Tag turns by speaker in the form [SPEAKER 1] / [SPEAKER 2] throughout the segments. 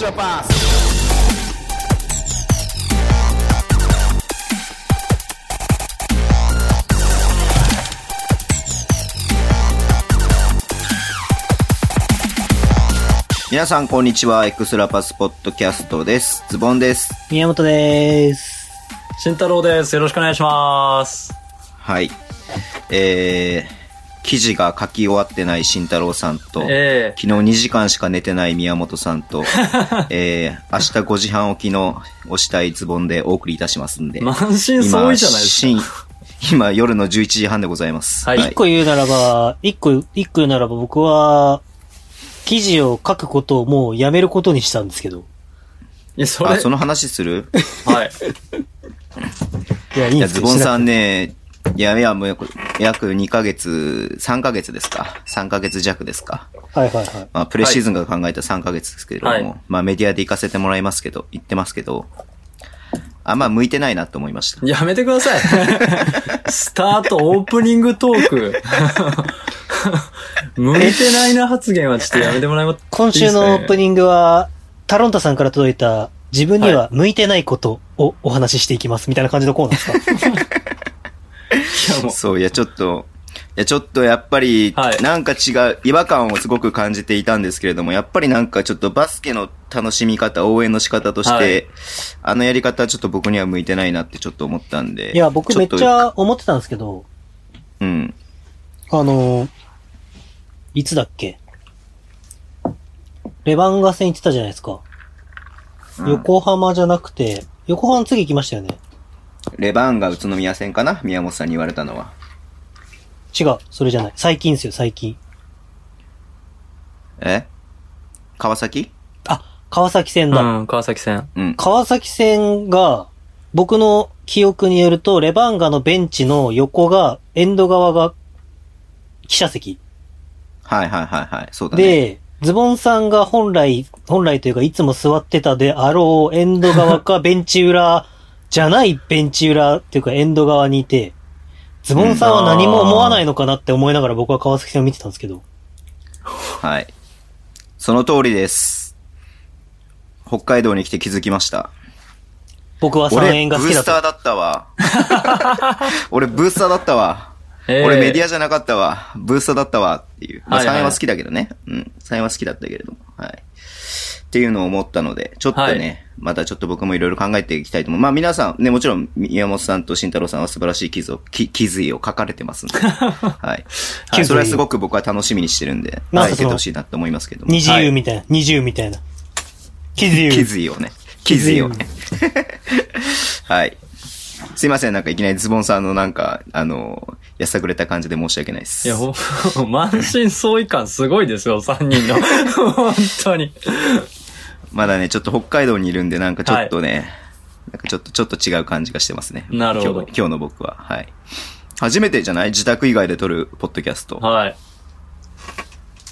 [SPEAKER 1] your past.
[SPEAKER 2] 「皆さんこんにちはエクストラパスポッドキャストですズボンです
[SPEAKER 3] 宮本です。
[SPEAKER 4] 慎太郎です。よろしくお願いします。
[SPEAKER 2] はいえー、記事が書き終わってない慎太郎さんと、
[SPEAKER 4] え
[SPEAKER 2] 昨日2時間しか寝てない宮本さん と、えー、明日5時半起きのおしたいズボンでお送りいたしますんで。
[SPEAKER 4] え満身創痍じゃないですか。
[SPEAKER 2] 深 今夜の11時半でございます。
[SPEAKER 4] はい
[SPEAKER 3] 一個言うならば、一個、一個言うならば僕は、記事を書くことをもうやめることにしたんですけど。
[SPEAKER 4] いや、それ、
[SPEAKER 2] あ、その話する
[SPEAKER 4] はい。
[SPEAKER 3] いや、いい
[SPEAKER 2] い
[SPEAKER 3] ん
[SPEAKER 2] や、
[SPEAKER 3] です
[SPEAKER 2] ズ
[SPEAKER 3] よ
[SPEAKER 2] ボンさん
[SPEAKER 3] し
[SPEAKER 2] ね、いや、いや、もう約2ヶ月、3ヶ月ですか。3ヶ月弱ですか。
[SPEAKER 3] なくてはいはいはい。
[SPEAKER 2] まあ、プレシーズンが考えた3ヶ月ですけれども、
[SPEAKER 4] はい
[SPEAKER 2] まあ、メディアで行かせてもらいますけど、行ってますけど、あんま向いてないなと思いました。
[SPEAKER 4] やめてください。スタート、オープニングトーク。向いてないな発言はちょっとやめてもらえます。
[SPEAKER 3] 今週のオープ
[SPEAKER 4] ニ
[SPEAKER 3] ニングは、タロンタさんから届いた、自分には向いてないことをお話ししていきます、みたいな感じのコーナーですか
[SPEAKER 4] ング。いや、もう、
[SPEAKER 2] そう、いや、ちょっと、いや、ちょっとやっぱり、
[SPEAKER 4] はい
[SPEAKER 2] なんか違う、違和感をすごく感じていたんですけれども、やっぱりなんかちょっとバスケの楽しみ方、応援の仕方として、
[SPEAKER 4] はい
[SPEAKER 2] あのやり方はちょっと僕には向いてないなってちょっと思ったんで。
[SPEAKER 3] いや、僕めっち
[SPEAKER 2] ょと。
[SPEAKER 3] ゃ思ってたんですけど、
[SPEAKER 2] うん。
[SPEAKER 3] あのー、いつだっけレバンガ戦行ってたじゃないですか。
[SPEAKER 2] うん
[SPEAKER 3] 横浜じゃなくて、横浜次行きましたよね。
[SPEAKER 2] レバンが宇都宮戦かな宮本さんに言われたのは。
[SPEAKER 3] 違う、それじゃない。最近ですよ、最近。
[SPEAKER 2] え川崎
[SPEAKER 3] あ、川崎戦だ。
[SPEAKER 4] うん、川崎戦。
[SPEAKER 2] うん。
[SPEAKER 3] 川崎戦が、僕の記憶によると、レバンガのベンチの横が、エンド側が、記者席。
[SPEAKER 2] はいはいはいはい。そうだね。
[SPEAKER 3] で、ズボンさんが本来、本来というか、いつも座ってたであろう、エンド 側か、ベンチ裏、じゃないベンチ裏っていうか、エンド側にいて、ズボンさんは何も思わないのかなって思いながら僕は川崎戦を見てたんですけど。
[SPEAKER 2] はい。その通りです。北海道に来て気づきました。
[SPEAKER 3] 僕は3
[SPEAKER 2] 俺、
[SPEAKER 3] 円が好
[SPEAKER 2] ブー
[SPEAKER 3] きだ
[SPEAKER 2] ス
[SPEAKER 3] と
[SPEAKER 2] タ。ーだったわ。 俺、ブースターだったわ。
[SPEAKER 4] え
[SPEAKER 2] 俺、メディ
[SPEAKER 4] ア。
[SPEAKER 2] アじゃなかったわ。ブースターだったわ。っていう。まあ、
[SPEAKER 4] はいはい
[SPEAKER 2] 3円は好きだけどね。うん。3円は好きだったけれども。はい。っていうのを思ったので、ちょっとね、
[SPEAKER 4] はい
[SPEAKER 2] またちょっと僕もいろいろ考えていきたいと思う。まあ皆さん、ね、もちろん、宮本さんと慎太郎さんは素晴らしい記事を、き記事を書かれてますん で。はい。はい、それはすごく僕は楽しみにしてるんで、
[SPEAKER 3] なん
[SPEAKER 2] はい、出
[SPEAKER 3] かそ
[SPEAKER 2] て
[SPEAKER 3] の
[SPEAKER 2] ほしいなと思いますけども。
[SPEAKER 3] 二重みたいな、二重みたいな。キズユ。
[SPEAKER 2] 記事をね。記事をね。はい。すいません、なんかいきなりズボンさんのなんか、あの、やさぐれた感じで申し訳ないです。
[SPEAKER 4] いや、ほん、 満身創痍感すごいですよ、3人の。本当に。
[SPEAKER 2] まだね、ちょっと北海道にいるんで、なんかちょっとね、なんかちょっと、ちょっと違う感じがしてますね。
[SPEAKER 4] なるほど
[SPEAKER 2] 今日の今日の僕は。はい。初めてじゃない自宅以外で撮るポッドキャスト。
[SPEAKER 4] はい。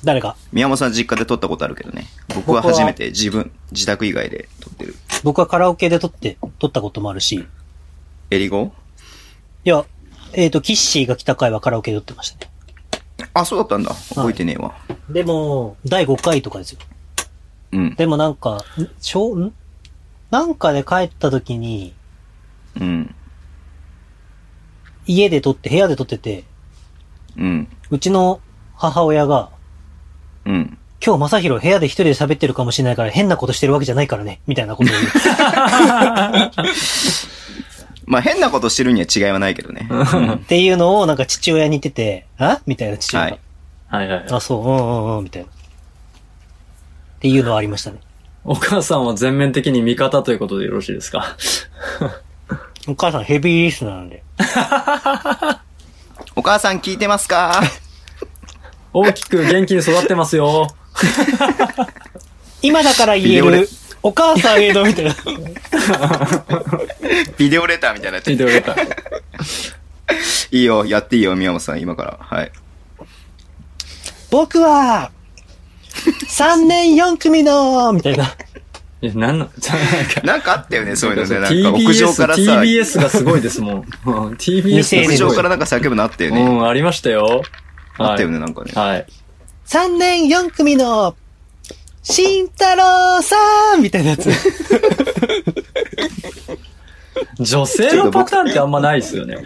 [SPEAKER 3] 誰か。
[SPEAKER 2] 宮本さん実家で撮ったことあるけどね。僕は
[SPEAKER 3] 僕は
[SPEAKER 2] 初めて自分、自宅以外で撮ってる。
[SPEAKER 3] 僕はカラオケで撮って、撮ったこともあるし。い
[SPEAKER 2] エリゴ
[SPEAKER 3] や、えっ、と、キッシーが来た回はカラオケで撮ってましたね。
[SPEAKER 2] あ、そうだったんだ。覚えてねえわ。
[SPEAKER 3] でも、第5回とかですよ。
[SPEAKER 2] うん。
[SPEAKER 3] でもなんか、んしょうんなんかで帰った時に、
[SPEAKER 2] うん。
[SPEAKER 3] 家で撮って、部屋で撮ってて、
[SPEAKER 2] うん。
[SPEAKER 3] うちの母親が、
[SPEAKER 2] うん。
[SPEAKER 3] 今日正宏部屋で一人で喋ってるかもしれないから変なことしてるわけじゃないからね、みたいなことを言う。
[SPEAKER 2] まあ、変なことしてるには違いはないけどね。
[SPEAKER 3] っていうのをなんか父親に言ってて、あみたいな父親が。
[SPEAKER 2] はい
[SPEAKER 4] はいはい。
[SPEAKER 3] あ、そう、うんうんうん、みたいな。っていうのはありましたね。
[SPEAKER 4] お母さんは全面的に味方ということでよろしいですか
[SPEAKER 3] お母さんヘビーリスナーなんで。
[SPEAKER 2] お母さん聞いてますか
[SPEAKER 4] 大きく元気に育ってますよ。
[SPEAKER 3] 今だから言え
[SPEAKER 2] ビデオレ
[SPEAKER 3] る、お母さんへの、み たいな。
[SPEAKER 2] ビデオレターみたいになっ
[SPEAKER 4] 聞
[SPEAKER 2] て
[SPEAKER 4] いて
[SPEAKER 2] る。
[SPEAKER 4] くれた。
[SPEAKER 2] いいよ、やっていいよ、宮本さん、今から。はい。
[SPEAKER 3] 僕は、3年4組の、みたいな。
[SPEAKER 4] え、なんの、じゃなんか、
[SPEAKER 2] なんかあったよね、そういうのね。なんか
[SPEAKER 4] TBS、
[SPEAKER 2] 屋上からさ、
[SPEAKER 4] TBS がすごいですもん。うん TBS がすごい。
[SPEAKER 2] 屋上からなんか叫ぶのあったよ
[SPEAKER 4] う
[SPEAKER 2] ね。
[SPEAKER 4] ん、ありましたよ。
[SPEAKER 2] あったよ
[SPEAKER 4] ね。
[SPEAKER 2] ね、なんかね。
[SPEAKER 4] はい。
[SPEAKER 3] 3年4組の、慎太郎さんみたいなやつ。
[SPEAKER 4] 女性のパターンってあんまないですよね。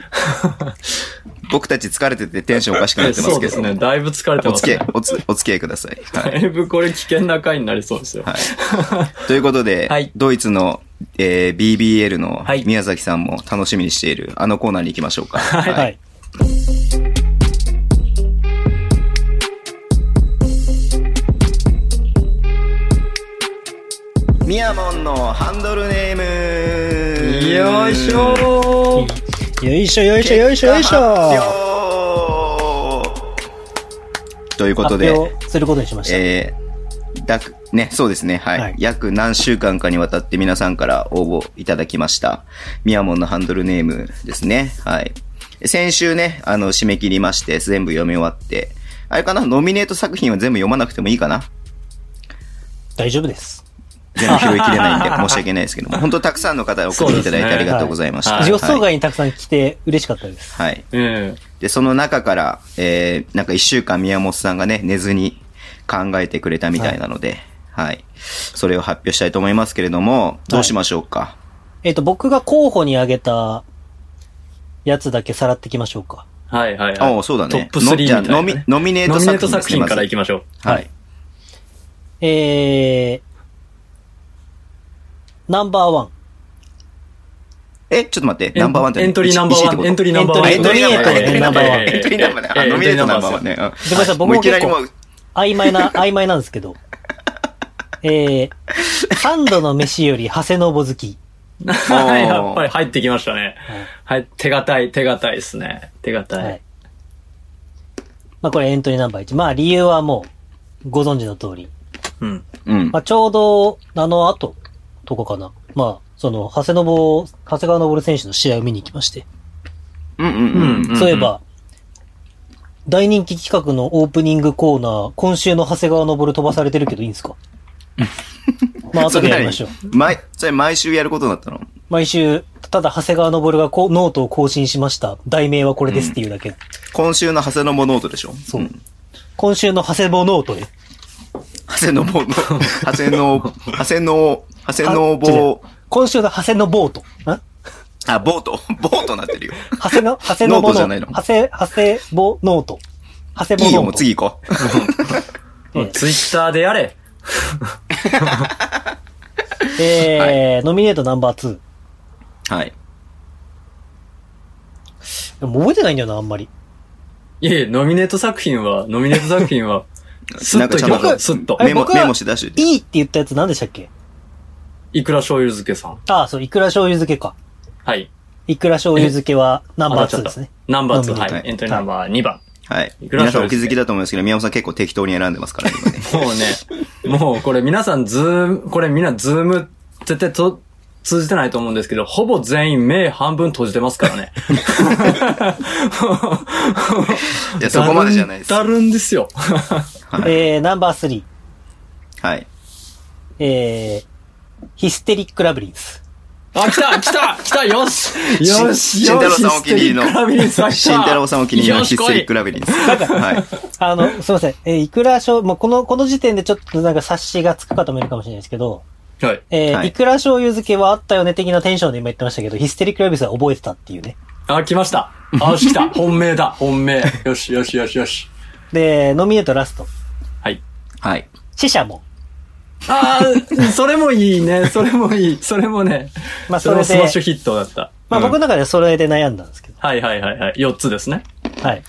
[SPEAKER 2] 僕たち疲れててテンションおかしくなってま
[SPEAKER 4] そ
[SPEAKER 2] す
[SPEAKER 4] う
[SPEAKER 2] け
[SPEAKER 4] です
[SPEAKER 2] ど。
[SPEAKER 4] ね。だいぶ疲れて
[SPEAKER 2] お
[SPEAKER 4] ます
[SPEAKER 2] 付き
[SPEAKER 4] ね
[SPEAKER 2] 合い。、おつお付き合いください。はい。
[SPEAKER 4] だいぶこれ危険な回になりそうですよ。
[SPEAKER 2] はい。ということで、
[SPEAKER 4] はい
[SPEAKER 2] ドイツの、えー BBL の
[SPEAKER 4] はい
[SPEAKER 2] 宮崎さんも楽しみにしているあのコーナーに行きましょうか。は
[SPEAKER 3] は。い。
[SPEAKER 2] ミヤモンのハンドルネーム
[SPEAKER 4] よいしょー
[SPEAKER 3] よいしょよいしょよいしょよいしょ
[SPEAKER 2] ということ
[SPEAKER 3] 発
[SPEAKER 2] で、
[SPEAKER 3] 表することにしました。
[SPEAKER 2] えー、だく、ね、そうですね、はい。
[SPEAKER 3] はい
[SPEAKER 2] 約何週間かにわたって皆さんから応募いただきました。ミヤモンのハンドルネームですね。はい。先週ね、あの、締め切りまして、全部読み終わって、あれかなノミネート作品は全部読まなくてもいいかな
[SPEAKER 3] 大丈夫です。
[SPEAKER 2] 全部拾いきれないんで、申し訳ないですけど も、本当たくさんの方送っていただいてありがとうございました。
[SPEAKER 4] はい
[SPEAKER 3] 予想
[SPEAKER 2] はい。
[SPEAKER 3] 外にたくさん来て嬉しかったです。
[SPEAKER 2] はい
[SPEAKER 4] え
[SPEAKER 2] で、その中から、えー、なんか一週間宮本さんがね、寝ずに考えてくれたみたいなので、はい。それを発表したいと思いますけれども、どうしましょうか。
[SPEAKER 3] えっ、と、僕が候補に挙げたやつだけさらっていきましょうか。
[SPEAKER 4] えはいはい
[SPEAKER 2] あ
[SPEAKER 4] はい。
[SPEAKER 2] おうそうだね
[SPEAKER 4] トップ3みたい
[SPEAKER 2] の
[SPEAKER 4] な、ね。
[SPEAKER 2] じゃあノミノミネート作品
[SPEAKER 4] ノミネート作品からいきましょう。
[SPEAKER 2] はい。
[SPEAKER 3] えー、ナンバーワン。
[SPEAKER 2] え、ちょっと待って、
[SPEAKER 4] エ
[SPEAKER 2] ナンバーワンって
[SPEAKER 4] エントリーナンバーワン。エント
[SPEAKER 2] リー
[SPEAKER 4] リーナンバーワン。
[SPEAKER 3] エントリーナンバーワン
[SPEAKER 4] エントリーナンバー
[SPEAKER 2] エントリーナンバー
[SPEAKER 4] ワン。
[SPEAKER 2] ワン。あ
[SPEAKER 4] ええ
[SPEAKER 2] ノミネートナンバーワン
[SPEAKER 4] エ
[SPEAKER 2] ね。
[SPEAKER 4] ントリーナンバーワン
[SPEAKER 2] うん
[SPEAKER 3] ごめんなさい僕も
[SPEAKER 2] ういきなり
[SPEAKER 3] 結構
[SPEAKER 2] もう、
[SPEAKER 3] 曖昧 な、曖昧なんですけど。えー、三度の飯より長谷信好き。
[SPEAKER 4] ですねはいやっぱり入ってきましたね。はい、手堅い、手堅いですね。手堅。
[SPEAKER 3] はいい。まあこれエントリーナンバー1。まあ理由はもう、ご存知の通り。
[SPEAKER 4] うん。
[SPEAKER 2] うん
[SPEAKER 3] ま。あちょうど、あの後、とかかな。まあ、その、長谷信、長谷川信選手の試合を見に行きまして。
[SPEAKER 2] うんうんうん。
[SPEAKER 4] ん
[SPEAKER 3] そういえば、大人気企画のオープニングコーナー、今週の長谷川昇飛ばされてるけどいいんで すかまあ、後でやりましょう。
[SPEAKER 2] う。毎、それ毎週やることになったの
[SPEAKER 3] 毎週、ただ長谷川昇がこうノートを更新しました。題名はこれですっていうだけ。
[SPEAKER 2] 今週の長谷のモノートでしょそう
[SPEAKER 3] 今週の長谷坊ノートで。
[SPEAKER 2] 長谷のモ ノ、長谷の、長谷の、長谷の
[SPEAKER 3] あ違
[SPEAKER 2] 棒
[SPEAKER 3] う、今週の長谷のボート。ん
[SPEAKER 2] あ、ボート、ボートになってるよ。
[SPEAKER 3] 長 谷の、長谷の
[SPEAKER 2] ノート
[SPEAKER 3] ボ
[SPEAKER 2] じゃないの
[SPEAKER 3] 長谷、長谷坊ノート。長谷坊ノ
[SPEAKER 2] い
[SPEAKER 3] ート。
[SPEAKER 2] いよ、もう次行こう。
[SPEAKER 3] え
[SPEAKER 4] ツイッターでやれ。
[SPEAKER 3] ーえーノミネートナンバー
[SPEAKER 2] はい。
[SPEAKER 3] 2。でも覚えてないんだよな、あんまり。
[SPEAKER 4] いえいえ、ノミネート作品は、ノミネート作品 は、ス
[SPEAKER 2] な
[SPEAKER 4] ッ
[SPEAKER 2] んか
[SPEAKER 4] とい
[SPEAKER 2] ち
[SPEAKER 4] き
[SPEAKER 2] ゃん
[SPEAKER 4] ましょ
[SPEAKER 2] と
[SPEAKER 4] う。スッと。
[SPEAKER 3] あれ
[SPEAKER 2] メモ、
[SPEAKER 3] 僕は
[SPEAKER 2] メモして出しといて。
[SPEAKER 3] いいって言ったやつ何でしたっけ
[SPEAKER 4] いくら醤油漬けさん。
[SPEAKER 3] ああ、そう、いくら醤油漬けか。
[SPEAKER 4] はい。
[SPEAKER 3] いくら醤油漬けはナンバー2ですね。
[SPEAKER 4] ナンバー2、
[SPEAKER 3] ナ
[SPEAKER 4] は
[SPEAKER 3] ンバー
[SPEAKER 4] い
[SPEAKER 3] ツー。
[SPEAKER 4] エントリーナンバー2番。
[SPEAKER 2] はい。
[SPEAKER 4] いくら
[SPEAKER 2] 皆さん
[SPEAKER 4] 醤油
[SPEAKER 2] お気づきだと思いますけど、宮本さん結構適当に選んでますから、今ね
[SPEAKER 4] もうね、 もうこれ皆さんズーム、これみんなズーム絶対と通じてないと思うんですけど、ほぼ全員目半分閉じてますからね。
[SPEAKER 2] いや、そこまでじゃないです。
[SPEAKER 4] だるんですよ。
[SPEAKER 3] えー、ナンバー3。
[SPEAKER 2] はい。
[SPEAKER 3] えー、ヒステリックラブリンス。
[SPEAKER 4] あ、来た来た来たよしよし
[SPEAKER 2] しん
[SPEAKER 4] よ
[SPEAKER 2] た
[SPEAKER 4] し
[SPEAKER 2] ろうさんお気に入りの
[SPEAKER 4] ヒステリックラビリンスが来た
[SPEAKER 2] 慎太郎さんお気に入りの
[SPEAKER 4] よ
[SPEAKER 2] ヒ
[SPEAKER 4] し
[SPEAKER 2] ステリックラビリンス。はい。
[SPEAKER 3] あ の、すいません。えー、いくら醤油、もうこの、この時点でちょっとなんか冊子がつく方もいるかもしれないですけど、
[SPEAKER 4] 来いはい。
[SPEAKER 3] えー
[SPEAKER 2] はい
[SPEAKER 3] い、くら醤油漬けはあったよね的なテンションで今言ってましたけど、ヒステリックラブリンスは覚えてたっていうね。
[SPEAKER 4] あ、来ました。あ、よし来た。本命だ。本命。よしよしよしよし。
[SPEAKER 3] で、ノミネートラスト。
[SPEAKER 4] はい。
[SPEAKER 2] はい。
[SPEAKER 3] 死者も。
[SPEAKER 4] あーそれもいいね。それもいい。それもね。
[SPEAKER 3] まあ
[SPEAKER 4] それも
[SPEAKER 3] そ
[SPEAKER 4] ス
[SPEAKER 3] れで
[SPEAKER 4] マッシュヒットだった。
[SPEAKER 3] まあ
[SPEAKER 4] うん
[SPEAKER 3] 僕の中ではそれで悩んだんですけど。
[SPEAKER 4] はいはいはいはい。4つですね。
[SPEAKER 3] はい。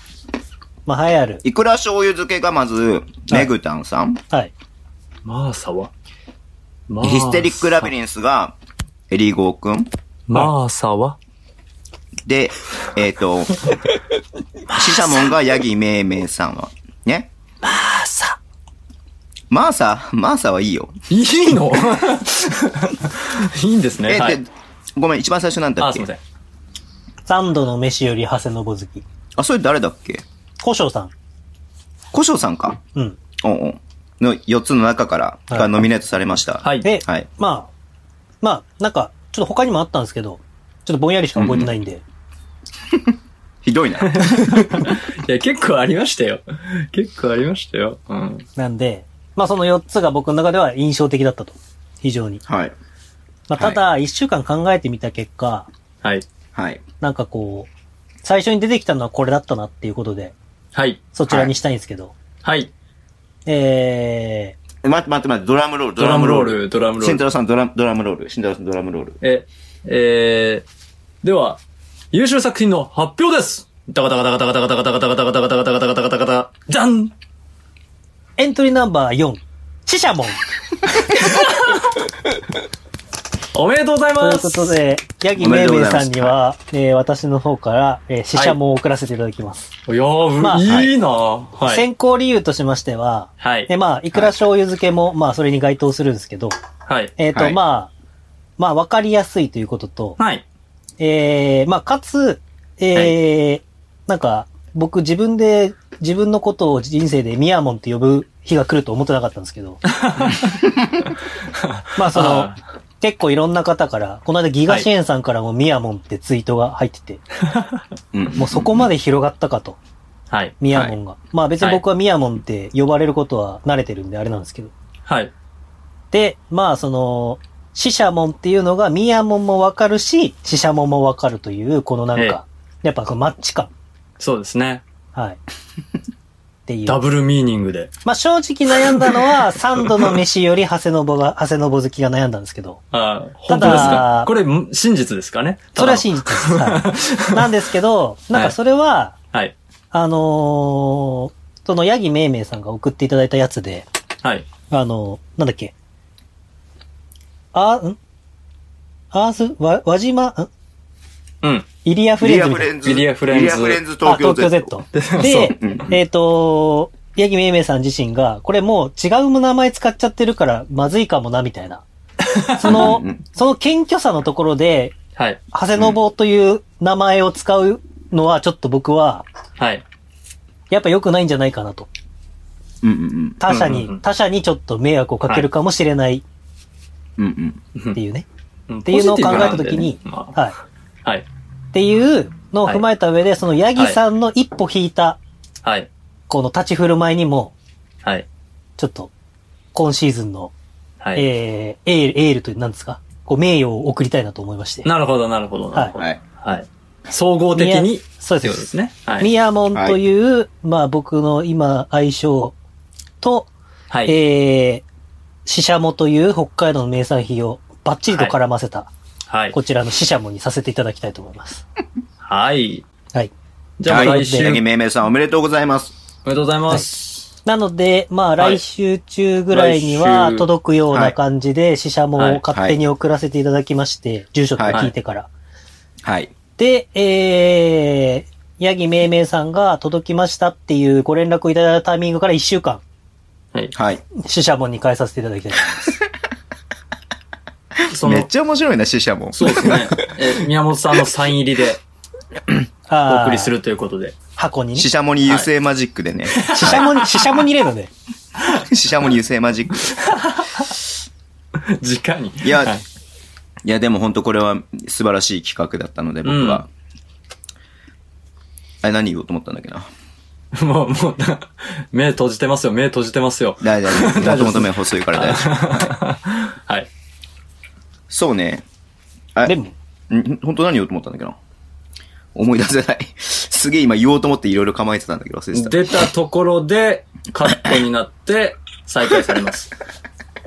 [SPEAKER 3] まあ、流行る。
[SPEAKER 2] いくら醤油漬けがまず、メグタンさん。
[SPEAKER 3] はい。
[SPEAKER 4] マーサはマ
[SPEAKER 2] ヒステリックラビ
[SPEAKER 4] ン
[SPEAKER 2] リンスが、エリーゴーくん。
[SPEAKER 4] マーサは
[SPEAKER 2] で、えっ、 と、シシャモンがヤギメイメイさんは。ね。
[SPEAKER 4] マーサ。
[SPEAKER 2] マーサ、マーサはいいよ。
[SPEAKER 4] いいのいいんですね。
[SPEAKER 2] え、
[SPEAKER 4] はい
[SPEAKER 2] で。、ごめん、一番最初なんだ
[SPEAKER 4] あ、
[SPEAKER 2] っ
[SPEAKER 4] す
[SPEAKER 2] け
[SPEAKER 4] いません。
[SPEAKER 3] 三度の飯より長谷信好き。
[SPEAKER 2] あ、それ誰だっけ
[SPEAKER 3] 古生さん。
[SPEAKER 2] 古生さんか。
[SPEAKER 3] うん。
[SPEAKER 2] おんおん。の4つの中から、
[SPEAKER 3] はい
[SPEAKER 2] がノミネートされました。
[SPEAKER 4] はい。
[SPEAKER 3] で、
[SPEAKER 2] はい
[SPEAKER 3] まあ、まあ、なんか、ちょっと他にもあったんですけど、ちょっとぼんやりしか覚えてないんで、
[SPEAKER 2] ひどい な。
[SPEAKER 4] いや、結構ありましたよ。結構ありましたよ。うん。
[SPEAKER 3] なんで、まあその4つが僕の中では印象的だったと。非常に。
[SPEAKER 2] はい。
[SPEAKER 3] まあただ、1週間考えてみた結果、
[SPEAKER 4] はい。
[SPEAKER 2] はい。
[SPEAKER 3] なんかこう、最初に出てきたのはこれだったなっていうことで、
[SPEAKER 4] はい。
[SPEAKER 3] そちらにしたいんですけど、
[SPEAKER 4] はい。
[SPEAKER 3] え
[SPEAKER 2] 待って待って待って、ドラムロール、
[SPEAKER 4] ドラムロール、ドラムロ
[SPEAKER 2] 慎太
[SPEAKER 4] ール。
[SPEAKER 2] 郎さんドラ、ドラムロール。慎太郎さんドラムロール。
[SPEAKER 4] え、えー、では、優秀作品の発表ですダカダカダカダカダカダカダカダカダカダカダカダカダカダじゃん
[SPEAKER 3] ー、エントリーナンバー4、シシャ モン。
[SPEAKER 4] おめでとうござい
[SPEAKER 3] と
[SPEAKER 4] ま
[SPEAKER 3] いう
[SPEAKER 4] す
[SPEAKER 3] ことで、ヤギ
[SPEAKER 2] おめで
[SPEAKER 3] めい
[SPEAKER 2] とう
[SPEAKER 3] め
[SPEAKER 2] ござ
[SPEAKER 3] い
[SPEAKER 2] います
[SPEAKER 3] さんには、えー私の方から、えー、シシャモンを送らせていただきます。
[SPEAKER 4] いやー、
[SPEAKER 3] まあ
[SPEAKER 4] いいなぁ。はい。
[SPEAKER 3] 選考理由としましては、
[SPEAKER 4] はい
[SPEAKER 3] え。まあ、いくら醤油漬けも、まあ、それに該当するんですけど、
[SPEAKER 4] はい。
[SPEAKER 3] えっ、と、
[SPEAKER 2] はい
[SPEAKER 3] まあ、まあ、わかりやすいということと、
[SPEAKER 4] はい。
[SPEAKER 3] ええまあ、かつ、ええなんか、僕自分で、自分のことを人生でミヤモンって呼ぶ日が来ると思ってなかったんですけど。まあ、その
[SPEAKER 4] あ、
[SPEAKER 3] 結構いろんな方から、この間ギガ支援さんからもミヤモンってツイートが入ってて、
[SPEAKER 2] うん。
[SPEAKER 3] もうそこまで広がったかと、
[SPEAKER 4] はい。
[SPEAKER 3] ミヤモンが。まあ別に僕はミヤモンって呼ばれることは慣れてるんであれなんですけど。
[SPEAKER 4] はい。
[SPEAKER 3] で、まあその、死者門っていうのが、ミヤ門もわかるし、死者門もわかるという、このなんか、やっぱこのマッチ感。
[SPEAKER 4] そうですね。
[SPEAKER 3] はい。っていう。
[SPEAKER 4] ダブルミーニングで。
[SPEAKER 3] まあ正直悩んだのは、三度の飯より長谷信が、長谷信好きが悩んだんですけど、
[SPEAKER 4] あー本当です
[SPEAKER 3] た
[SPEAKER 4] か
[SPEAKER 3] だ
[SPEAKER 4] これ、ん真実ですかね
[SPEAKER 3] それは真
[SPEAKER 4] 実。
[SPEAKER 3] 実です。はい なんですけど、なんかそれは、
[SPEAKER 4] はい。
[SPEAKER 3] あのーそのヤギめいめいさんが送っていただいたやつで、
[SPEAKER 4] はい。
[SPEAKER 3] あの、なんだっけ。あ、んアース、わ、輪島、ん
[SPEAKER 4] うん。
[SPEAKER 3] イリアフ
[SPEAKER 2] ビ
[SPEAKER 3] レ
[SPEAKER 2] リ
[SPEAKER 3] ン
[SPEAKER 2] ア
[SPEAKER 3] ズみ
[SPEAKER 2] フ
[SPEAKER 3] たいな
[SPEAKER 2] レンズ。
[SPEAKER 4] ビリアフレンズ
[SPEAKER 2] ビリアフレンズ
[SPEAKER 3] あ
[SPEAKER 2] 東京 Z。
[SPEAKER 3] 東京 Z。
[SPEAKER 4] そう
[SPEAKER 3] で、えっ、と、八木めいめいさん自身が、これもう違う名前使っちゃってるからまずいかもな、みたい な。その
[SPEAKER 2] うんうん、
[SPEAKER 3] その謙虚さのところで、
[SPEAKER 4] はい。
[SPEAKER 3] 長谷信という名前を使うのはちょっと僕は、
[SPEAKER 4] はい。
[SPEAKER 3] やっぱ良くないんじゃないかなと。
[SPEAKER 2] うんうん
[SPEAKER 3] 他者
[SPEAKER 4] うんうんうん
[SPEAKER 3] に、他者にちょっと迷惑をかけるかもしれない
[SPEAKER 2] うん。うんうん。
[SPEAKER 3] っていうね。
[SPEAKER 4] っ
[SPEAKER 3] っていうのを考えたときに、
[SPEAKER 4] は
[SPEAKER 3] はい。
[SPEAKER 4] い。
[SPEAKER 3] っていうのを踏まえた上で、そのヤギさんの一歩引いた、
[SPEAKER 4] はい。
[SPEAKER 3] この立ち振る舞いにも、
[SPEAKER 4] はい。
[SPEAKER 3] ちょっと、今シーズンの、
[SPEAKER 4] はい。
[SPEAKER 3] えー、エール、エールという、なんですかこう、名誉を送りたいなと思いまして。
[SPEAKER 4] なるほど、なるほど、なるほど。
[SPEAKER 2] は
[SPEAKER 4] はいい。総合的に、
[SPEAKER 3] そう
[SPEAKER 4] って
[SPEAKER 3] で。
[SPEAKER 4] ことですすね。はい。
[SPEAKER 3] ミヤモンという、まあ僕の今、愛称と、
[SPEAKER 4] はい。
[SPEAKER 3] えー、シシャモという北海道の名産品をバッチリと絡ませた、
[SPEAKER 4] はい
[SPEAKER 3] こ。ちらのシシャモにさせていただきたいと思います。
[SPEAKER 4] はい。
[SPEAKER 3] はい。
[SPEAKER 4] じゃあ、
[SPEAKER 2] はい
[SPEAKER 4] 来週、お
[SPEAKER 2] 八木
[SPEAKER 4] めで
[SPEAKER 2] めいめいさんおめでとうございます。
[SPEAKER 4] とうございます。
[SPEAKER 3] なので、まあ
[SPEAKER 4] は
[SPEAKER 3] 来
[SPEAKER 4] い
[SPEAKER 3] 週中ぐらいに
[SPEAKER 4] 来
[SPEAKER 3] は
[SPEAKER 4] 週
[SPEAKER 3] 届くような感じで、シシャモを勝手に送らせていただきまして、住所とか聞いてから。
[SPEAKER 2] はい。
[SPEAKER 3] で、えー、ヤギめいめいさんが届きましたっていうご連絡をいただいたタイミングから1週間、
[SPEAKER 4] はい。
[SPEAKER 2] はい。
[SPEAKER 3] 死者門に変えさせていただきたいと思います。
[SPEAKER 4] そ
[SPEAKER 2] め
[SPEAKER 4] の
[SPEAKER 2] っ、ちゃ面白いな、死者も。
[SPEAKER 4] そうですね。え、宮本さんのサイン入り でお
[SPEAKER 3] あー
[SPEAKER 4] 送りするということで。
[SPEAKER 3] 箱にね。
[SPEAKER 2] 死
[SPEAKER 3] 死
[SPEAKER 2] 者もに油性マジックでね。
[SPEAKER 3] 者門に、死者門に入れるのね。
[SPEAKER 2] 死者もに油性マジック。
[SPEAKER 4] 直に。
[SPEAKER 2] いや
[SPEAKER 4] はい
[SPEAKER 2] いや、でも本当これは素晴らしい企画だったので、僕は。あれ、何言おうと思ったんだっけな。
[SPEAKER 4] もう、もう、 な目閉じてますよ、目閉じてますよ。
[SPEAKER 2] 大丈 夫。もともと目細いから大丈夫。
[SPEAKER 4] はい。
[SPEAKER 2] そうね。あ
[SPEAKER 3] でも、
[SPEAKER 2] ん本当何言おうと思ったんだっけな。思い出せない。 すげえ今言おうと思っていろいろ構えてたんだけど忘れてた。
[SPEAKER 4] 出たところで、カットになって、再開されます。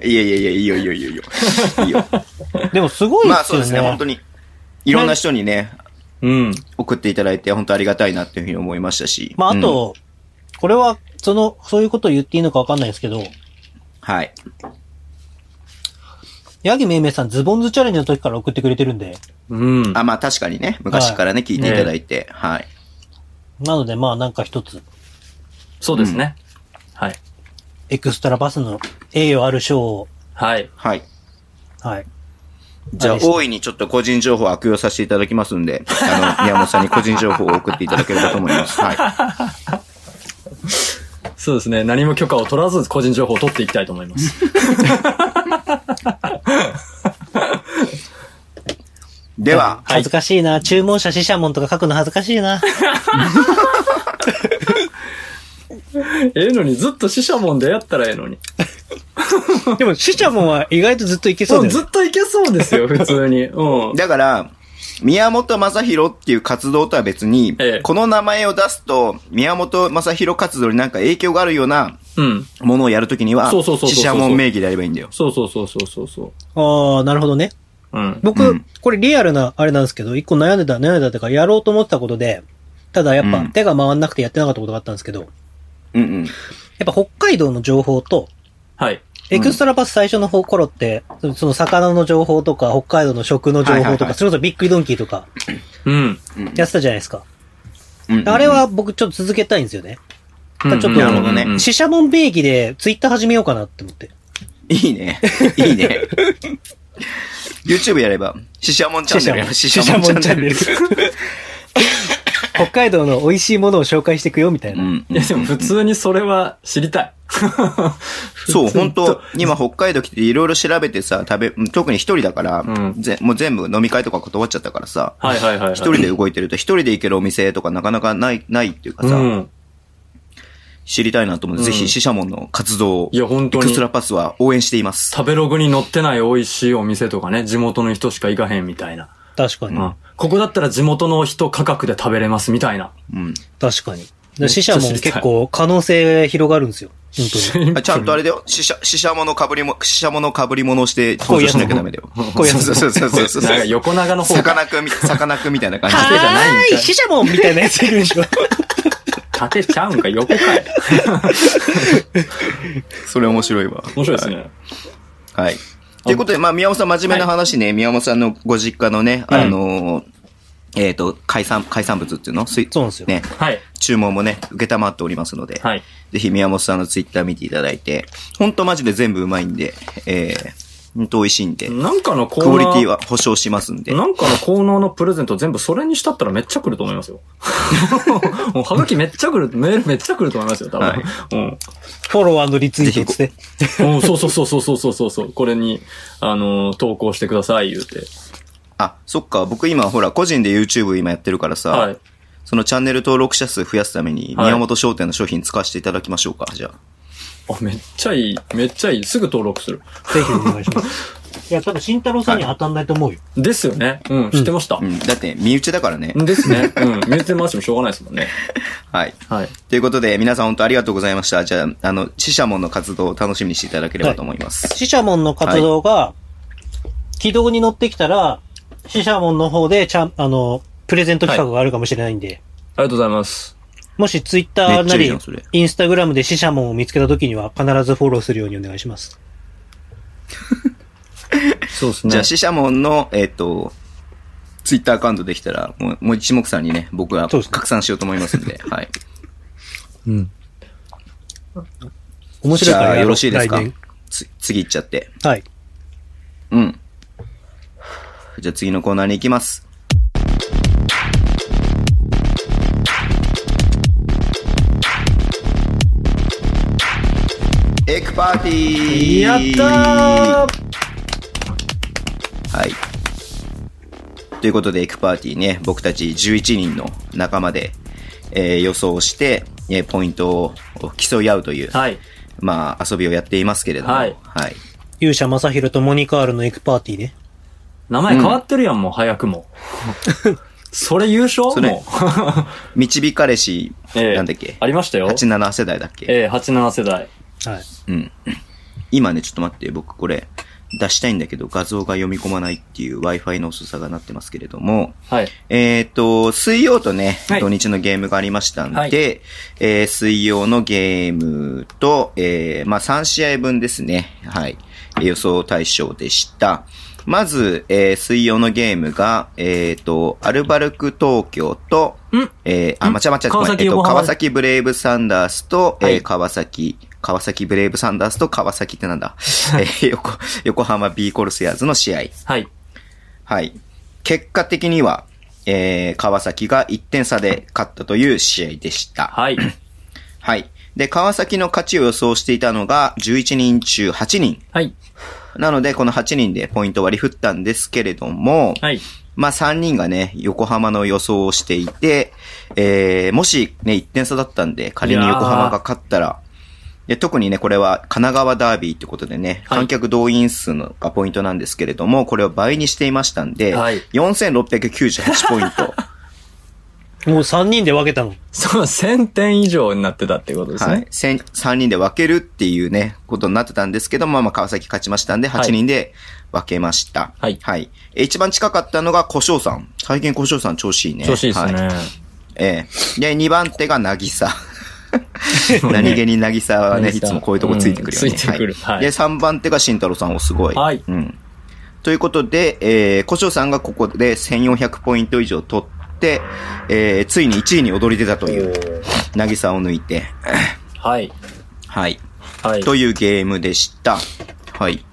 [SPEAKER 2] いやいやいや、いいよいいよ いいよいいよ。いいよ。
[SPEAKER 3] でもすごいで
[SPEAKER 2] まあ
[SPEAKER 3] す
[SPEAKER 2] そう
[SPEAKER 3] よ
[SPEAKER 2] ですね、本
[SPEAKER 3] ね
[SPEAKER 2] 当。に。いろんな人にね、
[SPEAKER 4] うん。
[SPEAKER 2] 送っていただいて本当ありがたいなっていうふうに思いましたし。
[SPEAKER 3] まああ
[SPEAKER 2] うん、
[SPEAKER 3] と、これは、その、そういうことを言っていいのかわかんないですけど、
[SPEAKER 2] はい。
[SPEAKER 3] ヤギめいめいさんズボンズチャレンジの時から送ってくれてるんで、
[SPEAKER 4] うん。
[SPEAKER 2] あ、まあ確かにね、昔からね、聞いていただいて、はい。
[SPEAKER 3] なのでまあなんか一つ、
[SPEAKER 4] そうですね。はい。
[SPEAKER 3] エクストラバスの栄誉ある賞を、
[SPEAKER 4] はい。
[SPEAKER 2] はい。
[SPEAKER 3] はい。
[SPEAKER 2] じゃあ
[SPEAKER 3] れ、して
[SPEAKER 2] 大いにちょっと個人情報を悪用させていただきますんで、あの、宮本さんに個人情報を送っていただければと思います。はい。
[SPEAKER 4] そうですね。何も許可を取らず、個人情報を取っていきたいと思います。
[SPEAKER 2] では、
[SPEAKER 3] 恥ずかしいな。注文 者、死者門とか書くの恥ずかしいな。
[SPEAKER 4] ええのに、ずっと死者もんでやったらええのに。
[SPEAKER 3] でも、シュチャモンは意外とずっといけそう
[SPEAKER 4] う
[SPEAKER 3] だ
[SPEAKER 4] ん、
[SPEAKER 3] よね
[SPEAKER 4] ずっといけそうですよ、普通に。うん。
[SPEAKER 2] だから、宮本正宏っていう活動とは別に、
[SPEAKER 4] ええ
[SPEAKER 2] この名前を出すと、宮本正宏活動になんか影響があるような
[SPEAKER 4] うん。
[SPEAKER 2] ものをやるときには、
[SPEAKER 4] そうそうそうそうそう
[SPEAKER 2] 死者門名義であればいいんだよ。
[SPEAKER 4] そうそうそうそうそうそ
[SPEAKER 3] ああ、なるほどね。
[SPEAKER 4] う。うん。
[SPEAKER 3] 僕、
[SPEAKER 2] うん
[SPEAKER 3] これリアルな、あれなんですけど、一個悩んでた、悩んでたっていうか、やろうと思ってたことで、ただやっ
[SPEAKER 2] う
[SPEAKER 3] ぱ
[SPEAKER 2] ん
[SPEAKER 3] 手が回んなくてやってなかったことがあったんですけど、や
[SPEAKER 2] うんうん。
[SPEAKER 3] っぱ北海道の情報と、
[SPEAKER 4] はい。
[SPEAKER 2] うん
[SPEAKER 3] エクストラパス最初の方頃って、そその魚の情報とか、北海道の食の情
[SPEAKER 2] はい
[SPEAKER 3] 報
[SPEAKER 2] はい
[SPEAKER 3] と
[SPEAKER 2] はい
[SPEAKER 3] か、それこそビッグドンキーとか、
[SPEAKER 4] うん。
[SPEAKER 3] やってたじゃないですか。
[SPEAKER 2] うんうん
[SPEAKER 3] あれは僕ちょっと続けたいんですよね。だからちょっと、
[SPEAKER 2] なるほどね
[SPEAKER 4] うんうんうん
[SPEAKER 3] 死者門名義でツイッター始めようかなって思って。
[SPEAKER 2] いいね。いいね。YouTube やれば、死者門チャンネルやれば、死者門チャンネル。
[SPEAKER 3] 死者門チャンネル 北海道の美味しいものを紹介していくよ、みたいな。
[SPEAKER 2] うん
[SPEAKER 4] いや、でも普通にそれは知りたい。
[SPEAKER 2] そう、
[SPEAKER 4] 普通に
[SPEAKER 2] 本当今北海道来ていろいろ調べてさ、食べ、特に一人だから、
[SPEAKER 4] うん
[SPEAKER 2] ぜもう全部飲み会とか断っちゃったからさ、
[SPEAKER 4] はいはいはいはい。
[SPEAKER 2] 一人で動いてると一人で行けるお店とかなかなかない、ないっていうか
[SPEAKER 4] う
[SPEAKER 2] さ、
[SPEAKER 4] ん。
[SPEAKER 2] 知りたいなと思って、
[SPEAKER 4] う
[SPEAKER 2] ぜ
[SPEAKER 4] ん
[SPEAKER 2] ひ死者門の活動を、
[SPEAKER 4] いや、本
[SPEAKER 2] エ
[SPEAKER 4] 当
[SPEAKER 2] ク
[SPEAKER 4] に
[SPEAKER 2] スト。ラパスは応援しています。
[SPEAKER 4] 食べログに載ってない美味しいお店とかね、地元の人しか行かへんみたいな。
[SPEAKER 3] 確か
[SPEAKER 4] う
[SPEAKER 3] に。
[SPEAKER 4] ん。ここだったら地元の人価格で食べれますみたいな。
[SPEAKER 2] うん。
[SPEAKER 3] 確かに。
[SPEAKER 4] めっちゃ
[SPEAKER 3] 死者も
[SPEAKER 4] 知りたい
[SPEAKER 3] 結構可能性広がるんですよ。本当に。
[SPEAKER 2] あちゃんとあれだよ。死者、死者物被りも、死者物被り物をして登場しなきゃダメだよ。
[SPEAKER 3] こういうやつ
[SPEAKER 2] そうそうそうそうそう
[SPEAKER 4] なんか横長の方
[SPEAKER 2] さかなクンみ、さかなクンみたいな感じで。
[SPEAKER 3] はーい、死者もみたいなやついるでしょ。
[SPEAKER 4] 縦ちゃうんか横かい。
[SPEAKER 2] それ面白いわ。
[SPEAKER 4] 面白いですね。
[SPEAKER 2] はい。ということで、まあ、宮本さん、真面目な話ね、宮本さんのご実家のね、あのーえっ、と、海産、海産物っていうの水
[SPEAKER 3] そうなんですよ
[SPEAKER 2] ね、
[SPEAKER 4] はい。
[SPEAKER 2] 注文もね、受けたまっておりますので、
[SPEAKER 4] はい。
[SPEAKER 2] ぜひ宮本さんのツイッター見ていただいて、ほんとマジで全部うまいんで、えー、ほんと美味しいんで、
[SPEAKER 4] なんかのコー
[SPEAKER 2] ク
[SPEAKER 4] ナー。
[SPEAKER 2] オリティは保証しますんで。
[SPEAKER 4] なんかの効能のプレゼント全部それにしたったらめっちゃ来ると思い ますよ。もうはがきめっちゃ来る、メールめっちゃ来ると思いますよ、多分。
[SPEAKER 2] はい
[SPEAKER 3] フォロワーのリツイートっつって。
[SPEAKER 4] うん。うんそうそうそうそうそうそうそう。これに、あのー投稿してください、言うて。
[SPEAKER 2] あ、そっか、僕今ほら、個人で YouTube 今やってるからさ、
[SPEAKER 4] はい。
[SPEAKER 2] そのチャンネル登録者数増やすために、
[SPEAKER 4] はい
[SPEAKER 2] 宮本商店の商品使わせていただきましょうか、じゃあ。
[SPEAKER 4] あ、めっちゃいい。めっちゃいい。すぐ登録する。
[SPEAKER 3] ぜひお願いします。いや、多分、慎太郎さんには当たんないと思うよ。
[SPEAKER 4] ですよね。うん、知ってました。
[SPEAKER 2] うん、だって、身内だからね。
[SPEAKER 4] ですね。うん。見えて回してもしょうがないですもんね。
[SPEAKER 2] はい。
[SPEAKER 4] はい。
[SPEAKER 2] ということで、皆さん本当ありがとうございました。じゃあ、あの、死者門の活動を楽しみにしていただければと思います。
[SPEAKER 3] 死者門の活動が、軌道に乗ってきたら、死者門の方で、ちゃん、あの、プレゼント企画があるかもしれないんで、
[SPEAKER 4] ありがとうございます。
[SPEAKER 3] もしツイッター
[SPEAKER 2] めっちゃ
[SPEAKER 3] ない
[SPEAKER 2] いじ
[SPEAKER 3] り
[SPEAKER 2] ゃんそれ、
[SPEAKER 3] インスタグラムで死者門を見つけた時には必ずフォローするようにお願いします。
[SPEAKER 4] そうです
[SPEAKER 2] じゃあ、死者門の、えっ、と、ツイッターアカウントできたら、もう、もう一目散にね、僕は
[SPEAKER 3] そうですね
[SPEAKER 2] 拡散しようと思いますんで、はい。
[SPEAKER 4] うん。
[SPEAKER 3] 面白いから
[SPEAKER 2] じゃ
[SPEAKER 3] や
[SPEAKER 2] あ
[SPEAKER 3] ろう
[SPEAKER 2] よろしいですか
[SPEAKER 3] 来年
[SPEAKER 2] つ次行っちゃって。
[SPEAKER 3] はい。
[SPEAKER 2] うん。じゃあ次のコーナーに行きます。エッグパーティー
[SPEAKER 4] やったー
[SPEAKER 2] はい。ということで、エクパーティーね、僕たち11人の仲間で、えー予想して、えーポイントを競い合うという、
[SPEAKER 4] はい。
[SPEAKER 2] まあ、遊びをやっていますけれども、
[SPEAKER 4] はい
[SPEAKER 2] はい。
[SPEAKER 3] 勇者正宏とモニカールのエクパーティーね。
[SPEAKER 4] 名前変わってるやん、もう、早くも。それ優勝
[SPEAKER 2] それ
[SPEAKER 4] も
[SPEAKER 2] 導かれし、
[SPEAKER 4] う。ええ
[SPEAKER 2] なんだっけ
[SPEAKER 4] ありましたよ。
[SPEAKER 2] 87世代だっけ、
[SPEAKER 4] ええ87世代。
[SPEAKER 3] はい。
[SPEAKER 2] うん。今ね、ちょっと待って、僕これ出したいんだけど、画像が読み込まないっていう Wi-Fi の遅さがなってますけれども、
[SPEAKER 4] はい。
[SPEAKER 2] えっ、と、水曜とね、
[SPEAKER 4] はい
[SPEAKER 2] 土日のゲームがありましたんで、
[SPEAKER 4] はい
[SPEAKER 2] えー水曜のゲームと、えーまあ3試合分ですね。はい。予想対象でした。まず、えー水曜のゲームが、えっ、と、アルバルク東京と、
[SPEAKER 4] ん
[SPEAKER 2] えーあ、
[SPEAKER 4] ん
[SPEAKER 2] 間違え間違えご
[SPEAKER 4] 川
[SPEAKER 2] めんえ
[SPEAKER 4] 崎
[SPEAKER 2] っと
[SPEAKER 4] 横浜
[SPEAKER 2] 川崎ブレイブサンダースと、
[SPEAKER 4] は
[SPEAKER 2] えー
[SPEAKER 4] い
[SPEAKER 2] 川崎、川崎ブレイブサンダースと川崎って なんだ、えー横横浜 B コルセアーズの試合。
[SPEAKER 4] はい。
[SPEAKER 2] はい。結果的には、えー、川崎が1点差で勝ったという試合でした。
[SPEAKER 4] はい。
[SPEAKER 2] はい。で、川崎の勝ちを予想していたのが11人中8人。
[SPEAKER 4] はい。
[SPEAKER 2] なので、この8人でポイント割り振ったんですけれども、
[SPEAKER 4] はい。
[SPEAKER 2] まあ3人がね、横浜の予想をしていて、えー、もしね、1点差だったんで、仮に横浜が勝ったら、で特にね、これは神奈川ダービーってことでね、
[SPEAKER 4] はい
[SPEAKER 2] 観客動員数のがポイントなんですけれども、これを倍にしていましたんで、
[SPEAKER 4] はい
[SPEAKER 2] 4698ポイ ント。
[SPEAKER 3] もう3人で分けたの。
[SPEAKER 4] そう、1000点以上になってたってことですね。
[SPEAKER 2] はい。千3人で分けるっていうね、ことになってたんですけども、まあ、川崎勝ちましたんで、
[SPEAKER 4] はい
[SPEAKER 2] 8人で分けました。
[SPEAKER 4] はい
[SPEAKER 2] はい。え一番近かったのが小翔さん。最近小翔さん調子いいね。
[SPEAKER 4] 調子いいですね。
[SPEAKER 2] はええで、2番手がな ぎさ。
[SPEAKER 4] うね
[SPEAKER 2] 何気になぎさはね、い
[SPEAKER 4] 渚
[SPEAKER 2] つもこういうとこついてくるよね。
[SPEAKER 4] うんついてくるはい
[SPEAKER 2] で、3番手が慎太郎さん、お、すごい。
[SPEAKER 4] はい
[SPEAKER 2] うん。ということで、えー、古生さんがここで1400ポイント以上取って、えー、ついに1位に躍り出たという、なぎさを抜いて、
[SPEAKER 4] はい。
[SPEAKER 2] はい。
[SPEAKER 4] はい。
[SPEAKER 2] というゲームでした。はい。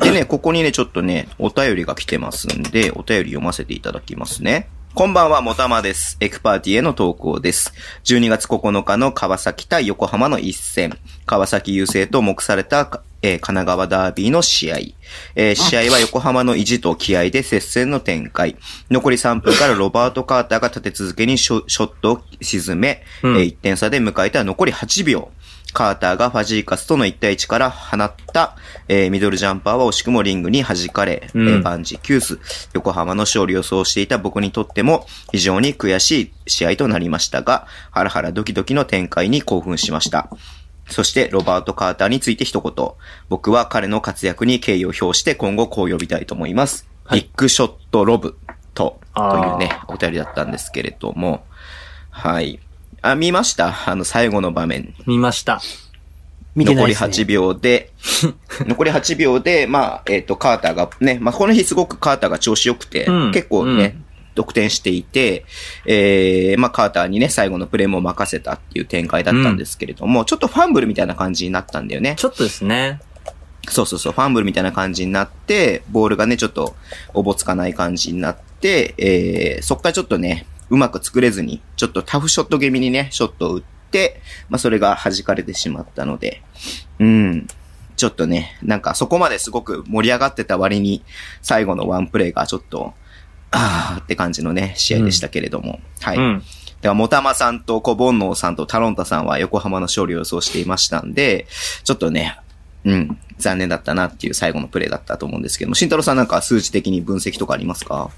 [SPEAKER 2] で ね、ここにね、ちょっとね、お便りが来てますんで、お便り読ませていただきますね。こんばんは、もたまです。エクパーティーへの投稿です。12月9日の川崎対横浜の一戦。川崎優勢と目された、えー神奈川ダービーの試合。えー試合は横浜の意地と気合で接戦の展開。残り3分からロバート・カーターが立て続けにショショットを沈め、
[SPEAKER 4] うん
[SPEAKER 2] えー1点差で迎えた残り8秒。カーターがファジーカスとの1対1から放った、えーミドルジャンパーは惜しくもリングに弾かれ、
[SPEAKER 4] うん
[SPEAKER 2] えーバンジーキュース、横浜の勝利を予想していた僕にとっても非常に悔しい試合となりましたが、ハラハラドキドキの展開に興奮しました。そして、ロバート・カーターについて一言。僕は彼の活躍に敬意を表して今後こう呼びたいと思います。
[SPEAKER 4] はい
[SPEAKER 2] ビッグショット・ロブと、
[SPEAKER 4] あ
[SPEAKER 2] と
[SPEAKER 4] ー
[SPEAKER 2] いうね、お便りだったんですけれども。はい。あ、見ましたあの、最後の場面。
[SPEAKER 4] 見ました。
[SPEAKER 3] 見てない
[SPEAKER 2] 残り
[SPEAKER 3] です、ね。
[SPEAKER 2] 8秒 で、残り8秒で、まあ、えっ、と、カーターがね、まあ、この日すごくカーターが調子良くて、
[SPEAKER 4] うん
[SPEAKER 2] 結構ね、
[SPEAKER 4] うん
[SPEAKER 2] 得点していて、えー、まあ、カーターにね、最後のプレーも任せたっていう展開だったんですけれども、ちょっとファンブルみたいな感じになったんだよね。
[SPEAKER 4] ちょっとですね。
[SPEAKER 2] そうそうそう、ファンブルみたいな感じになって、ボールがね、ちょっと、おぼつかない感じになって、えー、そっからちょっとね、うまく作れずに、ちょっとタフショット気味にね、ショットを打って、まあ、それが弾かれてしまったので、うん。ちょっとね、なんかそこまですごく盛り上がってた割に、最後のワンプレーがちょっと、あーって感じのね、試合でしたけれども。はい。
[SPEAKER 4] うん。
[SPEAKER 2] だから、もたまさんと小煩悩さんとタロンタさんは横浜の勝利を予想していましたんで、ちょっとね、うん、残念だったなっていう最後のプレーだったと思うんですけども、慎太郎さんなんか数値的に分析とかありますか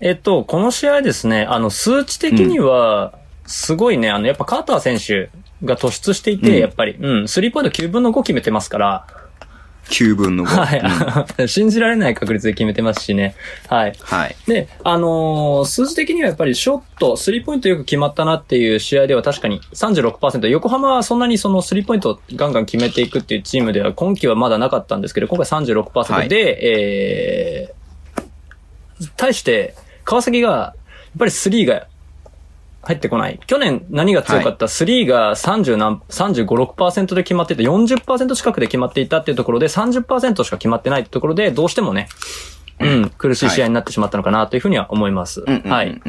[SPEAKER 4] えっと、この試合ですね、あの、数値的には、すごいね、あの、やっぱカーター選手が突出してい
[SPEAKER 2] う
[SPEAKER 4] て、
[SPEAKER 2] ん
[SPEAKER 4] やっぱり、うん、スリーポイント9分の5決めてますから、
[SPEAKER 2] ?9 分の5。うん
[SPEAKER 4] はい、 信じられない確率で決めてますしね、はい。
[SPEAKER 2] はい。
[SPEAKER 4] で、あのー数字的にはやっぱりショット、スリーポイントよく決まったなっていう試合では確かに36%、横浜はそんなにそのスリーポイントをガンガン決めていくっていうチームでは今季はまだなかったんですけど、今回36%、
[SPEAKER 2] はい
[SPEAKER 4] で、えー、対して川崎がやっぱりスリーが入ってこない。去年何が強かった、スリーが30何、35、6%で決まってて、40%近くで決まっていたっていうところで、30%しか決まってないってところで、どうしてもね、うん、苦しい試合になってしまったのかなというふうには思います。
[SPEAKER 2] うんうんうんうん
[SPEAKER 4] はい。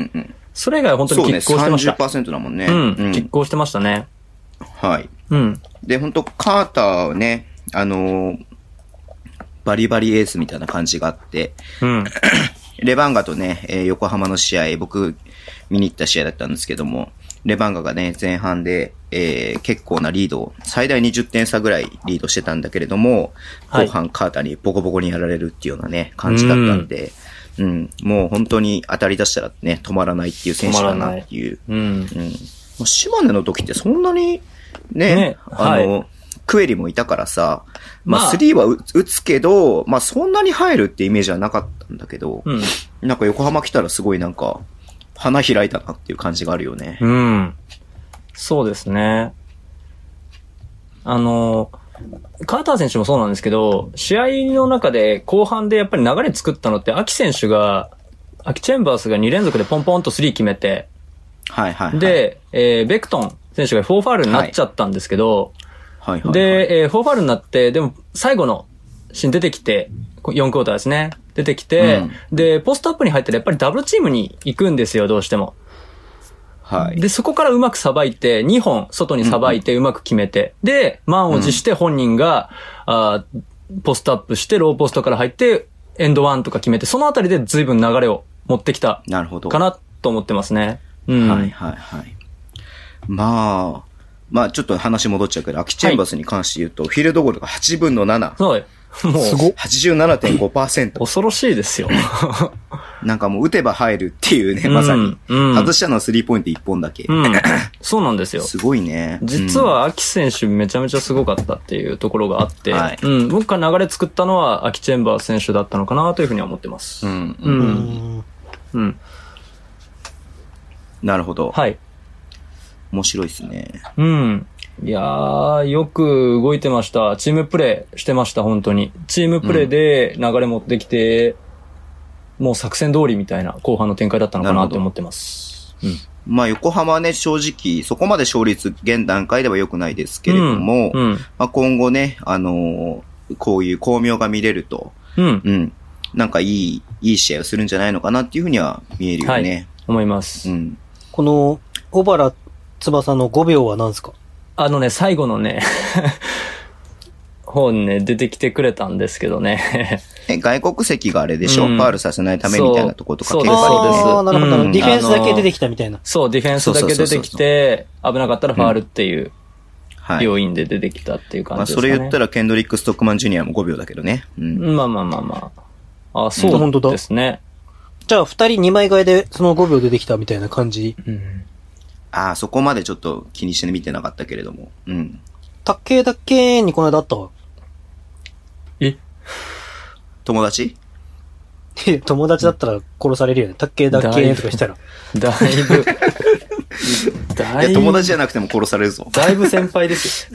[SPEAKER 4] それ以外は本当
[SPEAKER 2] そう
[SPEAKER 4] に
[SPEAKER 2] ね、
[SPEAKER 4] 拮抗してました。
[SPEAKER 2] 30%だもんね。
[SPEAKER 4] うん、
[SPEAKER 2] うん
[SPEAKER 4] 拮抗してましたね。
[SPEAKER 2] はい。
[SPEAKER 4] うん。
[SPEAKER 2] で、本当カーターはね、あのーバリバリエースみたいな感じがあって、
[SPEAKER 4] うん。
[SPEAKER 2] レバンガとね、えー横浜の試合、僕、見に行った試合だったんですけども、レバンガがね、前半で、えー結構なリードを、最大20点差ぐらいリードしてたんだけれども、
[SPEAKER 4] はい
[SPEAKER 2] 後半カーターにボコボコにやられるっていうようなね、感じだったんで、うん、もう本当に当たり出したらね、止まらないっていう選手だなっていう。
[SPEAKER 4] うん。
[SPEAKER 2] うん。もう島根の時ってそんなに、ね、
[SPEAKER 4] ね
[SPEAKER 2] あの、
[SPEAKER 4] は
[SPEAKER 2] クエリもいたからさ、ま
[SPEAKER 4] まあ
[SPEAKER 2] あ、3は打打つけど、まあ、そんなに入るってイメージはなかったんだけど、
[SPEAKER 4] うん。
[SPEAKER 2] なんか横浜来たらすごいなんか、花開いたなっていう感じがあるよね。
[SPEAKER 4] うん。そうですね。あの、カーター選手もそうなんですけど、試合の中で後半でやっぱり流れ作ったのって、秋選手が、秋チェンバースが2連続でポンポンと3決めて、
[SPEAKER 2] はいはい、はい。、
[SPEAKER 4] で、えーベクトン選手が4ファールになっちゃったんですけど、
[SPEAKER 2] はいはいはい、
[SPEAKER 4] で、えーフォーファールになって、でも、最後のシーン出てきて、こ4クォーターですね。出てきて、で、ポストアップに入ったらやっぱりダブルチームに行くんですよ、どうしても。
[SPEAKER 2] はい。
[SPEAKER 4] で、そこからうまくさばいて、2本外にさばいてうまく決めて、で、満を持して本人が、あーポストアップして、ローポストから入って、エンドワンとか決めて、そのあたりで随分流れを持ってきた
[SPEAKER 2] なるほど。
[SPEAKER 4] かなと思ってますね。うん。
[SPEAKER 2] はいはいはい。まあ、まあちょっと話戻っちゃうけど、空きチェンバスに関して言うと、フィールドゴールが8分の7。
[SPEAKER 4] そう。もう、
[SPEAKER 3] すごっ
[SPEAKER 2] 87.5%。
[SPEAKER 4] 恐ろしいですよ。
[SPEAKER 2] なんかもう打てば入るっていうね、 まさに。
[SPEAKER 4] うん。うん
[SPEAKER 2] 外したのはスリーポイント1本だけ。
[SPEAKER 4] うん。そうなんですよ。
[SPEAKER 2] すごいね。
[SPEAKER 4] 実
[SPEAKER 2] うん、
[SPEAKER 4] は、秋選手めちゃめちゃすごかったっていうところがあって、
[SPEAKER 2] はい
[SPEAKER 4] うん、僕が流れ作ったのは秋チェンバー選手だったのかなというふうには思ってます。
[SPEAKER 2] うん、
[SPEAKER 4] う。
[SPEAKER 3] うんん。
[SPEAKER 4] うん。
[SPEAKER 2] なるほど。
[SPEAKER 4] はい。
[SPEAKER 2] 面白いですね。
[SPEAKER 4] うん。いやー、よく動いてました。チームプレイしてました、本当に。チームプレイで流れ持ってきて、もう作戦通りみたいな後半の展開だったのか
[SPEAKER 2] なる
[SPEAKER 4] な
[SPEAKER 2] ほど
[SPEAKER 4] と思ってます。うん。
[SPEAKER 2] まあ横浜はね、正直、そこまで勝率現段階では良くないですけれども、
[SPEAKER 4] うん。うん
[SPEAKER 2] まあ、今後ね、あのーこういう巧妙が見れると、
[SPEAKER 4] うん。
[SPEAKER 2] うん、なんかいい、いい試合をするんじゃないのかなっていうふうには見えるよね。
[SPEAKER 4] 思います。
[SPEAKER 2] うん。
[SPEAKER 3] この、小原翼の5秒は何ですか
[SPEAKER 4] あのね、最後のね、本ね、出てきてくれたんですけどね。
[SPEAKER 2] え外国籍があれでしょ、
[SPEAKER 4] うん
[SPEAKER 2] ファールさせないためみたいなとことか
[SPEAKER 4] そう
[SPEAKER 2] 警
[SPEAKER 4] です
[SPEAKER 2] 戒
[SPEAKER 4] そうです
[SPEAKER 3] あーなるほど、
[SPEAKER 4] うん
[SPEAKER 3] ディフェンスだけ出てきたみたいな。
[SPEAKER 4] そう、ディフェンスだけ出てきて、危なかったらファールっていう
[SPEAKER 2] はい。
[SPEAKER 4] 要因で出てきたっていう
[SPEAKER 2] ま
[SPEAKER 4] 感
[SPEAKER 2] あ、
[SPEAKER 4] じで
[SPEAKER 2] そ
[SPEAKER 4] すかね。
[SPEAKER 2] れ言ったら、ケンドリック・ストックマン・ジュニアも5秒だけどね。うん。
[SPEAKER 4] まあまあまあまあ。あ、
[SPEAKER 3] うん
[SPEAKER 4] そ
[SPEAKER 3] 本当
[SPEAKER 4] う
[SPEAKER 3] だ
[SPEAKER 4] ですね。
[SPEAKER 3] じゃあ、二人二枚替えでその5秒出てきたみたいな感じ。
[SPEAKER 4] うん
[SPEAKER 2] ああ、そこまでちょっと気にして見てなかったけれども。うん。
[SPEAKER 3] たっけーだっけーにこの間あったわ。
[SPEAKER 4] え
[SPEAKER 2] 友達
[SPEAKER 3] へ友達だったら殺されるよね。たっけーだっけーとかしたら。
[SPEAKER 4] だいぶ、だ
[SPEAKER 2] いや、
[SPEAKER 4] い
[SPEAKER 2] 友
[SPEAKER 4] ぶ、
[SPEAKER 2] 達じゃなくても殺されるぞ。
[SPEAKER 4] だいぶ先輩です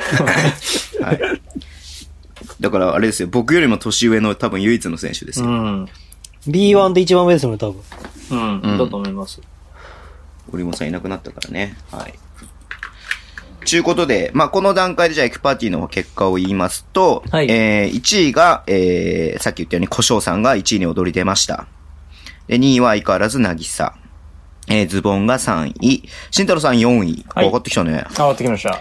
[SPEAKER 4] よ。
[SPEAKER 2] はい。だから、あれですよ。僕よりも年上の多分唯一の選手です
[SPEAKER 4] う
[SPEAKER 2] よ。
[SPEAKER 4] ん。
[SPEAKER 3] B1 で一番上ですよね、多分。
[SPEAKER 4] うん。
[SPEAKER 2] うん
[SPEAKER 4] だと思います。
[SPEAKER 2] オリモさんいなくなったからね。はい。ちゅうことで、まあ、この段階でじゃあエクパーティーの結果を言いますと、
[SPEAKER 4] はい
[SPEAKER 2] えー、1位が、えー、さっき言ったように小翔さんが1位に躍り出ました。で、2位は相変わらずなぎさ。えー、ズボンが3位。慎太郎さん4位。
[SPEAKER 4] はい
[SPEAKER 2] 上がってきたね。
[SPEAKER 4] 上がってきました。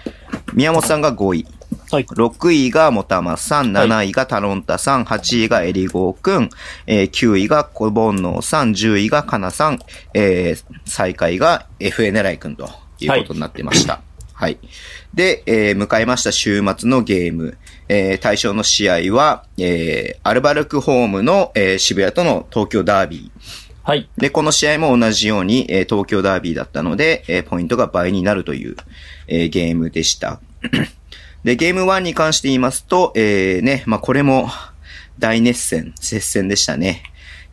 [SPEAKER 2] 宮本さんが5位。
[SPEAKER 3] はい。
[SPEAKER 2] 6位がもたまさん、
[SPEAKER 4] はい
[SPEAKER 2] 7位がタロンタさん、8位がエリゴーくん、えー9位がコボンノーさん、10位がカナさん、えー最下位が FA 狙いくんということになってました。はい。で、えー迎えました週末のゲーム。えー対象の試合は、えーアルバルクホームの、えー渋谷との東京ダービー。
[SPEAKER 4] はい。
[SPEAKER 2] で、この試合も同じように、えー東京ダービーだったので、えーポイントが倍になるという、えーゲームでした。 で、ゲーム1に関して言いますと、えー、ね、まあ、これも大熱戦、接戦でしたね。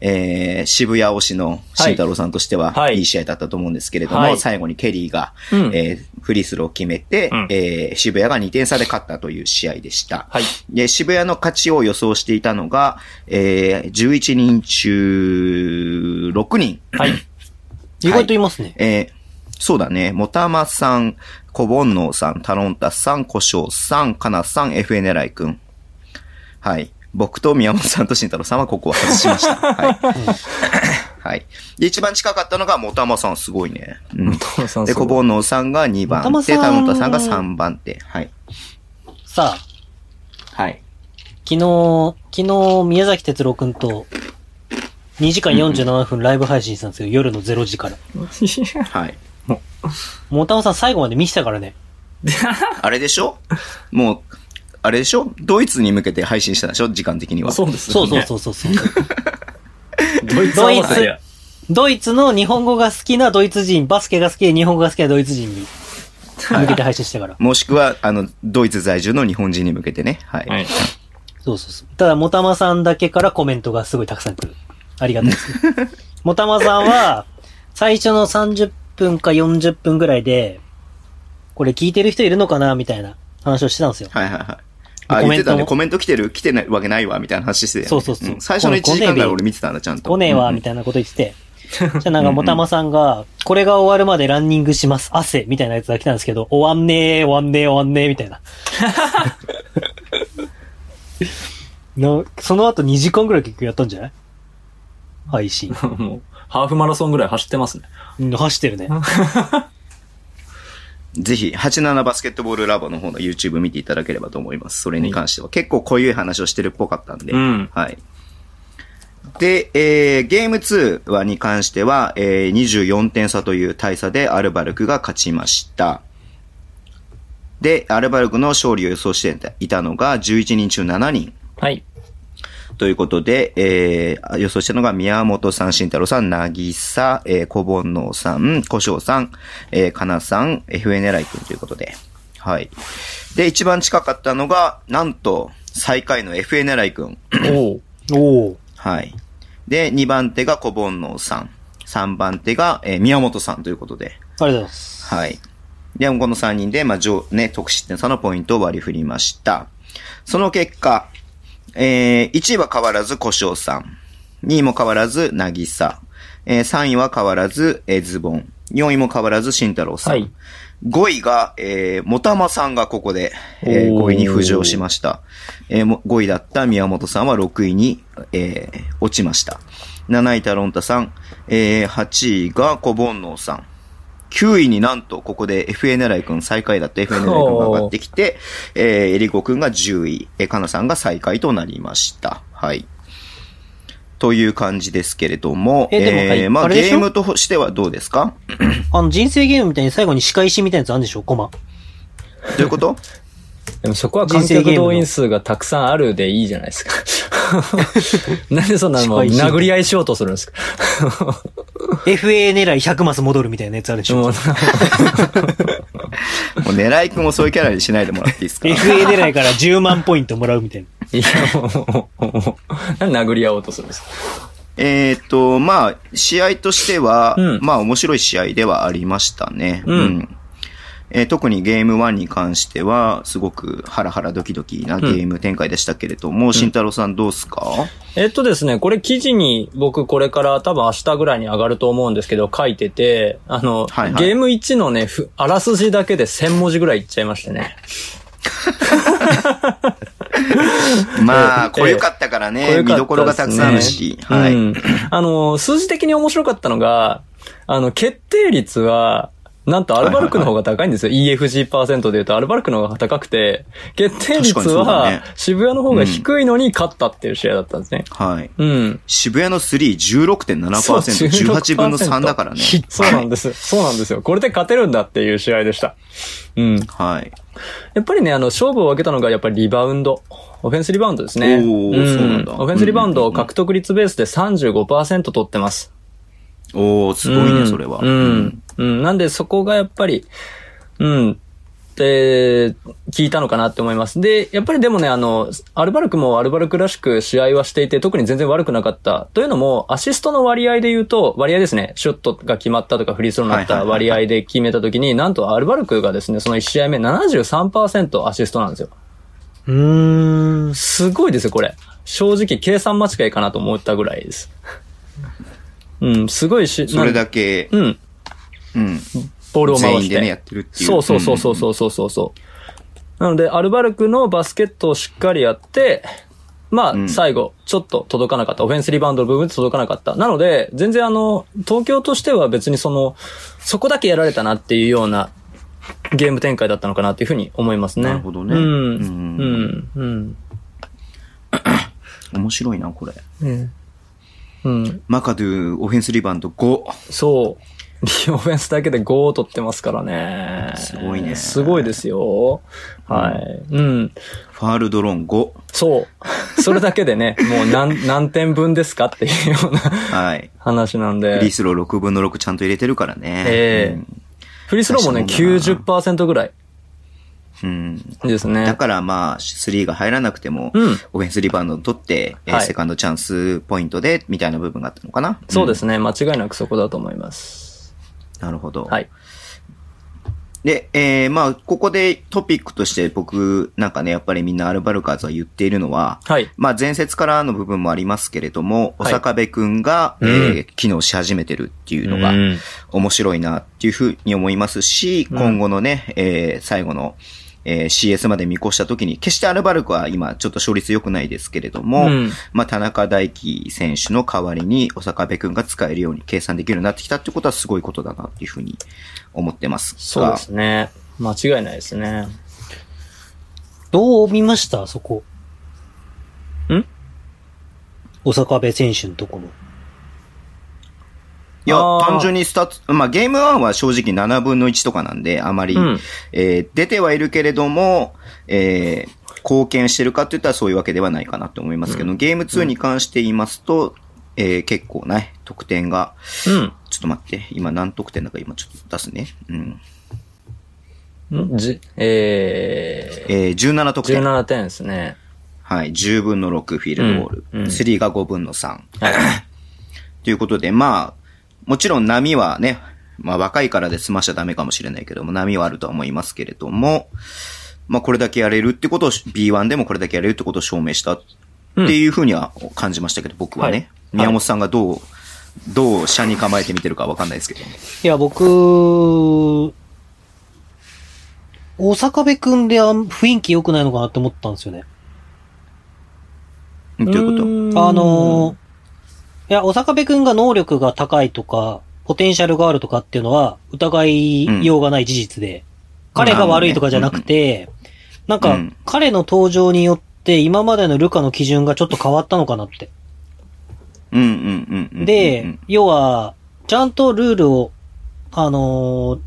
[SPEAKER 2] えー、渋谷推しの慎太郎さんとしては、、
[SPEAKER 4] はいい
[SPEAKER 2] い試合だったと思うんですけれども、
[SPEAKER 4] はい
[SPEAKER 2] 最後にケリーが、
[SPEAKER 4] うん
[SPEAKER 2] えーフリースローを決めて、
[SPEAKER 4] うん
[SPEAKER 2] えー渋谷が2点差で勝ったという試合でした。
[SPEAKER 4] はい。
[SPEAKER 2] で、渋谷の勝ちを予想していたのが、えー、11人中6人。
[SPEAKER 4] はい。
[SPEAKER 3] 意外といますね。
[SPEAKER 2] えーそうだね。もたまさん、こぼんのうさん、タロンタさん、こしょうさん、かなさん、FN 狙いくん。はい。僕と宮本さんと慎太郎さんはここを外しました。はい。はい。で、一番近かったのがもたまさん、すごいね。うん。
[SPEAKER 4] 父さん
[SPEAKER 2] で、
[SPEAKER 4] すご
[SPEAKER 2] こ
[SPEAKER 4] い
[SPEAKER 2] ぼ んのうさんが2番
[SPEAKER 3] もたま
[SPEAKER 2] 手、
[SPEAKER 3] さん
[SPEAKER 2] タロンタさんが3番手。はい。
[SPEAKER 3] さあ、
[SPEAKER 2] はい。
[SPEAKER 3] 昨日、昨日、宮崎哲郎くんと、2時間47分ライブ配信したんですよ、夜の0時から。
[SPEAKER 2] はい。
[SPEAKER 3] もたまさん最後まで見せたからね。
[SPEAKER 2] あれでしょもう、あれでしょドイツに向けて配信したでしょ時間的には。
[SPEAKER 4] そうですね。
[SPEAKER 3] そうそうそうそうそう。
[SPEAKER 4] ドイツ合わせや。
[SPEAKER 3] ドイツの日本語が好きなドイツ人、バスケが好きで日本語が好きなドイツ人に向けて配信してから。
[SPEAKER 2] もしくは、あの、ドイツ在住の日本人に向けてね。はい。
[SPEAKER 4] はい。
[SPEAKER 3] そうそうそう。ただ、もたまさんだけからコメントがすごいたくさん来る。ありがたいです ね。もたまさんは、最初の30分か40分ぐらいで、これ聞いてる人いるのかなみたいな話をしてたんですよ。
[SPEAKER 2] はいはいはい。あ、
[SPEAKER 3] コ
[SPEAKER 2] 言っ
[SPEAKER 3] メントも
[SPEAKER 2] てたね。コメント来てる来てないわけないわ、みたいな話してたよね
[SPEAKER 3] そうそうそうん
[SPEAKER 2] 最初の1時間から
[SPEAKER 3] この
[SPEAKER 2] 俺見てたんだ、ちゃんと。
[SPEAKER 3] 来ねえわ、
[SPEAKER 2] うん
[SPEAKER 3] みたいなこと言ってて。じゃあなんか、もたまさんが、これが終わるまでランニングします、汗、みたいなやつが来たんですけど、終わんねえ、終わんねえ、終わんねえ、みたいな。 のその後2時間ぐらい結局やったんじゃない配信。
[SPEAKER 4] もう、ハーフマラソンぐらい走ってますね。
[SPEAKER 3] うん走ってるね。
[SPEAKER 2] ぜひ、87バスケットボールラボの方の YouTube 見ていただければと思います。それに関しては。結構濃ゆい話をしてるっぽかったんで。
[SPEAKER 4] うん
[SPEAKER 2] はい。で、えー、ゲーム2はに関しては、えー、24点差という大差でアルバルクが勝ちました。で、アルバルクの勝利を予想していたのが11人中7人。
[SPEAKER 4] はい。
[SPEAKER 2] ということで、えー、予想したのが宮本さん、慎太郎さん、なぎさ、えー、小煩悩さん、小翔さん、えー、かなさん、FA 狙いくんということで。はい。で、一番近かったのが、なんと、最下位の FA 狙いくん。
[SPEAKER 4] おう
[SPEAKER 3] おお。
[SPEAKER 2] はい。で、2番手が小煩悩さん。3番手が、えー宮本さんということで。
[SPEAKER 3] ありがとうございます。
[SPEAKER 2] はい。で、この3人で、まあ、上、ね、得失点差のポイントを割り振りました。その結果、えー、1位は変わらず小翔さん。2位も変わらずなぎさ。えー、3位は変わらず、えーズボン。4位も変わらず慎太郎さん。
[SPEAKER 4] はい
[SPEAKER 2] 5位が、えー、もたまさんがここで、えー
[SPEAKER 4] おー
[SPEAKER 2] 5位に浮上しました。えーも5位だった宮本さんは6位に、えー落ちました。7位タロンタさん、えー8位が小煩悩さん。9位になんと、ここで FA 狙いくん、最下位だった FA 狙いくんが上がってきて、えー、エリゴくんが10位、えー、カナさんが最下位となりました。はい。という感じですけれども、
[SPEAKER 3] えでもはい
[SPEAKER 2] まあ
[SPEAKER 3] あれで
[SPEAKER 2] ゲ
[SPEAKER 3] し
[SPEAKER 2] ー
[SPEAKER 3] ょ
[SPEAKER 2] ムとしてはどうですか
[SPEAKER 3] あの、人生ゲームみたいに最後に仕返しみたいなやつあるんでしょコマ。
[SPEAKER 2] どういうこと
[SPEAKER 4] でもそこは観
[SPEAKER 3] 人生ゲー
[SPEAKER 4] 客
[SPEAKER 3] ムの
[SPEAKER 4] 動員数がたくさんあるでいいじゃない ですか。なんでそんなの
[SPEAKER 3] 失敗し
[SPEAKER 4] 殴り合いしようとするんですか
[SPEAKER 3] FA 狙い100マス戻るみたいなやつあるでしょ
[SPEAKER 4] もう
[SPEAKER 2] もう狙いくんをそういうキャラにしないでもらっていいですか
[SPEAKER 3] FA 狙いから10万ポイントもらうみたいな。
[SPEAKER 4] いや、もう、もう、なんで殴り合おうとするんですか
[SPEAKER 2] えーっと、まあ、試合としては、
[SPEAKER 4] うん
[SPEAKER 2] まあ、面白い試合ではありましたね。
[SPEAKER 4] うん
[SPEAKER 2] えー特にゲーム1に関しては、すごくハラハラドキドキなゲーム展開でしたけれども、慎太郎さんどうっすか
[SPEAKER 4] えっとですね、これ記事に僕これから多分明日ぐらいに上がると思うんですけど書いてて、あの、
[SPEAKER 2] はいはい
[SPEAKER 4] ゲーム1のね、ふあらすじだけで1000文字ぐらいいっちゃいましてね。
[SPEAKER 2] まあ、
[SPEAKER 4] えー
[SPEAKER 2] 濃ゆかったからね、
[SPEAKER 4] えー濃ゆかったですね
[SPEAKER 2] 見どころがたくさんあるし、はい。
[SPEAKER 4] うん あの、数字的に面白かったのが、あの、決定率は、なんとアルバルクの方が高いんですよ。EFG パーセントで言うとアルバルクの方が高くて、決定率
[SPEAKER 2] 確かにそうだ
[SPEAKER 4] は
[SPEAKER 2] ね
[SPEAKER 4] 渋谷の方が低いのに勝ったっていう試合だったんですね。
[SPEAKER 2] はい。
[SPEAKER 4] うん。
[SPEAKER 2] 渋谷の3、16.7%、
[SPEAKER 4] そう
[SPEAKER 2] 18分の3だからね。
[SPEAKER 4] そうなんです。そうなんですよ。これで勝てるんだっていう試合でした。うん。
[SPEAKER 2] はい。
[SPEAKER 4] やっぱりね、あの、勝負を分けたのが、やっぱりリバウンド。オフェンスリバウンドですね。
[SPEAKER 2] おーそうなんだ
[SPEAKER 4] オフェンスリバウンドを獲得率ベースで35%取ってます。
[SPEAKER 2] おー、すごいね、それは。
[SPEAKER 4] うん。うん。うんなんで、そこがやっぱり、うん。って、聞いたのかなって思います。で、やっぱりでもね、あの、アルバルクもアルバルクらしく試合はしていて、特に全然悪くなかった。というのも、アシストの割合で言うと、割合ですね、ショットが決まったとか、フリースローになっ
[SPEAKER 2] はい
[SPEAKER 4] た
[SPEAKER 2] はいはい
[SPEAKER 4] 割合で決めたときに、なんとアルバルクがですね、その1試合目73%アシストなんですよ。
[SPEAKER 3] うーん。
[SPEAKER 4] すごいですよ、これ。正直、計算間違いかなと思ったぐらいです。うん、すごいし、
[SPEAKER 2] それだけ、
[SPEAKER 4] なんうん、
[SPEAKER 2] うん。
[SPEAKER 4] ボールを回して。
[SPEAKER 2] 全員でね、やってるっていう。
[SPEAKER 4] そうそうそうそうそうそうそうそう。なので、アルバルクのバスケットをしっかりやって、ま
[SPEAKER 2] うん
[SPEAKER 4] あ、最後、ちょっと届かなかった。オフェンスリバウンドの部分で届かなかった。なので、全然あの、東京としては別にその、そこだけやられたなっていうようなゲーム展開だったのかなっていうふうに思いますね。
[SPEAKER 2] なるほどね
[SPEAKER 4] うん
[SPEAKER 2] う。ん
[SPEAKER 4] うん。うん。
[SPEAKER 2] うん面白いな、これ。
[SPEAKER 4] うん。うん。
[SPEAKER 2] マカドゥ、オフェンスリバウンド5。
[SPEAKER 4] そう。リオフェンスだけで5を取ってますからね。
[SPEAKER 2] すごいね
[SPEAKER 4] すごいですよ。はい。うん。
[SPEAKER 2] ファールドローン5。
[SPEAKER 4] そう。それだけ でね、もう何、何点分ですかっていうような
[SPEAKER 2] はい。
[SPEAKER 4] 話な
[SPEAKER 2] フ
[SPEAKER 4] んで
[SPEAKER 2] リー。スロー6分の6ちゃんと入れてるからね。
[SPEAKER 4] えフリースローもね、90%ぐらい
[SPEAKER 2] うんうん。
[SPEAKER 4] です
[SPEAKER 2] だ
[SPEAKER 4] ね。
[SPEAKER 2] からまあ、3が入らなくても、
[SPEAKER 4] うん
[SPEAKER 2] オフェンスリバウンドを取って、えー
[SPEAKER 4] はい
[SPEAKER 2] セカンドチャンスポイントで、みたいな部分があったのかな。。
[SPEAKER 4] そうですすね。間違いなくそこだと思います。
[SPEAKER 2] なるほど。
[SPEAKER 4] はい。
[SPEAKER 2] で、えー、まあ、ここでトピックとして僕、なんかね、やっぱりみんなアルバルカーズは言っているのは、
[SPEAKER 4] はい。
[SPEAKER 2] まあ、前節からの部分もありますけれども、
[SPEAKER 4] はい
[SPEAKER 2] お坂部くんが、
[SPEAKER 4] うん
[SPEAKER 2] えー機能し始めてるっていうのが、
[SPEAKER 4] うん
[SPEAKER 2] 面白いなっていうふうに思いますし、
[SPEAKER 4] うん
[SPEAKER 2] 今後のね、えー最後の、えー CS まで見越したときに、決してアルバルクは今ちょっと勝率良くないですけれども、
[SPEAKER 4] うん
[SPEAKER 2] まあ田中大輝選手の代わりに小坂部くんが使えるように計算できるようになってきたってことはすごいことだなっていうふうに思ってますが。
[SPEAKER 4] そうですね。間違いないですね。
[SPEAKER 3] どう見ましたそこ。小坂部選手のところ。
[SPEAKER 2] いや、
[SPEAKER 4] あー
[SPEAKER 2] 単純にスタッツ、まあ、ゲーム1は正直7分の1とかなんで、あまり、
[SPEAKER 4] うん
[SPEAKER 2] えー出てはいるけれども、えー貢献してるかって言ったらそういうわけではないかなと思いますけど、ゲーム2に関して言いますと、えー結構ね、得点が、ちょっと待って、今何得点だか今ちょっと出すね。うん。
[SPEAKER 4] うん。んじ、え
[SPEAKER 2] えー17得
[SPEAKER 4] ー、
[SPEAKER 2] 点。
[SPEAKER 4] 17点ですね。
[SPEAKER 2] はい、10分の6フィールドゴール。
[SPEAKER 4] うんうん
[SPEAKER 2] 3が5分の3。
[SPEAKER 4] はい。
[SPEAKER 2] ということで、まあ、もちろん波はね、まあ若いからで済ましちゃダメかもしれないけども、波はあるとは思いますけれども、まあこれだけやれるってことを、B1 でもこれだけやれるってことを証明したっていうふうには感じましたけど、僕はね。
[SPEAKER 4] はい
[SPEAKER 2] 宮本さんがどう、どう車に構えて見てるかわかんないですけど。
[SPEAKER 3] いや、僕、大阪部くんであん雰囲気良くないのかなって思ったんですよね。
[SPEAKER 2] どういうこ
[SPEAKER 3] あのー、いや、大阪部くんが能力が高いとか、ポテンシャルがあるとかっていうのは疑いようがない事実で、彼が悪いとかじゃなくて、なん
[SPEAKER 2] う
[SPEAKER 3] か
[SPEAKER 2] ん、
[SPEAKER 3] 彼の登場によって今までのルカの基準がちょっと変わったのかなって。
[SPEAKER 2] うんうんうんうんうんうん。う
[SPEAKER 3] で
[SPEAKER 2] ん、
[SPEAKER 3] 要は、ちゃんとルールを、あのー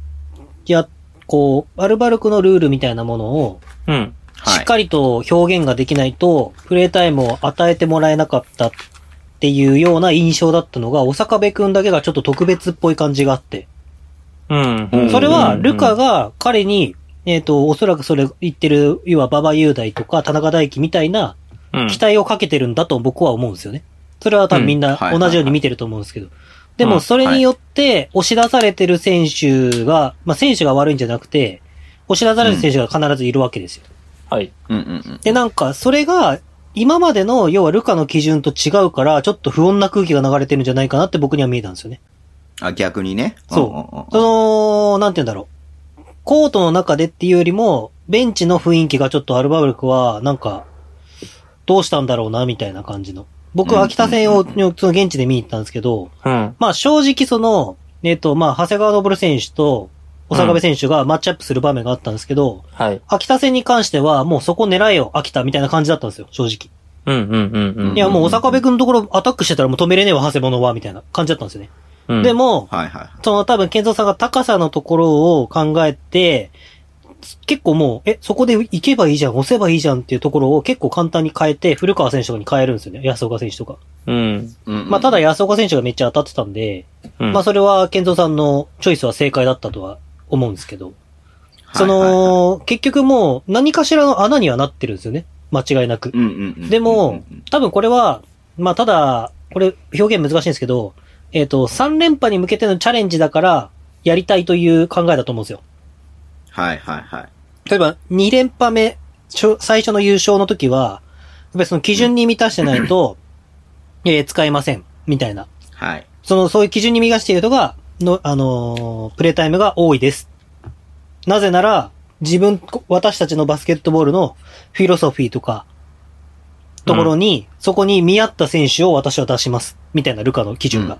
[SPEAKER 3] や、こう、アルバルクのルールみたいなものを、
[SPEAKER 4] うん。
[SPEAKER 2] は
[SPEAKER 3] しっ
[SPEAKER 2] い。
[SPEAKER 3] かりと表現ができないと、プレイタイムを与えてもらえなかったっていうような印象だったのが、小坂部くんだけがちょっと特別っぽい感じがあって。
[SPEAKER 4] うん。
[SPEAKER 2] うん
[SPEAKER 3] それは、
[SPEAKER 4] うん
[SPEAKER 3] ルカが彼に、えっ、と、おそらくそれ言ってる、要は馬場雄大とか田中大輝みたいな
[SPEAKER 4] うん
[SPEAKER 3] 期待をかけてるんだと僕は思うんですよね。それは多分みんな同じように見てると思うんですけど。で
[SPEAKER 4] う
[SPEAKER 3] も
[SPEAKER 4] ん
[SPEAKER 3] それによって押し出されてる選手が、まあ選手が悪いんじゃなくて、押し出される選手が必ずいるわけですよ。
[SPEAKER 4] はい。
[SPEAKER 2] うんうんうん。
[SPEAKER 3] で、なんかそれが今までの要はルカの基準と違うから、ちょっと不穏な空気が流れてるんじゃないかなって僕には見えたんですよね。
[SPEAKER 2] あ、逆にね。
[SPEAKER 3] そう。
[SPEAKER 2] んんん
[SPEAKER 3] その、なんて言うんだろう。コートの中でっていうよりも、ベンチの雰囲気がちょっとアルバルクは、なんか、どうしたんだろうな、みたいな感じの。僕は秋田戦を、
[SPEAKER 2] うんうん
[SPEAKER 3] その現地で見に行ったんですけど、
[SPEAKER 4] うん。
[SPEAKER 3] まあ正直その、えっ、と、まあ、長谷川昇選手と、小坂部選手がマッチアップする場面があったんですけど、
[SPEAKER 4] はい。
[SPEAKER 3] 秋田戦に関しては、もうそこ狙えよ、秋田、みたいな感じだったんですよ、正直。
[SPEAKER 4] うんうんうんうん。
[SPEAKER 3] いや、もう小坂部君のところアタックしてたらもう止めれねえわ、長谷物は、みたいな感じだったんですよね。
[SPEAKER 4] うん
[SPEAKER 3] で、も、
[SPEAKER 2] はいはい。
[SPEAKER 3] その多分、健三さんが高さのところを考えて、結構もう、え、そこで行けばいいじゃん、押せばいいじゃんっていうところを結構簡単に変えて、古川選手とかに変えるんですよね、安岡選手とか。
[SPEAKER 4] うん。
[SPEAKER 2] うんうん
[SPEAKER 3] まあ、ただ安岡選手がめっちゃ当たってたんで、
[SPEAKER 4] うん
[SPEAKER 3] まあ、それは健三さんのチョイスは正解だったとは思うんですけど、そ
[SPEAKER 2] はいはいはい
[SPEAKER 3] の、結局もう何かしらの穴にはなってるんですよね、間違いなく
[SPEAKER 2] う。んうんうん
[SPEAKER 3] で
[SPEAKER 2] うん
[SPEAKER 3] も
[SPEAKER 2] うんうん、
[SPEAKER 3] 多分これは、まあただ、これ表現難しいんですけど、えっ、と、3連覇に向けてのチャレンジだから、やりたいという考えだと思うんですよ。
[SPEAKER 2] はいはいはい。
[SPEAKER 3] 例えば、2連覇目、しょ最初の優勝の時は、やっぱりその基準に満たしてない と、えー使えません、みたいな。
[SPEAKER 2] はい。
[SPEAKER 3] その、そういう基準に満たしている人が、の、あのープレイタイムが多いです。なぜなら、自分、こ私たちのバスケットボールのフィロソフィーとか、ところに、そこに見合った選手を私は出します。みたいなルカの基準が。
[SPEAKER 4] うん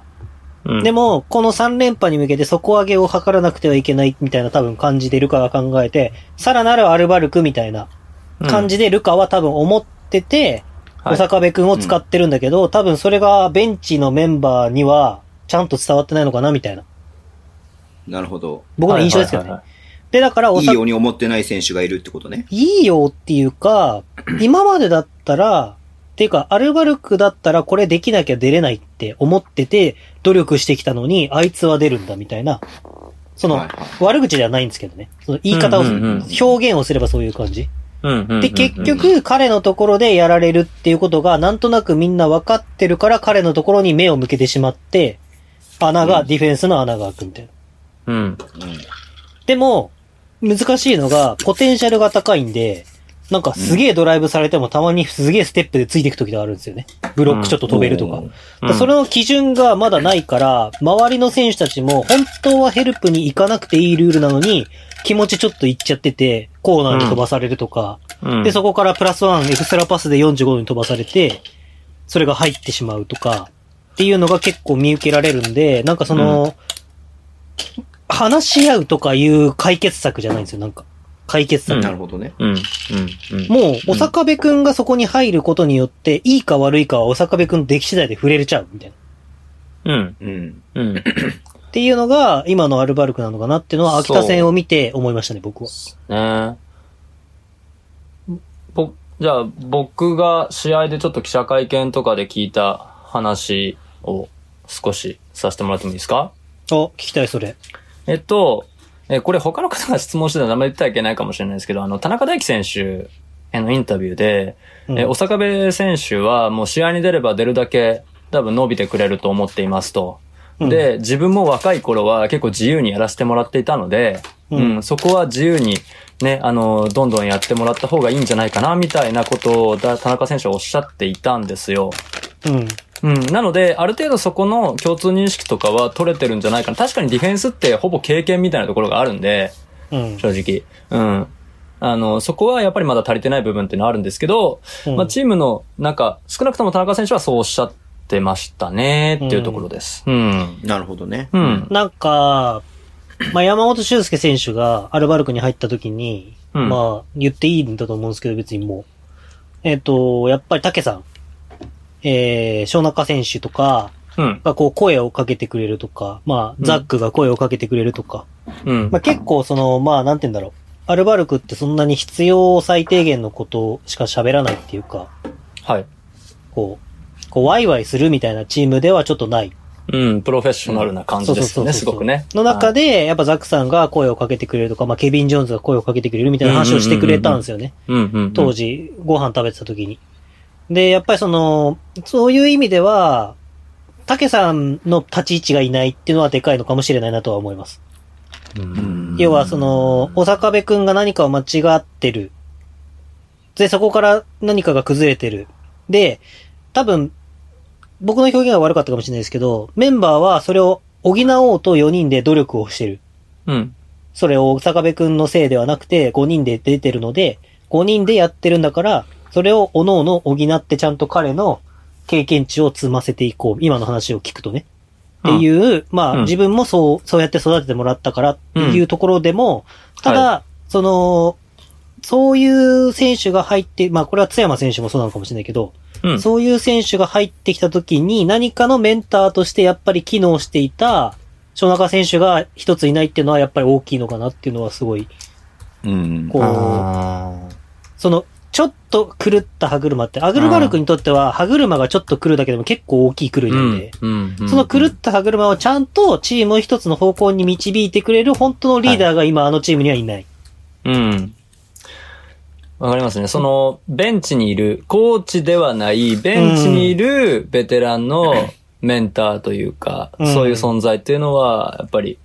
[SPEAKER 3] で、も、この3連覇に向けて底上げを図らなくてはいけない、みたいな多分感じでルカが考えて、さらなるアルバルクみたいな感じでルカは多分思ってて、
[SPEAKER 4] うん。は
[SPEAKER 3] 小
[SPEAKER 4] い
[SPEAKER 3] 坂部くんを使ってるんだけど、多分それがベンチのメンバーにはちゃんと伝わってないのかなみたいな。
[SPEAKER 2] なるほど。
[SPEAKER 3] 僕の印象ですけどね。
[SPEAKER 4] はいはい
[SPEAKER 3] で、だからお
[SPEAKER 2] いい
[SPEAKER 3] さ
[SPEAKER 2] ように思ってない選手がいるってことね。
[SPEAKER 3] いいよっていう か、今までだったら、っていうか、アルバルクだったらこれできなきゃ出れないって思ってて、努力してきたのに、あいつは出るんだみたいな。その、
[SPEAKER 2] はいはい
[SPEAKER 3] 悪口ではないんですけどね。その言い方を、
[SPEAKER 4] うんうんうん
[SPEAKER 3] 表現をすればそういう感じ。
[SPEAKER 4] はいうんうんうんうん。
[SPEAKER 3] で、結局、彼のところでやられるっていうことが、なんとなくみんな分かってるから、彼のところに目を向けてしまって、穴が、ディフェンスの穴が開くみたいな。
[SPEAKER 4] うん。
[SPEAKER 3] でも、難しいのが、ポテンシャルが高いんで、なんかすげえドライブされてもたまにすげえステップでついていく時があるんですよね。ブロックちょっと飛べるとか。
[SPEAKER 2] うん
[SPEAKER 3] だからそれの基準がまだないから、周りの選手たちも本当はヘルプに行かなくていいルールなのに、気持ちちょっと行っちゃってて、コーナーに飛ばされるとか、
[SPEAKER 4] うん、
[SPEAKER 3] で、そこからプラスワンエクストラパスで45度に飛ばされて、それが入ってしまうとか、っていうのが結構見受けられるんで、なんかその、話し合うとかいう解決策じゃないんですよ、なんか。解決策。
[SPEAKER 4] うん
[SPEAKER 2] なるほどね。
[SPEAKER 4] うん。うん。うん。
[SPEAKER 3] もう、小坂部くんがそこに入ることによって、いいか悪いかは小坂部くんの出来次第で触れれちゃう、みたいな。
[SPEAKER 4] うん。
[SPEAKER 2] うん。
[SPEAKER 4] うん。
[SPEAKER 3] っていうのが、今のアルバルクなのかなっていうのは、秋田戦を見て思いましたね、僕は。
[SPEAKER 4] ねぼ、じゃあ、僕が試合でちょっと記者会見とかで聞いた話を少しさせてもらってもいいですか
[SPEAKER 3] あ、聞きたい、それ。
[SPEAKER 4] えっと、え、これ他の方が質問してたら名前言ってはいけないかもしれないですけど、あの、田中大輝選手へのインタビューで、
[SPEAKER 3] うん
[SPEAKER 4] え、小坂部選手はもう試合に出れば出るだけ多分伸びてくれると思っていますと。
[SPEAKER 3] うん
[SPEAKER 4] で、自分も若い頃は結構自由にやらせてもらっていたので、
[SPEAKER 3] う
[SPEAKER 4] うんん、そこは自由にね、あの、どんどんやってもらった方がいいんじゃないかな、みたいなことをだ田中選手はおっしゃっていたんですよ。
[SPEAKER 3] うん。
[SPEAKER 4] うん。なので、ある程度そこの共通認識とかは取れてるんじゃないかな。確かにディフェンスってほぼ経験みたいなところがあるんで、
[SPEAKER 3] うん。
[SPEAKER 4] 正直。うん。あの、そこはやっぱりまだ足りてない部分っていうのはあるんですけど、
[SPEAKER 3] うん
[SPEAKER 4] まあチームの、なんか、少なくとも田中選手はそうおっしゃってましたね、っていうところです。うん。
[SPEAKER 2] なるほどね。
[SPEAKER 4] うん。
[SPEAKER 3] なんか、まあ、山本修介選手がアルバルクに入った時に、
[SPEAKER 4] うん
[SPEAKER 3] まあ、言っていいんだと思うんですけど、別にもう。えっ、と、やっぱり竹さん、えー、小中選手とか
[SPEAKER 4] うん。
[SPEAKER 3] がこう声をかけてくれるとか、まあ、
[SPEAKER 4] うん
[SPEAKER 3] ザックが声をかけてくれるとか、
[SPEAKER 4] うん
[SPEAKER 3] まあ、。結構その、まあ、なんて言うんだろう。アルバルクってそんなに必要最低限のことしか喋らないっていうか、
[SPEAKER 4] はい。
[SPEAKER 3] こう、こうワイワイするみたいなチームではちょっとない
[SPEAKER 4] うん、プロフェッショナルな感じですよね、
[SPEAKER 3] そう
[SPEAKER 4] す
[SPEAKER 3] そうそうそう
[SPEAKER 4] ごくね。
[SPEAKER 3] の中
[SPEAKER 4] はい、
[SPEAKER 3] で、やっぱザックさんが声をかけてくれるとか、まあ、ケビン・ジョーンズが声をかけてくれるみたいな話をしてくれたんですよね。
[SPEAKER 4] うんうんうん、
[SPEAKER 3] 当時、ご飯食べてた時に。で、やっぱりその、そういう意味では、タケさんの立ち位置がいないっていうのはでかいのかもしれないなとは思います。
[SPEAKER 4] うん。
[SPEAKER 3] 要はその、小坂部くんが何かを間違ってる。で、そこから何かが崩れてる。で、多分、僕の表現が悪かったかもしれないですけど、メンバーはそれを補おうと4人で努力をしてる。
[SPEAKER 4] うん。。
[SPEAKER 3] それを坂部くんのせいではなくて、5人で出てるので、5人でやってるんだから、それを各々補ってちゃんと彼の経験値を積ませていこう。今の話を聞くとね。っていうう、まあ、
[SPEAKER 4] うん
[SPEAKER 3] 自分もそう、そうやって育ててもらったからっていうところでも、ただ、その、そういう選手が入って、まあこれは津山選手もそうなのかもしれないけど、
[SPEAKER 4] うん。
[SPEAKER 3] そういう選手が入ってきた時に何かのメンターとしてやっぱり機能していた、小中選手が一ついないっていうのはやっぱり大きいのかなっていうのはすごい、
[SPEAKER 2] うん。
[SPEAKER 3] こう、
[SPEAKER 4] あ
[SPEAKER 3] その、ちょっと狂った歯車って、アグルバルクにとっては歯車がちょっと狂うだけでも結構大きい狂
[SPEAKER 4] ー
[SPEAKER 3] いなんで、
[SPEAKER 4] うん。うん
[SPEAKER 3] その狂った歯車をちゃんとチームを一つの方向に導いてくれる本当のリーダーが今あのチームにはいない。
[SPEAKER 4] うん。わかりますね。その、ベンチにいる、コーチではない、ベンチにいるベテランのメンターというか、
[SPEAKER 3] うん
[SPEAKER 4] そういう存在っていうのは、やっぱり、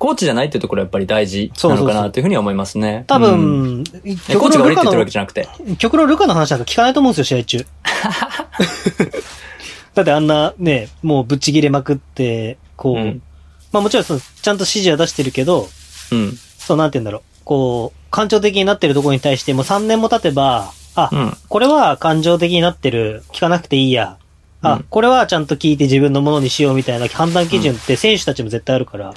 [SPEAKER 4] コーチじゃないっていうところはやっぱり大事なのかなというふうには思いますね。
[SPEAKER 3] 多
[SPEAKER 4] う
[SPEAKER 3] 分、
[SPEAKER 4] ん、えコーチが悪いって言ってるわ
[SPEAKER 3] の
[SPEAKER 4] けじゃなくて。
[SPEAKER 3] 極論ルカの話なんか聞かないと思うんですよ、試合 中。だってあんなね、もうぶっちぎれまくって、こう、
[SPEAKER 4] うん
[SPEAKER 3] まあもちろんそのちゃんと指示は出してるけど、
[SPEAKER 4] うん。
[SPEAKER 3] そうなんて言うんだろう、こう、感情的になってるところに対してもう3年も経てば、あ、
[SPEAKER 4] うん。
[SPEAKER 3] これは感情的になってる、聞かなくていいや。あ、
[SPEAKER 4] うん
[SPEAKER 3] これはちゃんと聞いて自分のものにしようみたいな判断基準って選手たちも絶対あるから。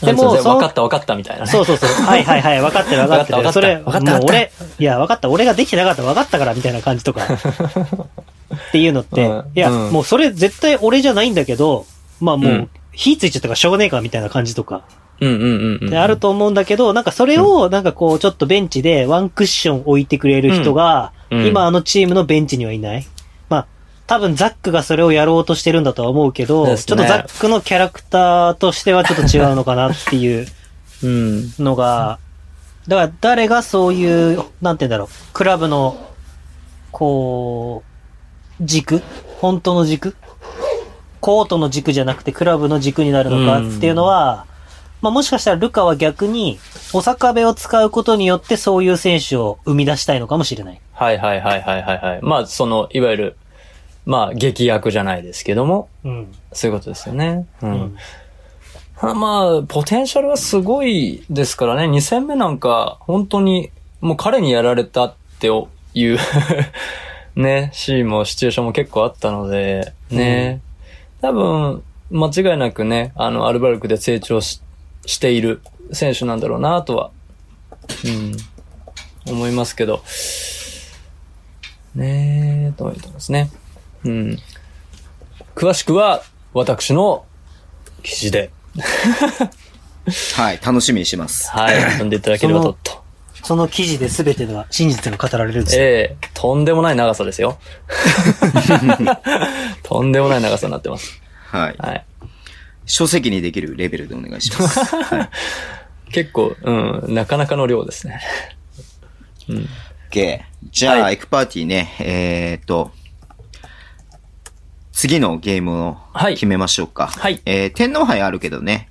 [SPEAKER 3] で
[SPEAKER 4] で
[SPEAKER 3] も
[SPEAKER 4] も、
[SPEAKER 3] その
[SPEAKER 4] 分かった分かったみたいなね。
[SPEAKER 3] そうそうそう。 はいはいはい。分かってる分かって
[SPEAKER 4] 分か
[SPEAKER 3] る。
[SPEAKER 4] った
[SPEAKER 3] それ、
[SPEAKER 4] 分
[SPEAKER 3] も
[SPEAKER 4] かった分かった
[SPEAKER 3] う俺、いや、分かった。俺ができてなかった。分かったから、みたいな感じとか。っていうのって、
[SPEAKER 4] うん
[SPEAKER 3] いや、
[SPEAKER 4] うん
[SPEAKER 3] もうそれ絶対俺じゃないんだけど、まあもう、
[SPEAKER 4] うん
[SPEAKER 3] 火ついちゃったからしょうがねえか、みたいな感じとか。
[SPEAKER 4] うんうんうんうん。
[SPEAKER 3] であると思うんだけど、なんかそれを、なんかこう、ちょっとベンチでワンクッション置いてくれる人が、
[SPEAKER 4] うん
[SPEAKER 3] 今あのチームのベンチにはいない。まあ、多分ザックがそれをやろうとしてるんだとは思うけど、
[SPEAKER 4] ですね
[SPEAKER 3] ちょっとザックのキャラクターとしてはちょっと違うのかなっていう
[SPEAKER 4] うん。
[SPEAKER 3] のが、だから誰がそういう、なんて言うんだろう、クラブの、こう、軸本当の軸コートの軸じゃなくてクラブの軸になるのかっていうのは、まあもしかしたらルカは逆に、お坂部を使うことによってそういう選手を生み出したいのかもしれない。
[SPEAKER 4] はいはいはいはいはいはい。まあ、その、いわゆる、まあ、劇薬じゃないですけども、
[SPEAKER 3] うん。
[SPEAKER 4] そういうことですよね。う。
[SPEAKER 3] うんん。
[SPEAKER 4] あまあ、ポテンシャルはすごいですからね。2戦目なんか、本当に、もう彼にやられたっていう、 ね、シーンもシチュエーションも結構あったので、ね。多分、間違いなくね、あの、アルバルクで成長ししている選手なんだろうなとはうん。思いますけど。ねえ、というところですね。うん。詳しくは、私の記事で、
[SPEAKER 2] はい、楽しみにします。
[SPEAKER 4] はい、読んでいただければと。と
[SPEAKER 3] その記事で全てが真実が語られるんですね。
[SPEAKER 4] ええとんでもない長さですよ。とんでもない長さになってます。
[SPEAKER 2] はい。
[SPEAKER 4] はい。
[SPEAKER 2] 書籍にできるレベルでお願いし ます。はい。
[SPEAKER 4] 結構、うん、なかなかの量ですね。
[SPEAKER 2] OK。じゃあ、
[SPEAKER 4] は
[SPEAKER 2] エクパーティーね、えーっと、次のゲームを
[SPEAKER 4] はい
[SPEAKER 2] 決めましょうか。
[SPEAKER 4] はい
[SPEAKER 2] えー、天皇杯あるけどね、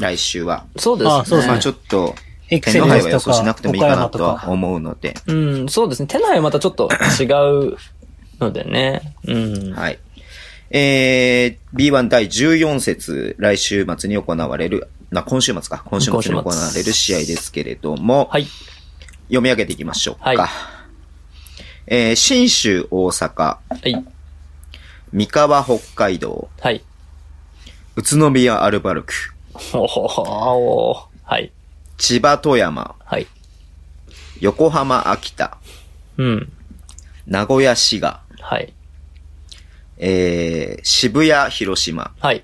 [SPEAKER 2] 来週は。
[SPEAKER 4] そうですね。
[SPEAKER 3] あそうですね
[SPEAKER 2] まあちょっと、
[SPEAKER 3] エクセ
[SPEAKER 2] 天
[SPEAKER 3] ル
[SPEAKER 2] 皇
[SPEAKER 3] で
[SPEAKER 2] 杯は
[SPEAKER 3] すと
[SPEAKER 2] 予想
[SPEAKER 3] か、
[SPEAKER 2] しなくてもいい
[SPEAKER 3] 岡
[SPEAKER 2] かな
[SPEAKER 3] 山と
[SPEAKER 2] とは
[SPEAKER 3] か。
[SPEAKER 2] 思うので、
[SPEAKER 4] うん、そうですね。手内はまたちょっと違うのでね。うん。
[SPEAKER 2] はい。えー、B1 第14節、来週末に行われる、な、今週末か、今週末に行われる試合ですけれども、
[SPEAKER 4] はい。
[SPEAKER 2] 読み上げていきましょうか。
[SPEAKER 4] はい
[SPEAKER 2] えー、新州大阪、
[SPEAKER 4] はい。
[SPEAKER 2] 三河北海道、
[SPEAKER 4] はい。
[SPEAKER 2] 宇都宮アルバルク、
[SPEAKER 4] おほほおーはい。
[SPEAKER 2] 千葉富山、
[SPEAKER 4] はい。
[SPEAKER 2] 横浜秋田、
[SPEAKER 4] うん。
[SPEAKER 2] 名古屋滋賀、
[SPEAKER 4] はい。
[SPEAKER 2] えー、渋谷広島、
[SPEAKER 4] はい。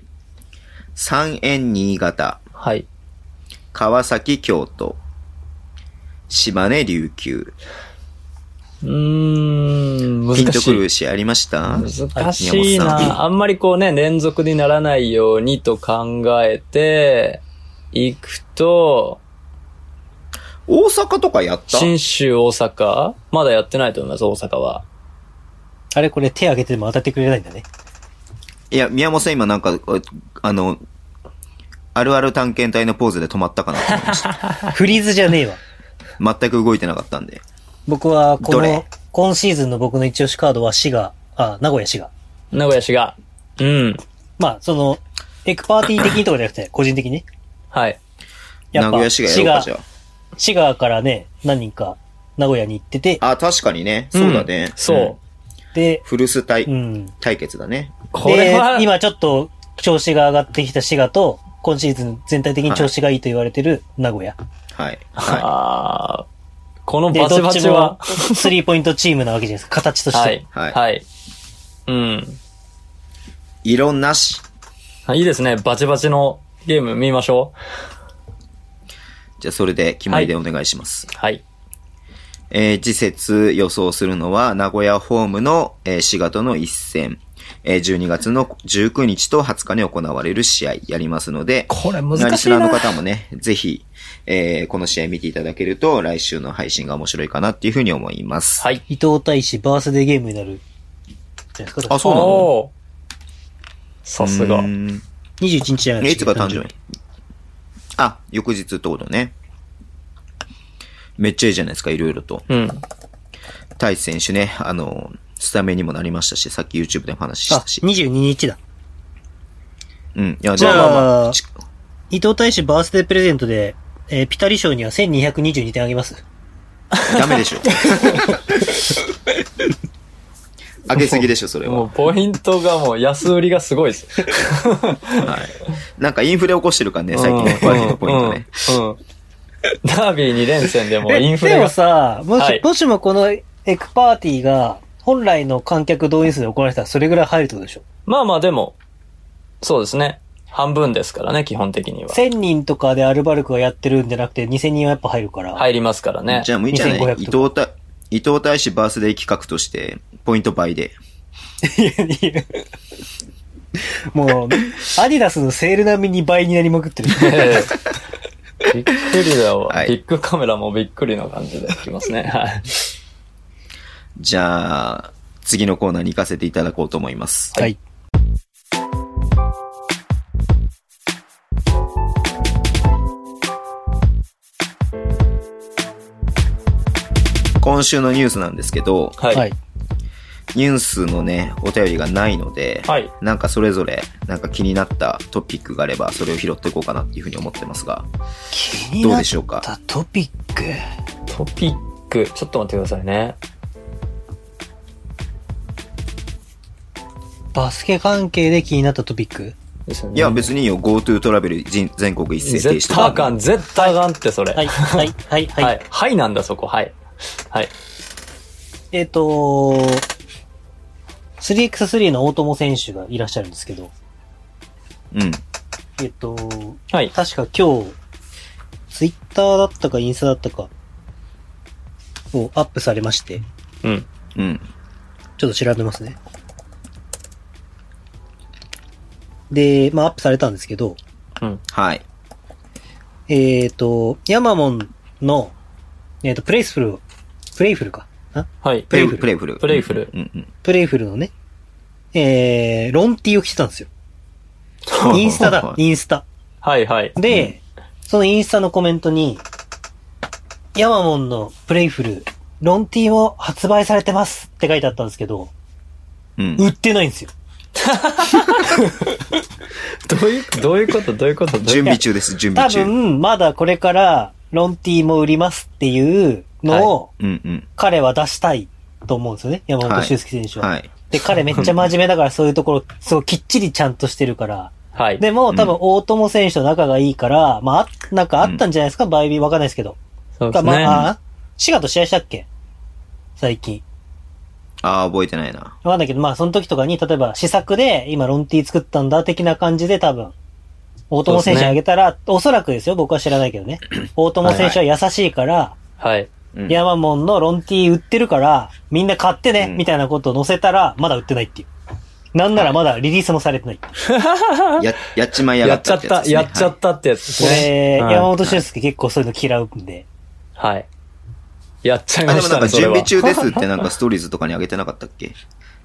[SPEAKER 2] 三円新潟、
[SPEAKER 4] はい。
[SPEAKER 2] 川崎京都、島根琉球。
[SPEAKER 4] うーん、難
[SPEAKER 2] ピンと
[SPEAKER 4] し
[SPEAKER 2] く
[SPEAKER 4] い
[SPEAKER 2] る。試合ありました
[SPEAKER 4] 難しいな。あんまりこうね、連続にならないようにと考えて、行くと、
[SPEAKER 2] 大阪とかやった
[SPEAKER 4] 新州大阪まだやってないと思います、大阪は。
[SPEAKER 3] あれこれ手挙げても当たってくれないんだね。
[SPEAKER 2] いや、宮本さん今なんか、あの、あるある探検隊のポーズで止まったかな と思いました。
[SPEAKER 3] フリーズじゃねえわ。
[SPEAKER 2] 全く動いてなかったんで。
[SPEAKER 3] 僕は、こ
[SPEAKER 2] どれ
[SPEAKER 3] の、今シーズンの僕の一押しカードは滋賀、あ、名古屋滋賀。
[SPEAKER 4] 名古屋市が。うん。
[SPEAKER 3] まあ、その、エクパーティー的にとかじゃなくて、個人的にね。
[SPEAKER 4] はい。
[SPEAKER 3] や
[SPEAKER 2] 名
[SPEAKER 3] っぱ
[SPEAKER 2] 古屋市がやろうか、じ
[SPEAKER 3] 滋
[SPEAKER 2] ゃ
[SPEAKER 3] 賀、滋賀からね、何人か名古屋に行ってて、
[SPEAKER 2] あ。あ、確かにね。そうだね。
[SPEAKER 4] んそう。
[SPEAKER 3] で、
[SPEAKER 2] 古巣
[SPEAKER 3] う
[SPEAKER 2] 対、
[SPEAKER 3] ん。
[SPEAKER 2] 対決だね。
[SPEAKER 4] これ
[SPEAKER 3] で
[SPEAKER 4] は、、
[SPEAKER 3] 今ちょっと調子が上がってきた滋賀と、今シーズン全体的に調子がいいと言われてる名古屋。
[SPEAKER 2] はい。は
[SPEAKER 4] あーこの
[SPEAKER 3] で、
[SPEAKER 4] バチ
[SPEAKER 3] ど
[SPEAKER 4] バ
[SPEAKER 3] っち
[SPEAKER 4] チ
[SPEAKER 3] も
[SPEAKER 4] は、
[SPEAKER 3] スリーポイントチームなわけじゃないですか、形として。
[SPEAKER 4] はい、
[SPEAKER 2] はい
[SPEAKER 4] はい。うん。
[SPEAKER 2] い。色なし。
[SPEAKER 4] あいいですね。バチバチのゲーム見ましょ
[SPEAKER 2] じゃあ、それで決まりでお願いします。
[SPEAKER 4] う。はい。
[SPEAKER 2] えー次節予想するのは、名古屋ホームの、えー、滋賀との一戦。えー12月の19日と20日に行われる試合やりますので、
[SPEAKER 4] これ
[SPEAKER 2] 何
[SPEAKER 4] 難し
[SPEAKER 2] し
[SPEAKER 4] い
[SPEAKER 2] ら
[SPEAKER 4] な。
[SPEAKER 2] の方もね、ぜひ、えーこの試合見ていただけると、来週の配信が面白いかなっていうふうに思います。
[SPEAKER 4] はい。
[SPEAKER 3] 伊藤大使バースデーゲームになる。じゃないですか。
[SPEAKER 2] あそうなの
[SPEAKER 4] おーさすが
[SPEAKER 2] う。ーん
[SPEAKER 3] 21日じゃな
[SPEAKER 2] え
[SPEAKER 3] いで
[SPEAKER 2] い
[SPEAKER 3] す
[SPEAKER 2] つが誕生日あ、翌日ってことね。めっちゃいいじゃないですか、いろいろと。
[SPEAKER 4] うん。
[SPEAKER 2] 大志選手ね、あの、スタメンにもなりましたし、さっき YouTube でも話し
[SPEAKER 3] あ、
[SPEAKER 2] したし。
[SPEAKER 3] 22日だ。
[SPEAKER 2] うん。いや、
[SPEAKER 3] じゃあ
[SPEAKER 2] ままち
[SPEAKER 3] 伊藤大使バースデープレゼントで、えーピタリ賞には1222点あげます。
[SPEAKER 2] ダメでしょ。上げすぎでしょ、それは
[SPEAKER 4] もう。ポイントがもう安売りがすごいです。
[SPEAKER 2] なんかインフレ起こしてるからね、最近
[SPEAKER 4] うん
[SPEAKER 2] のバーディーのポイントね。。
[SPEAKER 4] うんうん。ダービー2連戦でもうイン
[SPEAKER 3] え
[SPEAKER 4] フレ
[SPEAKER 3] でも
[SPEAKER 4] が。
[SPEAKER 3] さ、もし、
[SPEAKER 4] はい
[SPEAKER 3] もしもこのエクパーティーが、本来の観客動員数で行われてたらそれぐらい入るってことでしょ
[SPEAKER 4] まあまあでも、そうですね。半分ですからね、基本的には。
[SPEAKER 3] 1000人とかでアルバルクがやってるんじゃなくて2000人はやっぱ入るから。
[SPEAKER 4] 入りますからね。
[SPEAKER 2] じゃあもういいじゃない伊
[SPEAKER 3] 2500
[SPEAKER 2] 藤た伊藤大使バースデー企画として、ポイント倍で。
[SPEAKER 3] いやいや もう、アディダスのセール並みに倍になりまくってる。
[SPEAKER 4] え えびっくりだわ、
[SPEAKER 2] はい
[SPEAKER 4] ビッグカメラもびっくりな感じできますね。はい。
[SPEAKER 2] じゃあ、次のコーナーに行かせていただこうと思います。
[SPEAKER 3] はい。
[SPEAKER 2] 今週のニュースなんですけど、
[SPEAKER 4] はい。
[SPEAKER 3] はい。
[SPEAKER 2] ニュースのね、お便りがないので、
[SPEAKER 4] はい
[SPEAKER 2] なんかそれぞれ、なんか気になったトピックがあれば、それを拾っていこうかなっていうふうに思ってますが、
[SPEAKER 3] 気に
[SPEAKER 2] どう
[SPEAKER 3] な
[SPEAKER 2] で
[SPEAKER 3] っ
[SPEAKER 2] しょうか
[SPEAKER 3] たトピック。
[SPEAKER 4] トピック、ちょっと待ってくださいね。
[SPEAKER 3] バスケ関係で気になったトピック
[SPEAKER 4] ですよね。
[SPEAKER 2] いや、別にいいよ。GoTo トラベル全全国一斉停止
[SPEAKER 4] 絶
[SPEAKER 2] と
[SPEAKER 4] 対あ
[SPEAKER 2] か。
[SPEAKER 4] かん、絶対あかんって、それ。
[SPEAKER 3] はい、はい、はい、
[SPEAKER 4] はい。
[SPEAKER 3] は
[SPEAKER 4] はいい。。はいなんだ、そこ。はい。はい。
[SPEAKER 3] えっ、と、3x3 の大友選手がいらっしゃるんですけど、
[SPEAKER 2] うん。
[SPEAKER 3] えっ、と、
[SPEAKER 4] はい。
[SPEAKER 3] 確か今日、ツイッターだったかインスタだったか、をアップされまして、
[SPEAKER 4] うん。
[SPEAKER 2] うん。
[SPEAKER 3] ちょっと調べますね。で、まあ、アップされたんですけど、
[SPEAKER 4] うん。
[SPEAKER 2] はい。
[SPEAKER 3] えっ、と、ヤマモンの、えっ、と、プレイスフルを、プレイフルか。な
[SPEAKER 4] はい。
[SPEAKER 2] プレイ
[SPEAKER 3] プ
[SPEAKER 2] フ
[SPEAKER 3] レ
[SPEAKER 2] ル。プレイフル。
[SPEAKER 4] プレイフル
[SPEAKER 2] うんうん。
[SPEAKER 3] プレイフルのね、えー、ロンティーを着てたんですよ。インスタだ
[SPEAKER 2] は、い
[SPEAKER 3] インスタ。
[SPEAKER 4] はい、はい。
[SPEAKER 3] で、そのインスタのコメントに、ヤマモンのプレイフル、ロンティーも発売されてますって書いてあったんですけど、
[SPEAKER 2] うん。
[SPEAKER 3] 売ってないんですよ。
[SPEAKER 4] どういう、どういうことどういうことどういうこと
[SPEAKER 2] 準備中です、準
[SPEAKER 3] 多
[SPEAKER 2] 備中。うん
[SPEAKER 3] 分、まだこれから、ロンティーも売りますっていうのを、
[SPEAKER 2] うん。
[SPEAKER 3] 彼は出したいと思うんですよね。山本修介選手は。
[SPEAKER 2] はい。
[SPEAKER 3] で、彼めっちゃ真面目だから、そういうところ、そう、きっちりちゃんとしてるから。
[SPEAKER 4] はい。
[SPEAKER 3] でも、多分
[SPEAKER 2] う、
[SPEAKER 3] 大友選手と仲がいいから、まああ、なんかあったんじゃないですか、バイビーわかんないですけど。
[SPEAKER 4] そうです
[SPEAKER 3] ま
[SPEAKER 4] ね。
[SPEAKER 3] あ、あ滋賀と試合したっけ最近。
[SPEAKER 2] ああ、覚えてないな。
[SPEAKER 3] わかんないけど、まあ、その時とかに、例えば、試作で、今、ロンティ作ったんだ、的な感じで、多分、大友選手にあげたら、おそらくですよ、僕は知らないけどね。大友選手は優しいから、
[SPEAKER 4] はい。
[SPEAKER 2] うん
[SPEAKER 3] ヤマモンのロンティー売ってるから、みんな買ってね、
[SPEAKER 2] うん
[SPEAKER 3] みたいなことを載せたら、まだ売ってないっていう。なんならまだリリースもされてない。
[SPEAKER 2] や、やっちまいや
[SPEAKER 4] や
[SPEAKER 2] が
[SPEAKER 4] っ
[SPEAKER 2] っ
[SPEAKER 4] ちゃ
[SPEAKER 2] た
[SPEAKER 4] って
[SPEAKER 2] や
[SPEAKER 4] た、
[SPEAKER 2] つですね。
[SPEAKER 4] やっちゃったってやつです
[SPEAKER 3] これ、
[SPEAKER 4] ね。はい
[SPEAKER 3] 山本俊介結構そういうの嫌うんで。
[SPEAKER 4] はい。やっちゃい
[SPEAKER 2] はい。あ、でも
[SPEAKER 4] まし
[SPEAKER 2] な
[SPEAKER 4] た
[SPEAKER 2] んか
[SPEAKER 4] ね、それ
[SPEAKER 2] 準
[SPEAKER 4] は
[SPEAKER 2] 備。中ですってなんかストーリーズとかにあげてなかったっ け
[SPEAKER 3] あ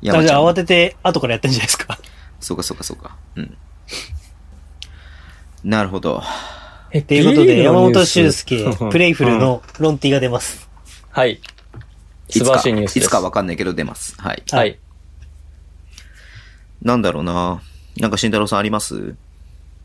[SPEAKER 3] じゃあ慌
[SPEAKER 2] て。
[SPEAKER 3] てて後からやったんじゃないですか。
[SPEAKER 2] そうかそうかそうか。うん。なるほど。
[SPEAKER 4] え、っ
[SPEAKER 3] ということで、山本俊介、プレイフル。のロンティーが出ます。
[SPEAKER 4] はい。素晴らしいニュース
[SPEAKER 2] い
[SPEAKER 4] で
[SPEAKER 2] つ
[SPEAKER 4] す。
[SPEAKER 2] かいつかわかんないけど出ます。はい。
[SPEAKER 4] はい。
[SPEAKER 2] なんだろうななんか慎太郎さんあります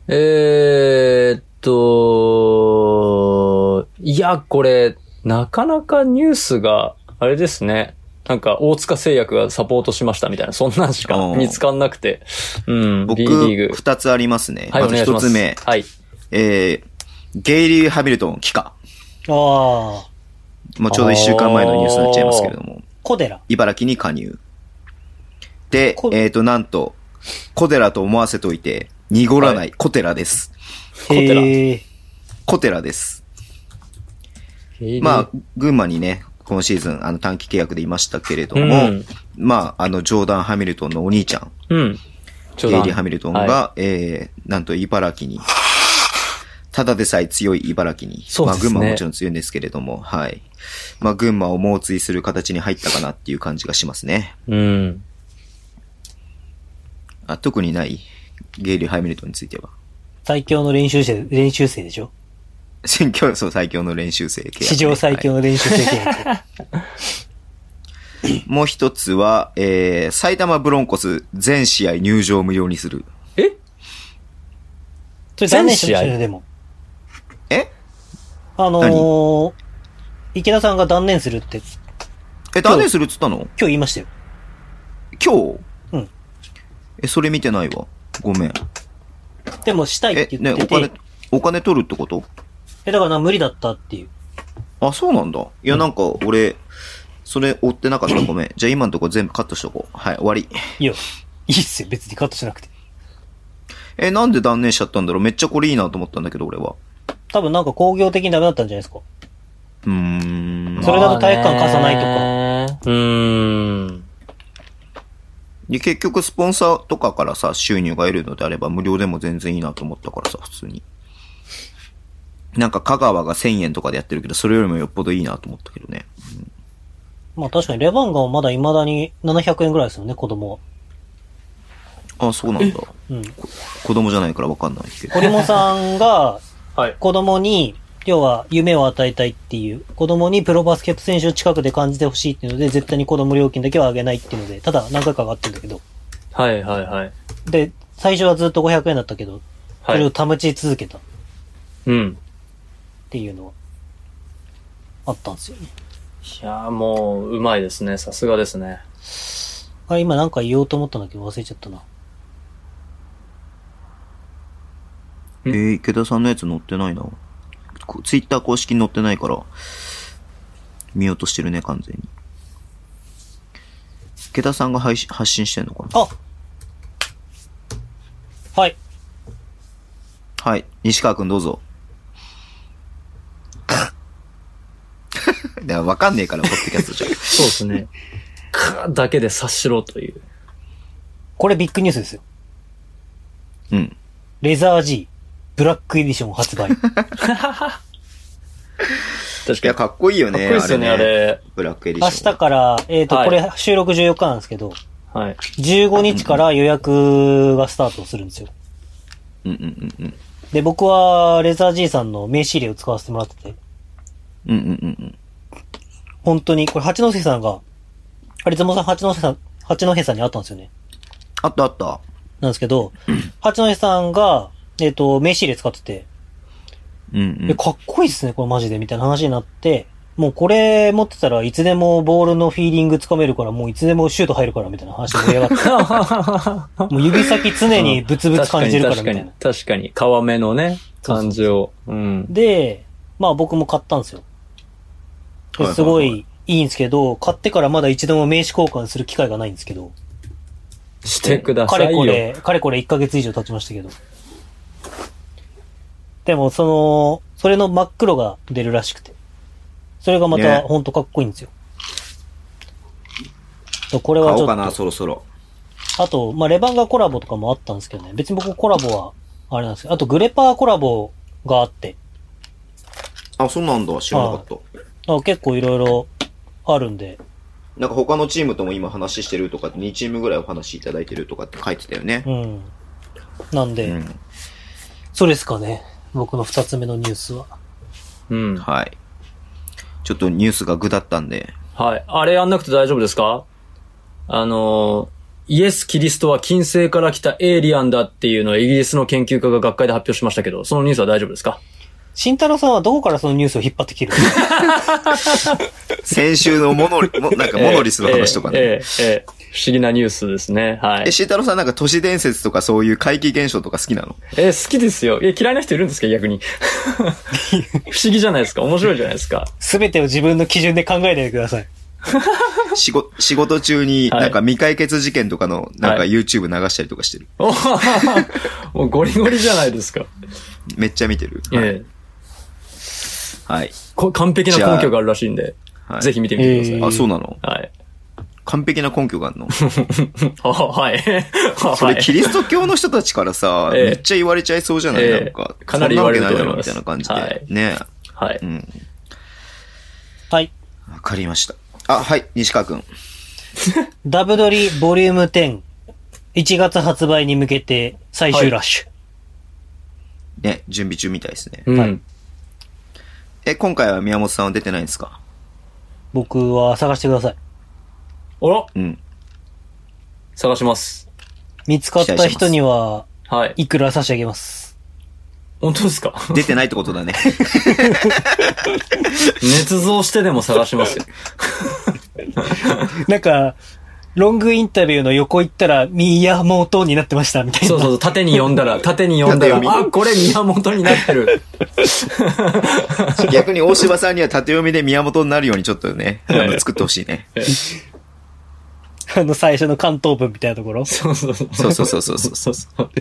[SPEAKER 4] えーっと、いや、これ、なかなかニュースが、あれですね。なんか、大塚製薬がサポートしましたみたいな、そんなんしか
[SPEAKER 2] うん
[SPEAKER 4] 見つかんなくて。うん、
[SPEAKER 2] 僕、
[SPEAKER 4] B リーグ。
[SPEAKER 2] 二つありますね。
[SPEAKER 4] はい、お
[SPEAKER 2] まず
[SPEAKER 4] 願いし
[SPEAKER 2] 一
[SPEAKER 4] ます。
[SPEAKER 2] つ目、
[SPEAKER 4] はい。
[SPEAKER 2] えー、ゲイリー・ハミルトン、帰化。
[SPEAKER 3] ああ、
[SPEAKER 2] もうちょうど一週間前のニュースになっちゃいますけれども、
[SPEAKER 3] 小寺。
[SPEAKER 2] 茨城に加入。で
[SPEAKER 3] こ、
[SPEAKER 2] えっ、と、なんと、小寺と思わせといて、濁らな
[SPEAKER 4] はい
[SPEAKER 2] 小寺です。
[SPEAKER 4] 小寺
[SPEAKER 3] へー
[SPEAKER 2] 小寺です。まあ、群馬にね、今シーズン、あの、短期契約でいましたけれども、
[SPEAKER 4] うん
[SPEAKER 2] まあ、あの、ジョーダン・ハミルトンのお兄ちゃん、
[SPEAKER 4] うん。ち
[SPEAKER 2] ゲイ
[SPEAKER 4] ょうど
[SPEAKER 2] リー・ハミルトンが、
[SPEAKER 4] は
[SPEAKER 2] えー、なんと茨城に、ただでさえ強い茨城に、
[SPEAKER 4] そう
[SPEAKER 2] ま
[SPEAKER 4] で
[SPEAKER 2] あ
[SPEAKER 4] すね
[SPEAKER 2] 群馬ももちろん強いんですけれども、はい。まあ群馬を猛追する形に入ったかなっていう感じがしますね。
[SPEAKER 4] いうん。
[SPEAKER 2] あ特にないゲイリー・ハミルトンについては。
[SPEAKER 3] 最強の練習生、練習生でしょ
[SPEAKER 2] 選挙、 そう、最強の練習生契約ね
[SPEAKER 3] 史上最強の練習生契約。
[SPEAKER 2] はいもう一つは、えー、埼玉ブロンコス全試合入場無料にする。
[SPEAKER 4] え
[SPEAKER 3] それ残念しましたよね、でも。
[SPEAKER 2] え
[SPEAKER 3] あのー、池田さんが断念するって、今
[SPEAKER 2] え、断念するっつったの
[SPEAKER 3] 日言いましたよ。
[SPEAKER 2] 今日
[SPEAKER 3] うん。
[SPEAKER 2] え、それ見てないわ。ごめん。
[SPEAKER 3] でもしたいっ
[SPEAKER 2] え
[SPEAKER 3] て、言
[SPEAKER 2] ね、
[SPEAKER 3] って
[SPEAKER 2] お
[SPEAKER 3] て、
[SPEAKER 2] 金、お金取るってこと
[SPEAKER 3] えだからな無理だったっていう。
[SPEAKER 2] あ、そうなんだ。いや、なんか、俺、それ追ってなかった。ごめん。じゃあ今のとこ全部カットしとこう。はい、終わり。
[SPEAKER 3] いや、いいっすよ、別にカットしなくて。
[SPEAKER 2] え、なんで断念しちゃったんだろうめっちゃこれいいなと思ったんだけど、俺は。
[SPEAKER 3] 多分なんか工業的にダメだったんじゃないですか。
[SPEAKER 2] うーん。
[SPEAKER 3] それだと体育館貸さないとか
[SPEAKER 4] か。うーん。
[SPEAKER 2] で、結局、スポンサーとかからさ、収入が得るのであれば、無料でも全然いいなと思ったからさ、普通に。なんか、香川が1000円とかでやってるけど、それよりもよっぽどいいなと思ったけどね。
[SPEAKER 3] まあ確かにレバンガンはまだ未だに700円ぐらいですよね、子供は。
[SPEAKER 2] あ、そうなんだ。
[SPEAKER 3] うん。
[SPEAKER 2] 子供じゃないからわかんないけど。
[SPEAKER 3] 堀本さんが
[SPEAKER 4] はい。
[SPEAKER 3] 子供に、要は夢を与えたいっていう、子供にプロバスケット選手を近くで感じてほしいっていうので、絶対に子供料金だけは上げないっていうので、ただ何回か上がってるんだけど。
[SPEAKER 4] はいはいはい。
[SPEAKER 3] で、最初はずっと500円だったけど、そ
[SPEAKER 4] は
[SPEAKER 3] れを
[SPEAKER 4] い。
[SPEAKER 3] 保ち続けたっ
[SPEAKER 4] うん。
[SPEAKER 3] ていうのは、あったんですよね。
[SPEAKER 4] いやーもう、うまいですね。さすがですね。
[SPEAKER 3] あれ今なんか言おうと思ったんだけど忘れちゃったな。
[SPEAKER 2] えー、池田さんのやつ載ってないな。こツイッター公式に載ってないから、見ようとしてるね、完全に。池田さんが配信発信してんのかな
[SPEAKER 3] あはい。
[SPEAKER 2] はい。西川くんどうぞ。 いやわかんねえから、ポッドキャスト じゃ。
[SPEAKER 4] そうですね。かだけで察しろという。
[SPEAKER 3] これビッグニュースですよ。
[SPEAKER 2] うん。
[SPEAKER 3] レザー G、ブラックエディション発売。
[SPEAKER 4] 確
[SPEAKER 2] い
[SPEAKER 4] か
[SPEAKER 2] や、
[SPEAKER 4] に。かっ
[SPEAKER 2] かっこいいよ
[SPEAKER 4] こい
[SPEAKER 2] ね。
[SPEAKER 4] いですよね、あれ。
[SPEAKER 2] ブラックエディ
[SPEAKER 3] 明
[SPEAKER 2] シ
[SPEAKER 3] 日
[SPEAKER 2] ョン。
[SPEAKER 3] から、えっ、と、
[SPEAKER 4] はい
[SPEAKER 3] これ収録14日なんですけど、
[SPEAKER 4] はい。
[SPEAKER 3] 15日から予約がスタートするんですよ。
[SPEAKER 2] うんうんうんうん。
[SPEAKER 3] で、僕はレザー G さんの名刺入れを使わせてもらってて、
[SPEAKER 2] うんうんうんうん。
[SPEAKER 3] 本当に、これ八戸さんが、あれ、ズモさん八戸さん、八戸さんに会ったんですよね。
[SPEAKER 2] あったあった。
[SPEAKER 3] なんですけ ど、八戸さんが、えっ、と、名刺入れ使ってて、
[SPEAKER 2] うんう
[SPEAKER 3] え、
[SPEAKER 2] ん。
[SPEAKER 3] かっこいいっすね、これマジで、みたいな話になって、もうこれ持ってたらいつでもボールのフィーリングつかめるから、もういつでもシュート入るから、みたいな話で盛り上 がっ
[SPEAKER 4] 確
[SPEAKER 3] て、もう指先常にブツブツ
[SPEAKER 4] か
[SPEAKER 3] 感
[SPEAKER 4] に
[SPEAKER 3] じるから、
[SPEAKER 4] 確
[SPEAKER 3] み
[SPEAKER 4] か
[SPEAKER 3] たい
[SPEAKER 4] に
[SPEAKER 3] な。。
[SPEAKER 4] 確かに。皮目のね、感じを。うん。
[SPEAKER 3] で、まあ僕も買ったんですよ。
[SPEAKER 2] はいは
[SPEAKER 3] で
[SPEAKER 2] いはい
[SPEAKER 3] すごいいいんですけど、買ってからまだ一度も名刺交換する機会がないんですけど、
[SPEAKER 4] してくだ
[SPEAKER 3] か
[SPEAKER 4] さい
[SPEAKER 3] れこ
[SPEAKER 4] よ。
[SPEAKER 3] れ、かれこれ1ヶ月以上経ちましたけど。でも、その、それの真っ黒が出るらしくて。それがまた、
[SPEAKER 2] ね
[SPEAKER 3] ほんとかっこいいんですよ。とこれ
[SPEAKER 2] 買
[SPEAKER 3] はち
[SPEAKER 2] お
[SPEAKER 3] ょ
[SPEAKER 2] う
[SPEAKER 3] っ
[SPEAKER 2] か、
[SPEAKER 3] と
[SPEAKER 2] な、そろそろ。
[SPEAKER 3] あと、まあ、レバンガコラボとかもあったんですけどね。別に僕コラボは、あれなんですけど、あとグレパーコラボがあって、
[SPEAKER 2] あ、そうなんだ。知らなかった。
[SPEAKER 3] あ結構いろいろあるんで、
[SPEAKER 2] なんか他のチームとも今話してるとか、2チームぐらいお話いただいてるとかって書いてたよね
[SPEAKER 3] う。ん。なん
[SPEAKER 2] う
[SPEAKER 3] で、
[SPEAKER 2] ん。
[SPEAKER 3] そうですかね。僕の二つ目のニュースは。
[SPEAKER 4] うん。
[SPEAKER 2] はい。ちょっとニュースが具だったんで。
[SPEAKER 4] はい。あれやんなくて大丈夫ですかあのー、イエス・キリストは金星から来たエイリアンだっていうのをイギリスの研究家が学会で発表しましたけど、そのニュースは大丈夫ですか
[SPEAKER 3] 慎太郎さんはどこからその ニュースを引っ張ってきてるんですか
[SPEAKER 2] 先週のモノリ、もなんかモノリスの話とかね。
[SPEAKER 4] ええええええ不思議なニュースですね。はい
[SPEAKER 2] え、。慎太郎さんなんか都市伝説とかそういう怪奇現象とか好きな の
[SPEAKER 4] えー好きですよ。え、嫌いな人いるんですか逆 に。不思議じゃないですか面白いじゃないです か。
[SPEAKER 3] すべてを自分の基準で考えないでください。
[SPEAKER 2] 仕事、仕事中に
[SPEAKER 4] はい
[SPEAKER 2] なんか未解決事件とかのなんか
[SPEAKER 4] はい
[SPEAKER 2] YouTube 流したりとかしてる。
[SPEAKER 4] おーもうゴリゴリじゃないですか。
[SPEAKER 2] めっちゃ見てる。
[SPEAKER 4] ええ
[SPEAKER 2] はい。はい。
[SPEAKER 4] こ完璧な根拠があるらしいんで、
[SPEAKER 2] はい
[SPEAKER 4] ぜひ見てみてください。
[SPEAKER 3] え
[SPEAKER 2] あ、そうなの
[SPEAKER 4] はい。
[SPEAKER 2] 完璧な根拠があ るの
[SPEAKER 4] あはい。
[SPEAKER 2] それキ
[SPEAKER 4] り
[SPEAKER 2] リスト教の人たちからさ、
[SPEAKER 4] ええ
[SPEAKER 2] めっちゃ言われちゃいそうじゃない、
[SPEAKER 4] ええ
[SPEAKER 2] なんか。
[SPEAKER 4] かなり言われると思います
[SPEAKER 2] そんなわけないだろみたいな感じで。ね
[SPEAKER 4] はい
[SPEAKER 2] え。う。ん。
[SPEAKER 3] はい。
[SPEAKER 2] わかりました。あ、はい、西川くん。
[SPEAKER 3] ダブドリボリューム10。1月発売に向けて最終ラッシュ。
[SPEAKER 2] ね、準備中みたいですね。
[SPEAKER 4] うん。
[SPEAKER 3] はい
[SPEAKER 2] え、今回は宮本さんは出てないんですか
[SPEAKER 3] 僕は探してください。
[SPEAKER 4] あら
[SPEAKER 2] うん。
[SPEAKER 4] 探します。
[SPEAKER 3] 見つかった人には、
[SPEAKER 4] はい。
[SPEAKER 3] いくら差し上げます。
[SPEAKER 4] 本当です か
[SPEAKER 2] 出てないってことだ ね。
[SPEAKER 4] 捏造してでも探し ますよ。
[SPEAKER 3] なんか、ロングインタビューの横行ったら、宮本になってました、みたいな。
[SPEAKER 4] そうそうそう、縦に読んだ ら、縦に読んだら
[SPEAKER 2] 縦、読
[SPEAKER 4] あ、
[SPEAKER 2] み
[SPEAKER 4] これ宮本になってる。
[SPEAKER 2] 逆に大柴さんには縦読みで宮本になるようにちょっとね、あの作ってほしいね。
[SPEAKER 3] あの、最初の関東文みたいなところ。
[SPEAKER 4] そうそうそう。
[SPEAKER 2] そうそうそうそうそう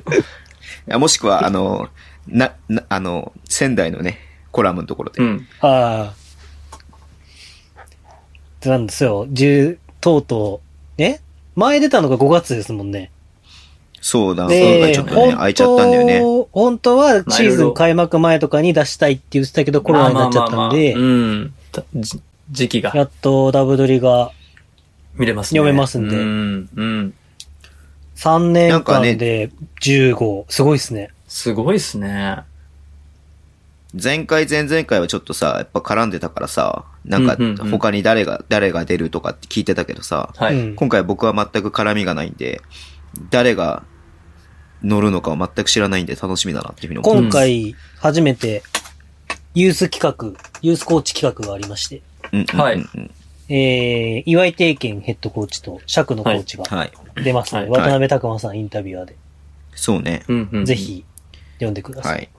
[SPEAKER 2] あもしくは、あの、な、な、あの、仙台のね、コラムのところで。
[SPEAKER 4] うん。
[SPEAKER 3] ああ。ってなんですよ。10、とうとう。え前出たのが5月ですもんね。
[SPEAKER 2] そうだ、今
[SPEAKER 3] で、
[SPEAKER 2] 回ちょっとね、空いちゃったんだよね。
[SPEAKER 3] 本当本当はシーズン開幕前とかに出したいって言ってたけど、コロナになっちゃったんで
[SPEAKER 4] まあまあまあまあ、うん。たじ時期が
[SPEAKER 3] やっとダブドリが
[SPEAKER 4] 見れますね。
[SPEAKER 3] 読めますんで
[SPEAKER 4] うん。うん。
[SPEAKER 3] 3年間で15、すごいですね。
[SPEAKER 4] すごいっすね。
[SPEAKER 2] 前回、前々回はちょっとさ、やっぱ絡んでたからさ、なんか
[SPEAKER 4] うんうんうん
[SPEAKER 2] 他に誰が、誰が出るとかって聞いてたけどさ、
[SPEAKER 4] はい。
[SPEAKER 3] うん
[SPEAKER 2] 今回僕は全く絡みがないんで、誰が乗るのかは全く知らないんで楽しみだなっていうふうに思って
[SPEAKER 3] 今
[SPEAKER 2] ます。
[SPEAKER 3] 回、初めて、ユース企画、ユースコーチ企画がありまして、
[SPEAKER 2] うんうん
[SPEAKER 4] はい
[SPEAKER 2] うんうん
[SPEAKER 3] えー、岩井定健ヘッドコーチと尺のコーチが
[SPEAKER 2] はい。
[SPEAKER 3] 出ますので、
[SPEAKER 4] はい
[SPEAKER 3] 渡辺拓馬さんインタビュアーで、
[SPEAKER 2] そうね。
[SPEAKER 4] うんうん。
[SPEAKER 3] ぜ。ひ、読んでください。
[SPEAKER 2] はい。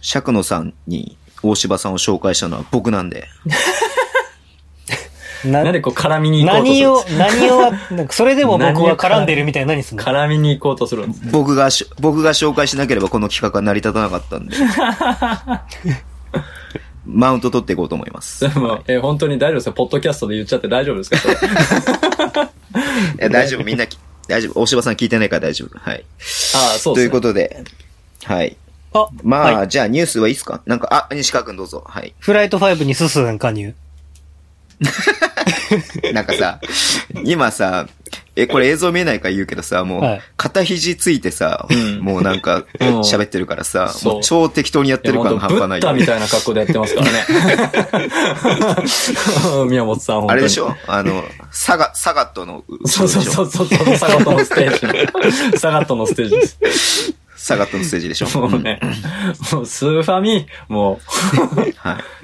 [SPEAKER 2] 釈野さんに大柴さんを紹介したのは僕なんで。
[SPEAKER 3] な
[SPEAKER 4] なんでこう絡みに行こうとす
[SPEAKER 3] 何
[SPEAKER 4] るん
[SPEAKER 3] を
[SPEAKER 4] で、
[SPEAKER 3] 何を、なんかそれで も僕が絡んでるみたいな何すん
[SPEAKER 4] す
[SPEAKER 3] の
[SPEAKER 4] か絡みに行こうとするんです。
[SPEAKER 2] 僕がし、僕が紹介しなければこの企画は成り立たなかったんで。マウント取っていこうと思います
[SPEAKER 4] で。も、え、本当に大丈夫ですかポッドキャストで言っちゃって大丈夫で すかそれ
[SPEAKER 2] いや大丈夫、みんなき、大丈夫。大柴さん聞いてないから大丈夫。はい。
[SPEAKER 4] ああ、そう
[SPEAKER 2] と
[SPEAKER 4] で
[SPEAKER 2] いう
[SPEAKER 4] すね
[SPEAKER 2] こ。とで、はい。
[SPEAKER 3] あ、
[SPEAKER 2] まあ、
[SPEAKER 3] はい
[SPEAKER 2] じゃあニュースはいいっすかなんか、あ、西川くんどうぞ。はい。
[SPEAKER 3] フライト5にススン加入。
[SPEAKER 2] なんかさ、今さ、え、これ映像見えないから言うけどさ、も
[SPEAKER 3] は
[SPEAKER 2] う
[SPEAKER 3] い、
[SPEAKER 2] 片肘ついてさ、
[SPEAKER 4] うん
[SPEAKER 2] もうなんか、
[SPEAKER 4] うん
[SPEAKER 2] 喋ってるからさ、
[SPEAKER 4] そう
[SPEAKER 2] もう超適当にやって
[SPEAKER 4] いや
[SPEAKER 2] る感
[SPEAKER 4] 本
[SPEAKER 2] が
[SPEAKER 4] 当
[SPEAKER 2] 半
[SPEAKER 4] ブ
[SPEAKER 2] 端ない
[SPEAKER 4] ッ
[SPEAKER 2] よ
[SPEAKER 4] ダ
[SPEAKER 2] ね
[SPEAKER 4] みたいな格好でやってますからね。 宮本さん、本当に
[SPEAKER 2] あれでしょあの、サガ、サガットの、。
[SPEAKER 4] そうそうそううそうそう、サガットのステージ。サガットのステージです。
[SPEAKER 2] サガットのステージでしょ
[SPEAKER 4] もうね、もうスーファミ、も
[SPEAKER 2] うんはい。
[SPEAKER 4] う、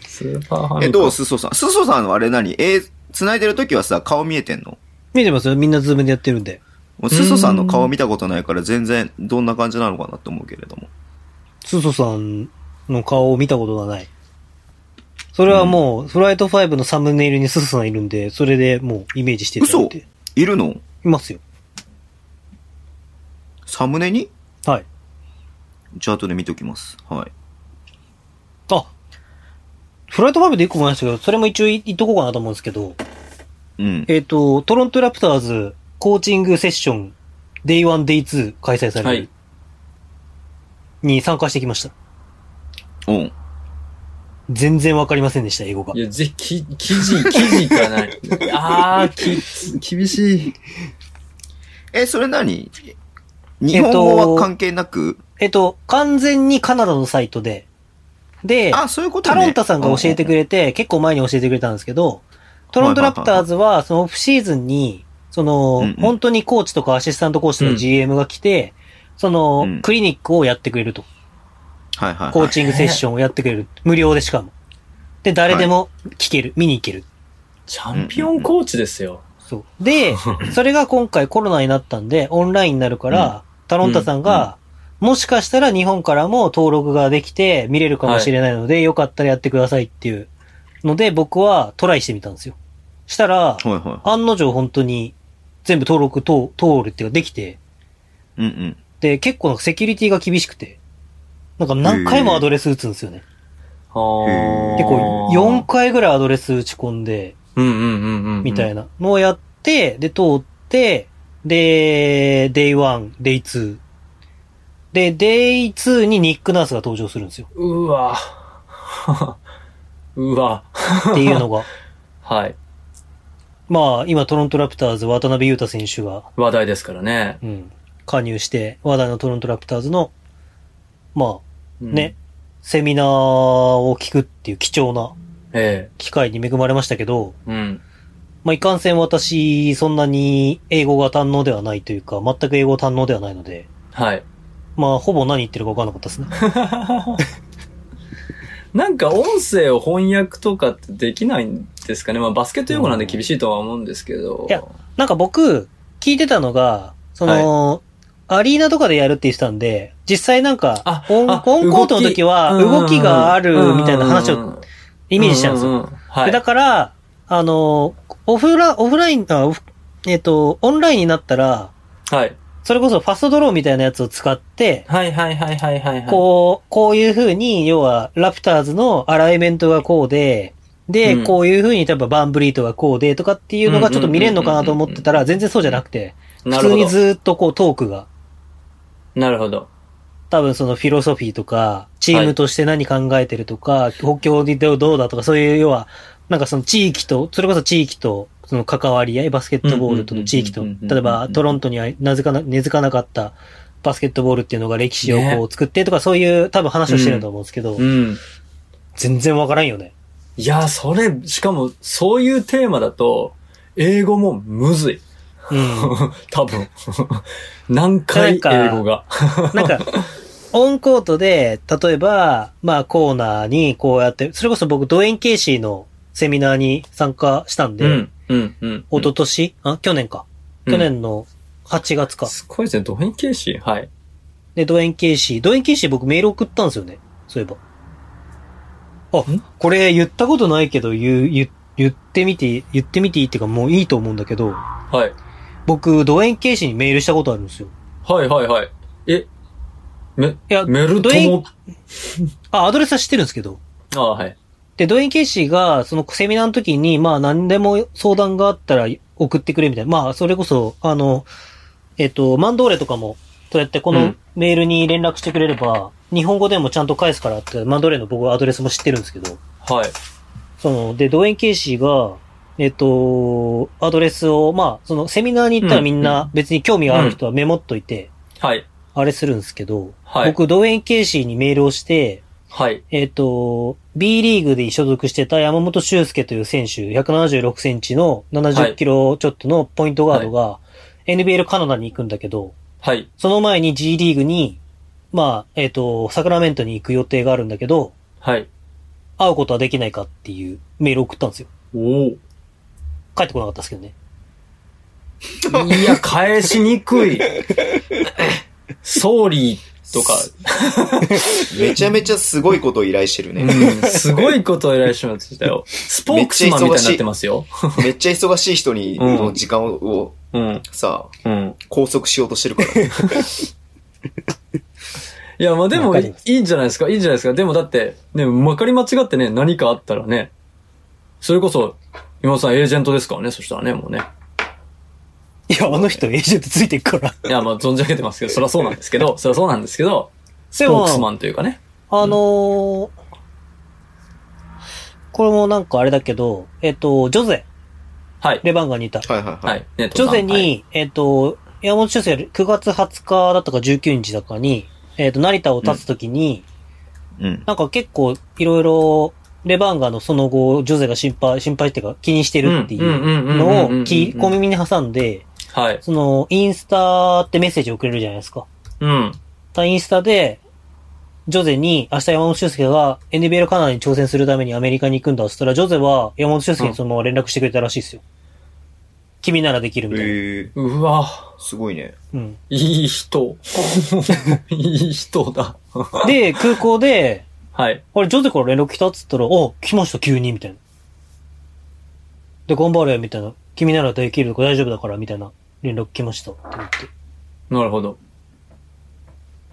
[SPEAKER 4] スーパーファミ。
[SPEAKER 2] え、どうすそさん。すそさんのあれ何えー、繋いでる時はさ、顔見えてんの
[SPEAKER 3] 見てますよみんなズームでやってるんで。
[SPEAKER 2] すそさんの顔見たことないから全然どんな感じなのかなと思うけれども。
[SPEAKER 3] スソさんの顔を見たことがない。それはもう、フライト5のサムネイルにスソさんいるんで、それでもうイメージしていただい
[SPEAKER 2] 嘘
[SPEAKER 3] て。
[SPEAKER 2] いるの
[SPEAKER 3] いますよ。
[SPEAKER 2] サムネに
[SPEAKER 3] はい。
[SPEAKER 2] じゃあ後で見ときます。はい。
[SPEAKER 3] あ、フライト5で1個思いましたけど、それも一応い言っとこうかなと思うんですけど、
[SPEAKER 2] うん。
[SPEAKER 3] えっ、と、トロントラプターズコーチングセッション、デイ1、デイ2開催される、
[SPEAKER 4] はい
[SPEAKER 3] に参加してきました。
[SPEAKER 2] うん。
[SPEAKER 3] 全然わかりませんでした、英語が
[SPEAKER 4] い。や、ぜ、き、記事、記事かない。 あー、き、厳しい。
[SPEAKER 2] え、それ何日本語は関係なく、
[SPEAKER 3] えっと、完全にカナダのサイトで、で、
[SPEAKER 2] あ、そういうこと
[SPEAKER 3] タ
[SPEAKER 2] ね。
[SPEAKER 3] ロンタさんが教えてくれて、結構前に教えてくれたんですけど、トロントラプターズは、そのオフシーズンに、その、
[SPEAKER 2] うんうん
[SPEAKER 3] 本当にコーチとかアシスタントコーチと
[SPEAKER 4] う
[SPEAKER 3] か
[SPEAKER 4] ん
[SPEAKER 3] GM が来て、その、
[SPEAKER 2] うん
[SPEAKER 3] クリニックをやってくれると。
[SPEAKER 2] はいはいはい。
[SPEAKER 3] コーチングセッションをやってくれる。無料でしかも。で、誰でも聞ける。見に行ける。
[SPEAKER 4] チャンピオンコーチですよ。
[SPEAKER 3] そう。 で、それが今回コロナになったんで、オンラインになるから、タロンタさんが、もしかしたら日本からも登録ができて見れるかもしれないので、よかったらやってくださいっていうので、僕はトライしてみたんですよ。したら、
[SPEAKER 2] はいは
[SPEAKER 3] 案の定本当に全部登録と通るっていうかできて、
[SPEAKER 2] い。うんうん。
[SPEAKER 3] で、結構なんかセキュリティが厳しくて、なんか何回もアドレス打つんですよね。
[SPEAKER 2] ー
[SPEAKER 3] 結構4回ぐらいアドレス打ち込んで、
[SPEAKER 4] うんうんうんうんうん。
[SPEAKER 3] みたいなのをやって、で、通って、で、デイ1、デイ2。で、デイ2にニック・ナースが登場するんです よ。
[SPEAKER 4] うわ。うわ。
[SPEAKER 3] っていうのが。
[SPEAKER 4] はい。
[SPEAKER 3] まあ、今、トロントラプターズ、渡辺裕太選手が、
[SPEAKER 4] 話題ですからね。
[SPEAKER 3] うん、加入して、話題のトロントラプターズの、ま
[SPEAKER 4] う
[SPEAKER 3] あ、
[SPEAKER 4] ん
[SPEAKER 3] ね、。セミナーを聞くっていう貴重な
[SPEAKER 4] え
[SPEAKER 3] 機会に恵まれましたけど、
[SPEAKER 4] え。うん。
[SPEAKER 3] まあ、いかんせん私、そんなに英語が堪能ではないというか、全く英語堪能ではないので、
[SPEAKER 4] はい。
[SPEAKER 3] まあ、ほぼ何言ってるか分かんなかったですね。
[SPEAKER 4] なんか音声を翻訳とかってできないんですかね。まあバスケット用語なんで厳しいとは思うんですけど。
[SPEAKER 3] いやなんか僕、聞いてたのが、その、アリーナとかでやるって言ってたんで、実際なんか
[SPEAKER 4] あ、
[SPEAKER 3] オン
[SPEAKER 4] あ
[SPEAKER 3] オンコートの時は
[SPEAKER 4] 動きうん
[SPEAKER 3] 動きがあるみたいな話
[SPEAKER 4] うんうん
[SPEAKER 3] を
[SPEAKER 4] うん
[SPEAKER 3] イメージしたんです
[SPEAKER 4] う
[SPEAKER 3] よ。
[SPEAKER 4] ううんは
[SPEAKER 3] でだ
[SPEAKER 4] い。
[SPEAKER 3] から、あの、オフラ、オフライン、あオフえっと、オンラインになったら、
[SPEAKER 4] はい。
[SPEAKER 3] それこそファストドローみたいなやつを使って、
[SPEAKER 4] はいはいはいはいはいはい。
[SPEAKER 3] こう、こういう風に、要は、ラプターズのアライメントがこうで、で、
[SPEAKER 4] うん
[SPEAKER 3] こういう風に、例えばバンブリートがこうで、とかっていうのがちょっと見れるのかなと思ってた
[SPEAKER 4] う
[SPEAKER 3] ら、
[SPEAKER 4] んうんうんう
[SPEAKER 3] 全
[SPEAKER 4] ん
[SPEAKER 3] 然そうじゃなくて、
[SPEAKER 4] な
[SPEAKER 3] 普
[SPEAKER 4] る
[SPEAKER 3] 通
[SPEAKER 4] ほ
[SPEAKER 3] に
[SPEAKER 4] ど
[SPEAKER 3] ず。ーっとこうトークが
[SPEAKER 4] なるほど。
[SPEAKER 3] 多分そのフィロソフィーとか、チームとして何考えてるとか、補強でどうだとか、そういう要は、なんかその地域と、それこそ地域と、その関わり合い、バスケットボールとの地域と、
[SPEAKER 4] うんうんうんうんうんうんうん
[SPEAKER 3] 例えばトロントには根付かな根付かなかったバスケットボールっていうのが歴史をこ
[SPEAKER 4] ね
[SPEAKER 3] う作ってとか、そういう多分話をしてると思うんですけど、
[SPEAKER 4] うん。
[SPEAKER 3] 全然わからんよね。
[SPEAKER 4] いや、それ、しかも、そういうテーマだと、英語もむずい。
[SPEAKER 3] うん。
[SPEAKER 4] 多分。 何回英語が。
[SPEAKER 3] なん か、オンコートで、例えば、まあコーナーにこうやって、それこそ僕ドウェイン・ケイシーのセミナーに参加したんで、
[SPEAKER 4] うん、うん、うん。
[SPEAKER 3] 一昨年、あ、去年か。
[SPEAKER 4] うん
[SPEAKER 3] 去年の8月か。
[SPEAKER 4] すごいですね、ドヘンケーシー。はい。
[SPEAKER 3] で、ドエン・ケイシー。ドエン・ケイシー僕メール送ったんですよね。そういえば。あ
[SPEAKER 4] ん、
[SPEAKER 3] これ言ったことないけど、言う、言う言ってみて、言ってみていいっていうかもういいと思うんだけど、
[SPEAKER 4] はい。
[SPEAKER 3] 僕、ドエン・ケイシーにメールしたことあるんですよ。
[SPEAKER 4] はいはいはい。え、め、
[SPEAKER 3] いや
[SPEAKER 4] メルト
[SPEAKER 3] ドイン
[SPEAKER 4] モ、
[SPEAKER 3] あ、アドレスは知ってるんですけど。
[SPEAKER 4] ああ、はい。
[SPEAKER 3] で、ドエン・ケイシーが、そのセミナーの時に、まあ何でも相談があったら送ってくれみたいな。まあそれこそ、あの、えっと、マンドーレとかも、そうやってこ
[SPEAKER 4] う
[SPEAKER 3] の
[SPEAKER 4] ん
[SPEAKER 3] メールに連絡してくれれば、日本語でもちゃんと返すからって、マンドーレの僕はアドレスも知ってるんですけど、
[SPEAKER 4] はい。
[SPEAKER 3] その、で、ドエン・ケイシーが、えっと、アドレスを、まあ、そのセミナーに行ったらみん
[SPEAKER 4] う
[SPEAKER 3] な別に興味がある人はメモっといて、
[SPEAKER 4] はい。
[SPEAKER 3] あれするんですけど、
[SPEAKER 4] はい
[SPEAKER 3] 僕、ドエン・ケイシーにメールをして、
[SPEAKER 4] はい。
[SPEAKER 3] えっ、と、B リーグで所属してた山本修介という選手、176センチの
[SPEAKER 4] は
[SPEAKER 3] 70
[SPEAKER 4] い
[SPEAKER 3] キロちょっとのポイントガードが、NBL カナダに行くんだけど、
[SPEAKER 4] はい。
[SPEAKER 3] その前に G リーグに、まあ、えっ、と、サクラメントに行く予定があるんだけど、
[SPEAKER 4] はい。
[SPEAKER 3] 会うことはできないかっていうメールを送ったんですよ。
[SPEAKER 4] おお。
[SPEAKER 3] 帰ってこなかったですけどね。
[SPEAKER 4] いや、返しにくい。ソーリーとか、
[SPEAKER 2] めちゃめちゃすごいことを依頼してる
[SPEAKER 4] う
[SPEAKER 2] ね。
[SPEAKER 4] ん、すごいことを依頼しましたよ。スポークスマンみたいになってますよ。
[SPEAKER 2] めっちゃ忙しい人に、
[SPEAKER 4] うん
[SPEAKER 2] の時間を
[SPEAKER 4] うん、
[SPEAKER 2] さ、
[SPEAKER 4] うん。
[SPEAKER 2] 拘束しようとしてるから。
[SPEAKER 4] いや、まあでも、
[SPEAKER 3] わかり
[SPEAKER 4] い
[SPEAKER 3] ます
[SPEAKER 4] いんじゃないですか、いいんじゃないですか。でもだって、ね、まかり間違ってね、何かあったらね、それこそ、今田さんエージェントですからね、そしたらね、もうね。
[SPEAKER 3] いや、あの人エージェントついてるから。
[SPEAKER 4] いや、まあ存じ上げてますけど、そりゃそうなんで すけど、そりゃそうなんですけど、 ス
[SPEAKER 3] で
[SPEAKER 4] ポー
[SPEAKER 3] も
[SPEAKER 4] クスマンというかね。
[SPEAKER 3] あのーこれもなんかあれだけど、えっ、と、ジョゼ、
[SPEAKER 4] はい。
[SPEAKER 3] レバンガにいた。
[SPEAKER 2] はいはい
[SPEAKER 4] は
[SPEAKER 2] はい。
[SPEAKER 4] い。ね、
[SPEAKER 3] ジョゼに、
[SPEAKER 4] はい、
[SPEAKER 3] えっ、と、山本修正9月20日だったか19日だかに、えっ、と、成田を立つときに、
[SPEAKER 2] うん。
[SPEAKER 3] なんか結構いろいろ、レバンガのその後、ジョゼが心配、心配っていうか気にしてるってい
[SPEAKER 4] うんうんうんう
[SPEAKER 3] うんの
[SPEAKER 4] うんうんうん
[SPEAKER 3] を、き小耳に挟んで、
[SPEAKER 4] はい。
[SPEAKER 3] その、インスタってメッセージをくれるじゃないですか。
[SPEAKER 4] うん。
[SPEAKER 3] ただインスタで、ジョゼに、明日山本修介が NBL カナダに挑戦するためにアメリカに行くんだっつったら、ジョゼは山本修介にそのまま連絡してくれたらしいですよ。君ならできるみたいな。
[SPEAKER 2] ええ
[SPEAKER 4] うわ
[SPEAKER 2] すごいね。
[SPEAKER 3] うん。
[SPEAKER 4] いい人。 いい人だ。
[SPEAKER 3] で、空港で、
[SPEAKER 4] はい。
[SPEAKER 3] あれ、ジョゼから連絡来たっつったら、お、来ました、急に、みたいな。で、頑張れ、みたいな。君ならできるとか大丈夫だから、みたいな連絡来ました、って言って。
[SPEAKER 4] なるほど。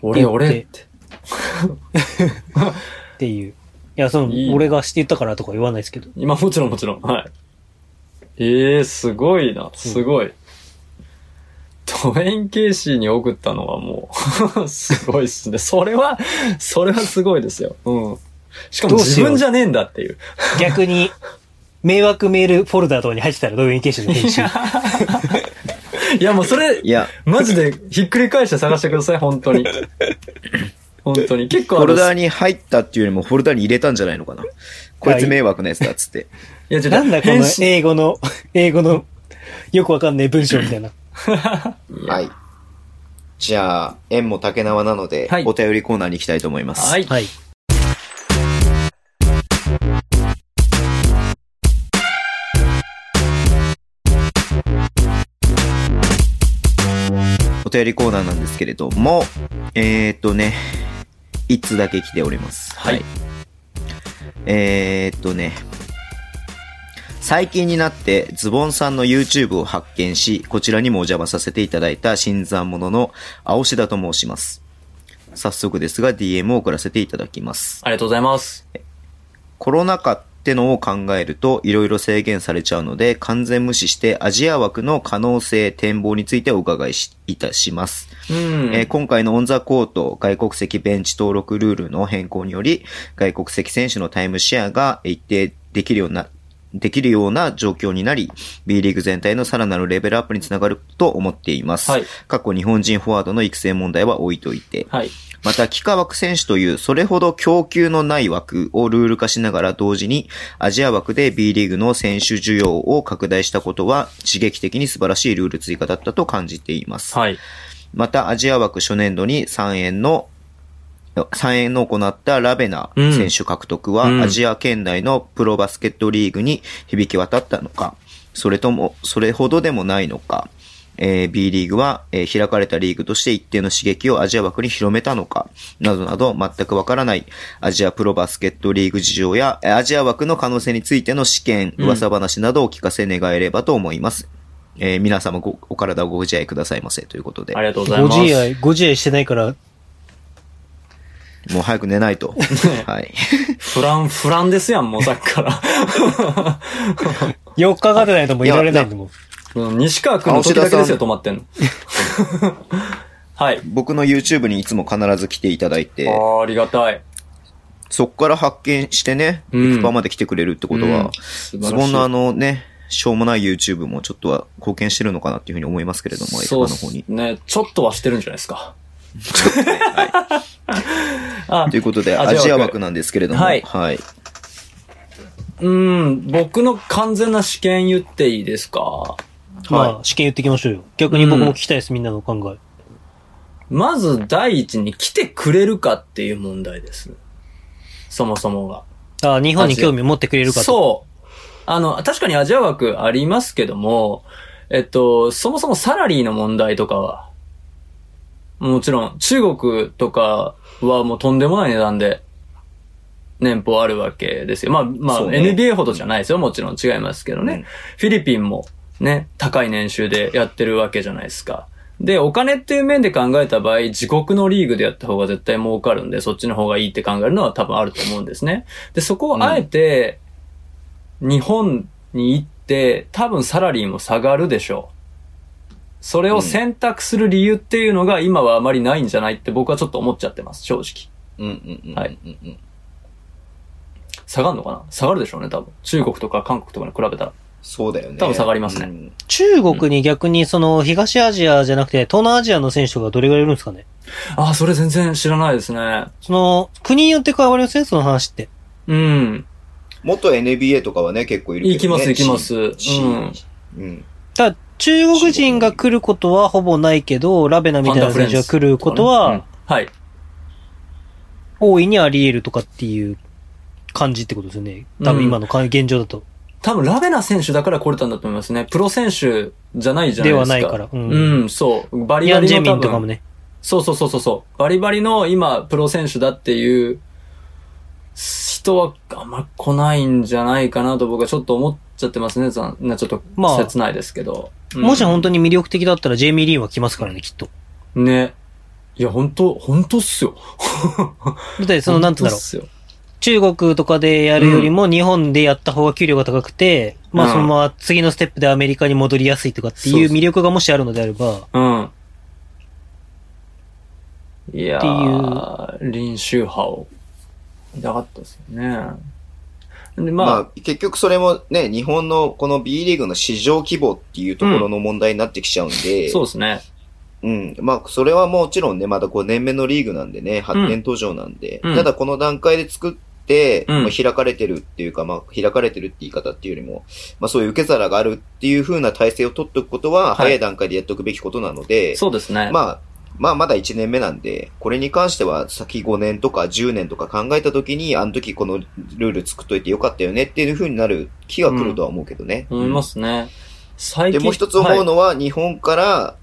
[SPEAKER 4] 俺、
[SPEAKER 3] 言って
[SPEAKER 4] 俺って。
[SPEAKER 3] っていう。いや、その、
[SPEAKER 4] いい
[SPEAKER 3] 俺がして言ったからとか言わないですけど。
[SPEAKER 4] 今もちろんもちろん。はい。ええすごいな。すごい。ドエン・ケイシーに送ったのはもう、 すごいっすね。それは、それはすごいですよ。うん。しかも
[SPEAKER 3] どうし
[SPEAKER 4] 自
[SPEAKER 3] よう
[SPEAKER 4] 分じゃねえんだっていう。
[SPEAKER 3] 逆に、迷惑メールフォルダーとかに入ってたら、どういう意見者の編集。
[SPEAKER 4] いや、もうそれ
[SPEAKER 2] い、や、
[SPEAKER 4] マジでひっくり返して探してください、本 当に。本当に。結構
[SPEAKER 2] フ
[SPEAKER 4] あ
[SPEAKER 2] ォ
[SPEAKER 4] の
[SPEAKER 2] ルダーに入ったっていうよりも、フォルダーに入れたんじゃないのかな。こいつ迷惑なやつだっつっ て。
[SPEAKER 4] いや、ちょっと
[SPEAKER 3] なんだこ
[SPEAKER 4] 編
[SPEAKER 3] の
[SPEAKER 4] 集
[SPEAKER 3] 英語の、英語のよくわかんない文章みたいな。
[SPEAKER 2] はい。じゃあ、縁も竹縄なので、
[SPEAKER 4] はい
[SPEAKER 2] お便りコーナーに行きたいと思います。
[SPEAKER 4] はい。
[SPEAKER 3] はい。
[SPEAKER 2] お便りコーナーなんですけれども、えーっとね、一通だけ来ております。
[SPEAKER 4] はい。
[SPEAKER 2] えーっとね、最近になってズボンさんの YouTube を発見し、こちらにもお邪魔させていただいた新参者の青志田と申します。早速ですが DM を送らせていただきます。
[SPEAKER 4] ありがとうございます。
[SPEAKER 2] コロナ禍ってのを考えるといろいろ制限されちゃうので完全無視してアジア枠の可能性、展望についてお伺いしいたします。
[SPEAKER 4] うん。
[SPEAKER 2] えー今回のオンザコート外国籍ベンチ登録ルールの変更により、外国籍選手のタイムシェアが一定できるような、できるような状況になり、B リーグ全体のさらなるレベルアップにつながると思っています。
[SPEAKER 4] はい
[SPEAKER 2] 過去日本人フォワードの育成問題は置いといて、
[SPEAKER 4] はい。
[SPEAKER 2] また、幾何枠選手という、それほど供給のない枠をルール化しながら同時に、アジア枠で B リーグの選手需要を拡大したことは、刺激的に素晴らしいルール追加だったと感じています。
[SPEAKER 4] はい。
[SPEAKER 2] また、アジア枠初年度に3円の、3円の行ったラベナ選手獲得は、
[SPEAKER 4] うん
[SPEAKER 2] アジア圏内のプロバスケットリーグに響き渡ったのか、それとも、それほどでもないのか、えー B リーグは、えー開かれたリーグとして一定の刺激をアジア枠に広めたのか、などなど全くわからないアジアプロバスケットリーグ事情や、えーアジア枠の可能性についての試験、
[SPEAKER 4] うん
[SPEAKER 2] 噂話などをお聞かせ願えればと思います。えー皆様ご、お体をご自愛くださいませということで
[SPEAKER 4] あ、りがとうござい
[SPEAKER 3] ご
[SPEAKER 4] ます。
[SPEAKER 3] 自愛、ご自愛してないから、
[SPEAKER 2] もう早く寝ない と。はい。
[SPEAKER 4] フラン、フランですやん、もうさっき から。
[SPEAKER 3] 4日が出ないともういられないんでもう。
[SPEAKER 4] うん西川君の時だけですよ、
[SPEAKER 2] あ
[SPEAKER 4] 止まってんの。はい。
[SPEAKER 2] 僕の YouTube にいつも必ず来ていただいて、
[SPEAKER 4] あーありがたい。
[SPEAKER 2] そこから発見してね、
[SPEAKER 4] うん
[SPEAKER 2] エクパまで来てくれるってこと
[SPEAKER 4] うん
[SPEAKER 2] は、
[SPEAKER 4] 素晴らし
[SPEAKER 2] ズ
[SPEAKER 4] い
[SPEAKER 2] ボンのあのね、しょうもない YouTube もちょっとは貢献してるのかなっていうふうに思いますけれども、エクパ
[SPEAKER 4] そう
[SPEAKER 2] の
[SPEAKER 4] っ
[SPEAKER 2] 方
[SPEAKER 4] す
[SPEAKER 2] に。
[SPEAKER 4] ね。ちょっとはしてるんじゃないですか。 あ
[SPEAKER 2] ということで、
[SPEAKER 4] ア
[SPEAKER 2] ア
[SPEAKER 4] ジア枠
[SPEAKER 2] ジア枠なんですけれども、
[SPEAKER 4] はい
[SPEAKER 2] はい。
[SPEAKER 4] うん、僕の完全な試験言っていいですか
[SPEAKER 3] まあ、試験言ってきましょうよ。逆に僕も聞きたいです、みんなのお考え。
[SPEAKER 4] まず第一に来てくれるかっていう問題です。そもそもが。
[SPEAKER 3] あ、日本に興味を持ってくれるかと。
[SPEAKER 4] そう。あの、確かにアジア枠ありますけども、えっと、そもそもサラリーの問題とかは、もちろん中国とかはもうとんでもない値段で年俸あるわけですよ。まあ、まあ、
[SPEAKER 2] そうね
[SPEAKER 4] NBA ほどじゃないですよ。もちろん違いますけどね。
[SPEAKER 2] うん
[SPEAKER 4] フィリピンもね、高い年収でやってるわけじゃないですか。で、お金っていう面で考えた場合、自国のリーグでやった方が絶対儲かるんで、そっちの方がいいって考えるのは多分あると思うんですね。で、そこをあえて、日本に行って、多分サラリーも下がるでしょう。それを選択する理由っていうのが今はあまりないんじゃないって僕はちょっと思っちゃってます、正直。
[SPEAKER 2] うんうんうんうんうん
[SPEAKER 4] はい下がるのかな下がるでしょうね、多分。中国とか韓国とかに比べたら。
[SPEAKER 2] そうだよね。
[SPEAKER 4] 多分下がりますね
[SPEAKER 2] うん
[SPEAKER 3] 中国に逆にその東アジアじゃなくて東南アジアの選手がどれぐらいいるんですかね
[SPEAKER 4] ああ、それ全然知らないですね。
[SPEAKER 3] その、国によって変わりませんその話って。
[SPEAKER 4] うん。
[SPEAKER 2] 元 NBA とかはね、結構いる
[SPEAKER 4] 行
[SPEAKER 2] け
[SPEAKER 4] き
[SPEAKER 2] ど
[SPEAKER 4] ま
[SPEAKER 2] ね。
[SPEAKER 4] す、行きます。うん。
[SPEAKER 2] うん。うん。
[SPEAKER 3] ただ、中国人が来ることはほぼないけど、ラベナみたいな選手が来ること
[SPEAKER 4] うん
[SPEAKER 3] は、
[SPEAKER 4] はい。
[SPEAKER 3] 大いにあり得るとかっていう感じってことですよね。多分今のか現状だと。
[SPEAKER 4] 多分、ラベナ選手だから来れたんだと思いますね。プロ選手じゃないじゃな
[SPEAKER 3] で
[SPEAKER 4] いですか。
[SPEAKER 3] はないからう
[SPEAKER 4] うんん、そう。バリ
[SPEAKER 3] ヤ
[SPEAKER 4] バ
[SPEAKER 3] ン・
[SPEAKER 4] リ
[SPEAKER 3] ジェ
[SPEAKER 4] の
[SPEAKER 3] ミ
[SPEAKER 4] 多
[SPEAKER 3] ンとかも
[SPEAKER 4] 分、
[SPEAKER 3] ね。
[SPEAKER 4] そうそうそうそうそう。バリバリの今、プロ選手だっていう人はあんま来ないんじゃないかなと僕はちょっと思っちゃってますね。残なちょっと
[SPEAKER 3] まあ
[SPEAKER 4] 切ないですけど。うん
[SPEAKER 3] もし本当に魅力的だったらジェイミー・リーンは来ますからね、きっと。
[SPEAKER 4] ね。いや、本当本当っすよ。
[SPEAKER 3] だって その、なんて言うんだろう
[SPEAKER 4] 本当っ。すよ
[SPEAKER 3] 中国とかでやるよりも日本でやった方が給料が高くて、まあ
[SPEAKER 4] うん
[SPEAKER 3] そのまま次のステップでアメリカに戻りやすいとかっていう魅力がもしあるのであれば、
[SPEAKER 4] うん。いや
[SPEAKER 3] っ
[SPEAKER 4] ー、臨州派を、痛かったですよね。で、まあ、
[SPEAKER 2] まあ、結局それもね、日本のこの B リーグの市場規模っていうところの問題になってきちゃうんで、
[SPEAKER 4] そうですね。
[SPEAKER 2] うん。まあ、それはもちろんね、まだ5年目のリーグなんでね、発展途上なんで、
[SPEAKER 4] うん
[SPEAKER 2] ただこの段階で作って、
[SPEAKER 4] うん
[SPEAKER 2] まあ、開かれてるっていうか、まあ、開かれてるって言い方っていうよりも、まあ、そういう受け皿があるっていう風な体制を取っておくことは、
[SPEAKER 4] い
[SPEAKER 2] 早い段階でやっておくべきことなので、
[SPEAKER 4] そうですね。
[SPEAKER 2] まあ、まあ、まだ1年目なんで、これに関しては先5年とか10年とか考えたときに、あの時このルール作っといてよかったよねっていう風になる気が来るとは思うけどね。
[SPEAKER 4] 思いますね。最
[SPEAKER 2] で、
[SPEAKER 4] 近。
[SPEAKER 2] もう一つ思うのは、日本から、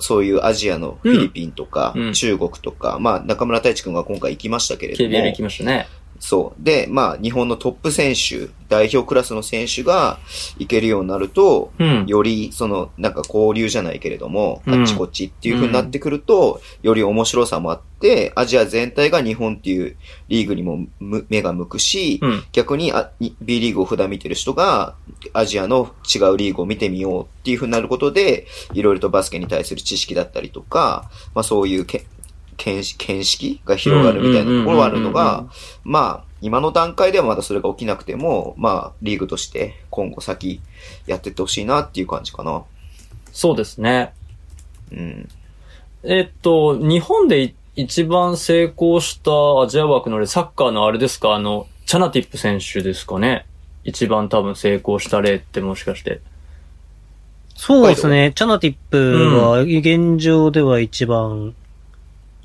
[SPEAKER 2] そういうアジアのフィリピンとか
[SPEAKER 4] うんうん、
[SPEAKER 2] 中国とか、まあ、中村太一くんが今回行きましたけれ
[SPEAKER 4] はい、
[SPEAKER 2] ど
[SPEAKER 4] KBL 行
[SPEAKER 2] も
[SPEAKER 4] き、ましたね。
[SPEAKER 2] そう。で、まあ、日本のトップ選手、代表クラスの選手が行けるようになると、
[SPEAKER 4] うん。
[SPEAKER 2] より、その、なんか交流じゃないけれども、
[SPEAKER 4] うん
[SPEAKER 2] あっちこっちっていう風になってくると、より面白さもあって、アジア全体が日本っていうリーグにもむ目が向くし、
[SPEAKER 4] うん。
[SPEAKER 2] 逆にあに B リーグを普段見てる人が、アジアの違うリーグを見てみようっていう風になることで、いろいろとバスケに対する知識だったりとか、まあそういうけ見識見識が広がるみたいなところはあるの
[SPEAKER 4] うんうんうんうんうん
[SPEAKER 2] が、まあ、今の段階ではまだそれが起きなくても、まあ、リーグとして今後先やってってほしいなっていう感じかな。
[SPEAKER 4] そうですね。
[SPEAKER 2] うん。
[SPEAKER 4] えっと、日本でい一番成功したアジア枠の例サッカーのあれですかあの、チャナティップ選手ですかね。一番多分成功した例ってもしかして。
[SPEAKER 3] そうですね、チャナティップは現状では一番、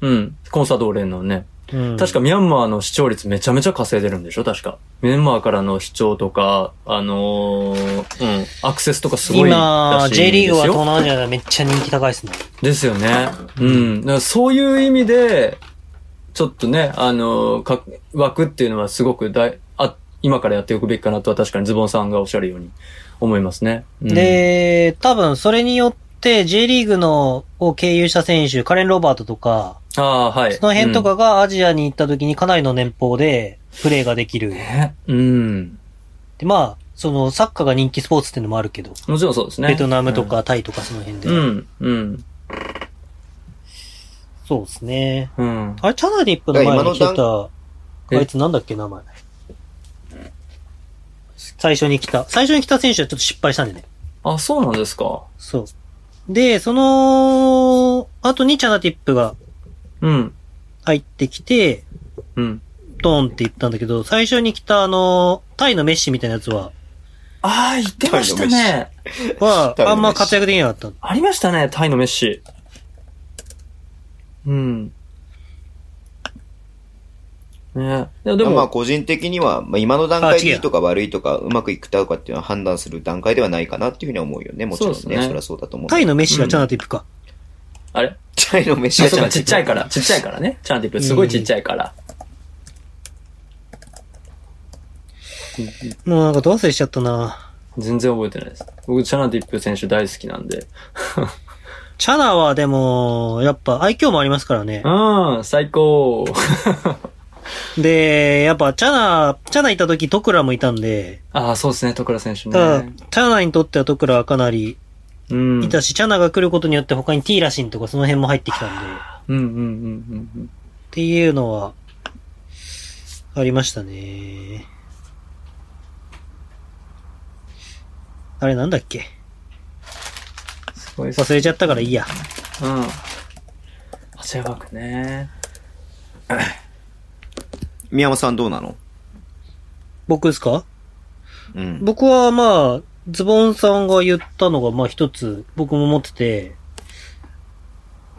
[SPEAKER 4] うん。コンサドーレのね。
[SPEAKER 3] うん
[SPEAKER 4] 確かミャンマーの視聴率めちゃめちゃ稼いでるんでしょ確か。ミャンマーからの視聴とか、あのーうん、アクセスとかすごいら
[SPEAKER 3] 今、
[SPEAKER 4] しい
[SPEAKER 3] J
[SPEAKER 4] んで
[SPEAKER 3] リ
[SPEAKER 4] す
[SPEAKER 3] ー
[SPEAKER 4] よ。
[SPEAKER 3] グは東南アジアでめっちゃ人気高いですね。
[SPEAKER 4] ですよね。うん。だからそういう意味で、ちょっとね、あの、か枠っていうのはすごく大あ、今からやっておくべきかなとは確かにズボンさんがおっしゃるように思いますね。うん、
[SPEAKER 3] で、多分それによって、J リーグのを経由した選手、カレン・ロバートとか、
[SPEAKER 4] ああ、はい。
[SPEAKER 3] その辺とかがアジアに行った時にかなりの年俸でプレーができる。
[SPEAKER 4] うん。ねうん。
[SPEAKER 3] で、まあ、そのサッカーが人気スポーツっていうのもあるけど、
[SPEAKER 4] もちろんそうですね。
[SPEAKER 3] ベトナムとかタイとかその辺で。
[SPEAKER 4] うん。うん。うん。
[SPEAKER 3] そうですね。
[SPEAKER 4] うん。
[SPEAKER 3] あれ、チャナディップの前に来
[SPEAKER 2] いや
[SPEAKER 3] て
[SPEAKER 2] 今
[SPEAKER 3] た、
[SPEAKER 4] え
[SPEAKER 3] あいつなんだっけ、名前。最初に来た。最初に来た選手はちょっと失敗したんでね。
[SPEAKER 4] あ、そうなんですか。
[SPEAKER 3] そう。で、その、後にチャナティップが
[SPEAKER 4] うん。
[SPEAKER 3] 入ってきて、
[SPEAKER 4] うん。
[SPEAKER 3] ドーンって言ったんだけど、最初に来たあの、タイのメッシみたいなやつ は、
[SPEAKER 4] ああ、言ってました
[SPEAKER 2] タイのメ
[SPEAKER 4] ね。
[SPEAKER 3] は、
[SPEAKER 2] タイのメッシ
[SPEAKER 3] あんま活躍できなかった。
[SPEAKER 4] ありましたね、タイのメッシ。うん。ねいや、で
[SPEAKER 2] でも、まあ
[SPEAKER 4] も、
[SPEAKER 2] 個人的には、まあ今の段階で
[SPEAKER 3] あ違う
[SPEAKER 2] いいとか悪いとか、うまくいくとかっていうのは判断する段階ではないかなっていうふうには思うよね。もちろんね。
[SPEAKER 4] そ
[SPEAKER 2] そう
[SPEAKER 4] ですね
[SPEAKER 2] りゃそうだと思う。
[SPEAKER 3] タイのメッシがチャナティップか。
[SPEAKER 4] あれ
[SPEAKER 2] チャイの飯
[SPEAKER 4] あ、
[SPEAKER 2] は
[SPEAKER 4] そうか、
[SPEAKER 2] ち
[SPEAKER 4] ち
[SPEAKER 2] ゃ
[SPEAKER 4] っ
[SPEAKER 2] ん
[SPEAKER 4] ちゃいから、ちっちゃいからね。チャンティップ、すごいちっちゃいから。
[SPEAKER 3] もうなんかどうせしちゃったな。
[SPEAKER 4] 全然覚えてないです。僕、チャナティップ選手大好きなんで。
[SPEAKER 3] チャナはでも、やっぱ愛嬌もありますからね。
[SPEAKER 4] うん、最高。
[SPEAKER 3] で、やっぱチャナ、チャナいた時トクラもいたんで、
[SPEAKER 4] ああ、そうですね、徳倉選手
[SPEAKER 3] ただ、
[SPEAKER 4] ね。
[SPEAKER 3] チャナにとってはトクラはかなり
[SPEAKER 4] うん。
[SPEAKER 3] いたし、チャナが来ることによって他にティーラシンとかその辺も入ってきたんで、っ
[SPEAKER 4] うんうんうんうんうん。
[SPEAKER 3] ていうのは、ありましたね。あれなんだっけ
[SPEAKER 4] すごいっす
[SPEAKER 3] 忘れちゃったからいいや。
[SPEAKER 4] うん。アジア枠ね。
[SPEAKER 2] 宮本さんどうなの
[SPEAKER 3] 僕ですか
[SPEAKER 2] うん。
[SPEAKER 3] 僕はまあ、ズボンさんが言ったのがまあ一つ僕も持ってて、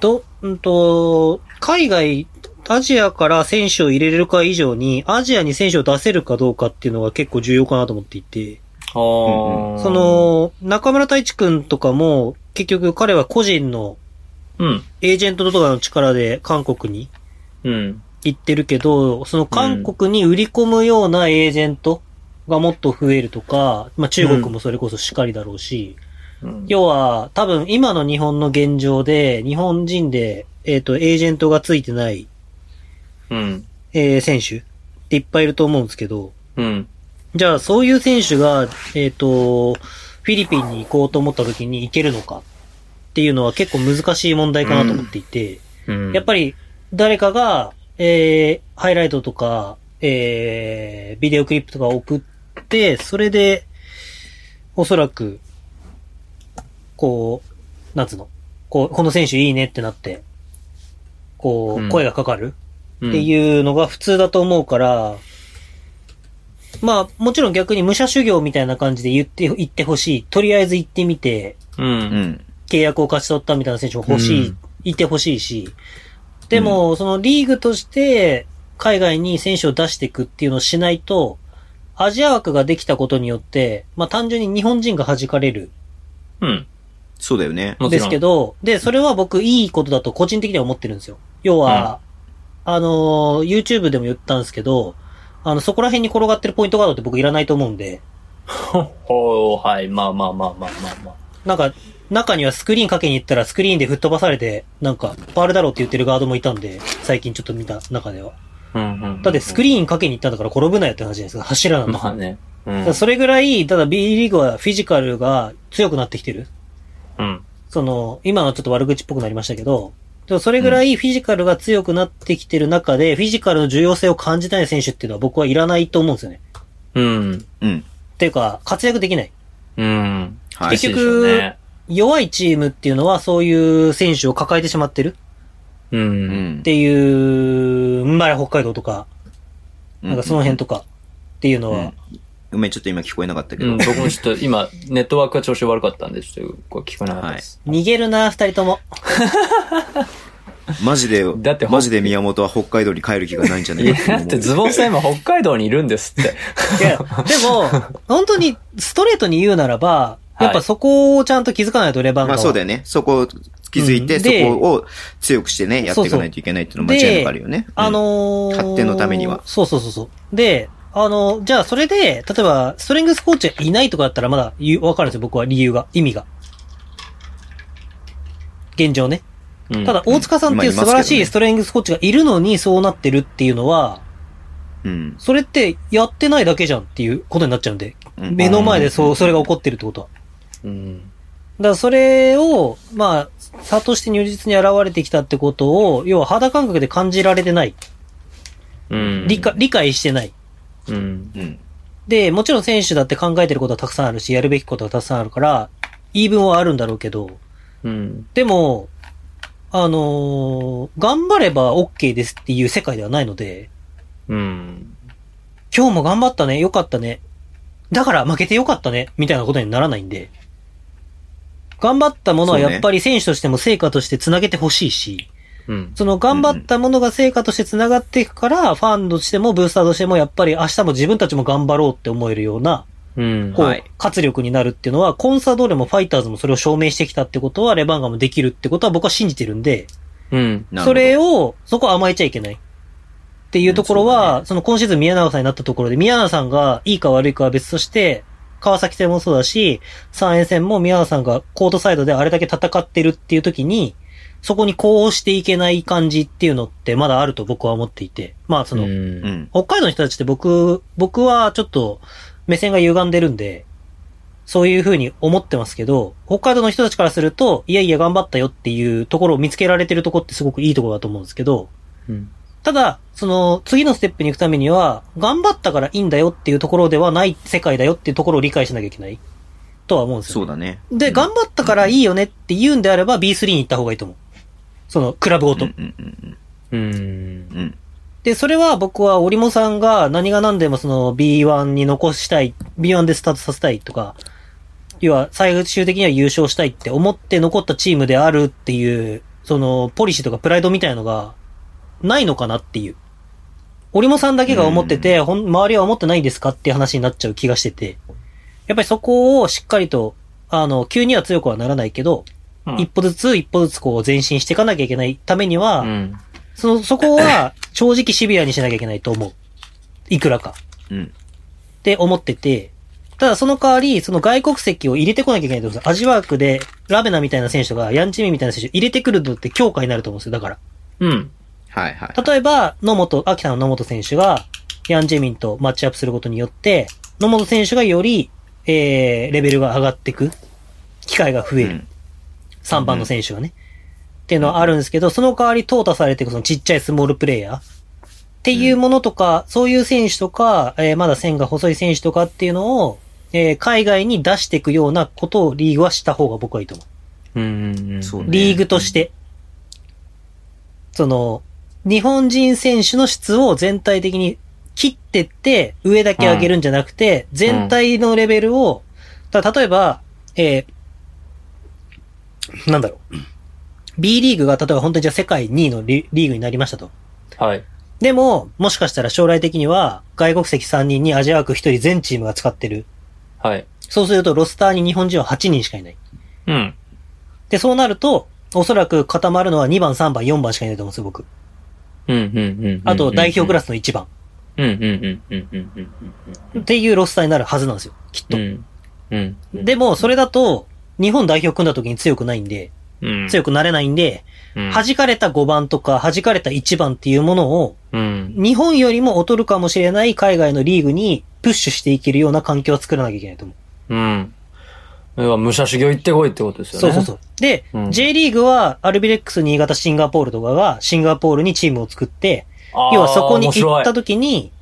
[SPEAKER 3] と、うんと、海外、アジアから選手を入れれるか以上に、アジアに選手を出せるかどうかっていうのが結構重要かなと思っていて、
[SPEAKER 4] ああ、
[SPEAKER 3] そ、の、中村太一くんとかも、結局彼は個人の
[SPEAKER 4] うん。
[SPEAKER 3] エージェントとかの力で韓国に
[SPEAKER 4] うん。
[SPEAKER 3] 行ってるけど、その韓国に売り込むようなエージェントがもっと増えるとか、まあ中国もそれこそしかりだろうし、
[SPEAKER 4] うん
[SPEAKER 3] 要は多分今の日本の現状で、日本人で、えっ、と、エージェントがついてない、
[SPEAKER 4] うん。
[SPEAKER 3] えー選手っていっぱいいると思うんですけど、
[SPEAKER 4] うん。
[SPEAKER 3] じゃあそういう選手が、えっ、と、フィリピンに行こうと思った時に行けるのかっていうのは結構難しい問題かなと思っていて、
[SPEAKER 4] うん。
[SPEAKER 3] やっぱり、誰かが、えー、ハイライトとか、えー、ビデオクリップとか送って、それで、おそらく、こう、なんつうの、こう、この選手いいねってなって、こ
[SPEAKER 4] うん
[SPEAKER 3] う、声がかかる
[SPEAKER 4] り
[SPEAKER 3] っていうのが普通だと思うから、まあ、もちろん逆に武者修行みたいな感じで言って、言ってほしい。とりあえず行ってみて、
[SPEAKER 4] うん。う。
[SPEAKER 2] うんん。
[SPEAKER 3] 契約を勝ち取ったみたいな選手も欲しい、
[SPEAKER 4] うん
[SPEAKER 3] いて欲しいし、でも、そのリーグとして海外に選手を出していくっていうのをしないと、アジア枠ができたことによって、まあ単純に日本人が弾かれる
[SPEAKER 4] うん。
[SPEAKER 2] そうだよね。
[SPEAKER 4] も
[SPEAKER 3] ん
[SPEAKER 4] ちろん
[SPEAKER 3] ですけど、で、それは僕いいことだと個人的には思ってるんですよ。要は、あのー、YouTube でも言ったんですけど、あの、そこら辺に転がってるポイントガードって僕いらないと思うんで、
[SPEAKER 4] ほう、 はい、まあまあまあまあまあまあ。
[SPEAKER 3] なんか、中にはスクリーンかけに行ったらスクリーンで吹っ飛ばされて、なんか、パールだろうって言ってるガードもいたんで、最近ちょっと見た中では。
[SPEAKER 4] うんうん
[SPEAKER 3] だってスクリーンかけに行ったんだから転ぶなよって話じゃないですか、柱なんだ
[SPEAKER 4] ま
[SPEAKER 3] か
[SPEAKER 4] あ
[SPEAKER 3] ら。
[SPEAKER 4] ね。う
[SPEAKER 3] だ
[SPEAKER 4] ん
[SPEAKER 3] からそれぐらい、ただ B リーグはフィジカルが強くなってきてる。
[SPEAKER 4] うん。
[SPEAKER 3] その、今のちょっと悪口っぽくなりましたけど、でもそれぐらいフィジカルが強くなってきてる中で、フィジカルの重要性を感じない選手っていうのは僕はいらないと思うんですよね。
[SPEAKER 4] うん。
[SPEAKER 2] うん。
[SPEAKER 3] っていうか、活躍できない。
[SPEAKER 4] うん。
[SPEAKER 2] はい
[SPEAKER 3] 結局
[SPEAKER 4] 厳しいでしょうね
[SPEAKER 3] 弱いチームっていうのはそういう選手を抱えてしまってる。
[SPEAKER 4] う。
[SPEAKER 2] うんん
[SPEAKER 3] っ。ていう、まあ、北海道とか、なんかその辺とかっていうの
[SPEAKER 2] う
[SPEAKER 3] は、
[SPEAKER 2] ん。ごめん、ちょっと今聞こえなかったけ
[SPEAKER 4] う
[SPEAKER 2] ど
[SPEAKER 4] ん、。僕もちょっと今、ネットワークが調子悪かったんで、ちょっとこう聞こえなかったです。
[SPEAKER 3] 逃げるな、二人とも。
[SPEAKER 2] マジで、
[SPEAKER 4] だってほん
[SPEAKER 2] マジで宮本は北海道に帰る気がないんじゃないい
[SPEAKER 4] や、
[SPEAKER 2] かと
[SPEAKER 4] だ
[SPEAKER 2] 思
[SPEAKER 4] っ
[SPEAKER 2] う
[SPEAKER 4] てズボンさん今北海道にいるんですって。
[SPEAKER 3] いや、でも、本当にストレートに言うならば、やっぱそこをちゃんと気づかないとレバンガ
[SPEAKER 2] ま
[SPEAKER 3] は。
[SPEAKER 2] あそうだよね。そこを気づいて、
[SPEAKER 3] うんで
[SPEAKER 2] そこを強くしてね、やっていかないといけないっていうのは間違いなくあるよね。うん
[SPEAKER 3] あ、のー
[SPEAKER 2] 発展のためには
[SPEAKER 3] そうそうそうそう。で、あの、じゃあそれで、例えば、ストレングスコーチがいないとかだったらまだ言うわかるんですよ、僕は理由が、意味が。現状ね。
[SPEAKER 4] うん
[SPEAKER 3] ただ、大塚さんっていう
[SPEAKER 2] 今いますけど
[SPEAKER 3] 素
[SPEAKER 2] ね
[SPEAKER 3] 晴らしいストレングスコーチがいるのにそうなってるっていうのは、
[SPEAKER 2] うん。
[SPEAKER 3] それってやってないだけじゃんっていうことになっちゃうんで、
[SPEAKER 2] うん
[SPEAKER 3] 目の前でそうう、それが起こってるってことは。
[SPEAKER 4] う
[SPEAKER 3] だ
[SPEAKER 4] ん。
[SPEAKER 3] からそれを、まあ、差として如実に現れてきたってことを、要は肌感覚で感じられてない。
[SPEAKER 4] うん。
[SPEAKER 3] 理解、。理解してない。
[SPEAKER 4] うん。
[SPEAKER 2] ん。
[SPEAKER 3] で、もちろん選手だって考えてることはたくさんあるし、やるべきことはたくさんあるから、言い分はあるんだろうけど、
[SPEAKER 4] うん。
[SPEAKER 3] でも、あのー頑張れば OK ですっていう世界ではないので、
[SPEAKER 4] うん。
[SPEAKER 3] 今日も頑張ったね、よかったね、だから負けてよかったね、みたいなことにならないんで、頑張ったものはやっぱり選手としても成果として繋げてほしいし、
[SPEAKER 4] うん。
[SPEAKER 3] その頑張ったものが成果として繋がっていくから、ファンとしてもブースターとしてもやっぱり明日も自分たちも頑張ろうって思えるような、
[SPEAKER 4] うん。
[SPEAKER 3] こう、
[SPEAKER 2] はい
[SPEAKER 3] 活力になるっていうのは、コンサドーレもファイターズもそれを証明してきたってことは、レバンガもできるってことは僕は信じてるんで、
[SPEAKER 4] うん。
[SPEAKER 2] なるほど
[SPEAKER 3] それを、そこは甘えちゃいけない。っていうところ
[SPEAKER 2] うんそう
[SPEAKER 3] は、
[SPEAKER 2] だ
[SPEAKER 3] その今シーズン宮永さんになったところで、宮永さんがいいか悪いかは別として、川崎戦もそうだし、三円戦も宮永さんがコートサイドであれだけ戦ってるっていう時に、そこにこうしていけない感じっていうのってまだあると僕は思っていて。まあその、
[SPEAKER 4] うん
[SPEAKER 2] うん。
[SPEAKER 3] 北海道の人たちって僕、僕はちょっと目線が歪んでるんで、そういう風に思ってますけど、北海道の人たちからすると、いやいや頑張ったよっていうところを見つけられてるとこってすごくいいところだと思うんですけど、
[SPEAKER 4] うん。
[SPEAKER 3] ただ、その、次のステップに行くためには、頑張ったからいいんだよっていうところではない世界だよっていうところを理解しなきゃいけない。とは思うんです
[SPEAKER 2] そ
[SPEAKER 3] よ。
[SPEAKER 2] うだね。
[SPEAKER 3] で、頑張ったからいいよねって言うんであれば B3 に行った方がいいと思う。その、クラブご
[SPEAKER 2] う
[SPEAKER 3] と。
[SPEAKER 2] んうんうん
[SPEAKER 4] うん。
[SPEAKER 2] うん。
[SPEAKER 3] で、それは僕は折茂さんが何が何でもその B1 に残したい、B1 でスタートさせたいとか、要は最終的には優勝したいって思って残ったチームであるっていう、そのポリシーとかプライドみたいのがないのかなっていう。折茂さんだけが思ってて、ほん周りは思ってないんですかっていう話になっちゃう気がしてて。やっぱりそこをしっかりと、あの、急には強くはならないけど、一歩ずつ一歩ずつこう前進していかなきゃいけないためには、
[SPEAKER 4] うん。
[SPEAKER 3] その、そこは、 正直シビアにしなきゃいけないと思う。いくらか。っ
[SPEAKER 2] うん。
[SPEAKER 3] て思ってて。ただ、その代わり、その外国籍を入れてこなきゃいけないと思うんですよ。アジワークで、ラベナみたいな選手とか、ヤンチミみたいな選手入れてくるのって強化になると思うんですよ。だから。
[SPEAKER 4] うん。
[SPEAKER 2] はいはい。
[SPEAKER 3] 例えば、野本、秋田の野本選手が、ヤンジェミンとマッチアップすることによって、野本選手がより、えー、レベルが上がっていく。機会が増える。
[SPEAKER 2] うん
[SPEAKER 3] 3番の選手がね。っていうのはあるんですけど、その代わり淘汰されていくそのちっちゃいスモールプレイヤーっていうものとか、そういう選手とか、えーまだ線が細い選手とかっていうのを、えー海外に出していくようなことをリーグはした方が僕はいいと思う。
[SPEAKER 4] うん。
[SPEAKER 2] そうね
[SPEAKER 3] リーグとして、その、日本人選手の質を全体的に切ってって、上だけ上げるんじゃなくて、全体のレベルを、だ例えば、えーなんだろう。B リーグが、例えば本当にじゃあ世界2位のリリーグになりましたと。
[SPEAKER 4] はい。
[SPEAKER 3] でも、もしかしたら将来的には、外国籍3人にアジア枠1人全チームが使ってる。
[SPEAKER 4] はい。
[SPEAKER 3] そうすると、ロスターに日本人は8人しかいない。
[SPEAKER 4] うん。
[SPEAKER 3] で、そうなると、おそらく固まるのは2番、3番、4番しかいないと思うんですよ、僕。
[SPEAKER 4] うん。うん。うん。
[SPEAKER 3] あと、代表クラ
[SPEAKER 4] ス。
[SPEAKER 3] スの1番。
[SPEAKER 4] うん。うん。うん。うん。うん。うん。
[SPEAKER 3] っていうロスターになるはずなんですよ、きっ
[SPEAKER 4] う
[SPEAKER 3] と。
[SPEAKER 4] ん。うん。
[SPEAKER 3] でも、それだと、日本代表組んだ時に強くないんで、
[SPEAKER 4] うん、
[SPEAKER 3] 強くなれないんで、
[SPEAKER 4] うん、
[SPEAKER 3] 弾かれた5番とか、弾かれた1番っていうものを、
[SPEAKER 4] うん。
[SPEAKER 3] 日本よりも劣るかもしれない海外のリーグにプッシュしていけるような環境を作らなきゃいけないと思う。
[SPEAKER 4] うん。要は武者修行行ってこいってことですよね。
[SPEAKER 3] そうそう
[SPEAKER 4] う。
[SPEAKER 3] そう。で、
[SPEAKER 4] うん
[SPEAKER 3] J リーグは、アルビレックス新潟シンガポールとかが、シンガポールにチームを作って、要はそこに行った
[SPEAKER 4] と。
[SPEAKER 3] 時に、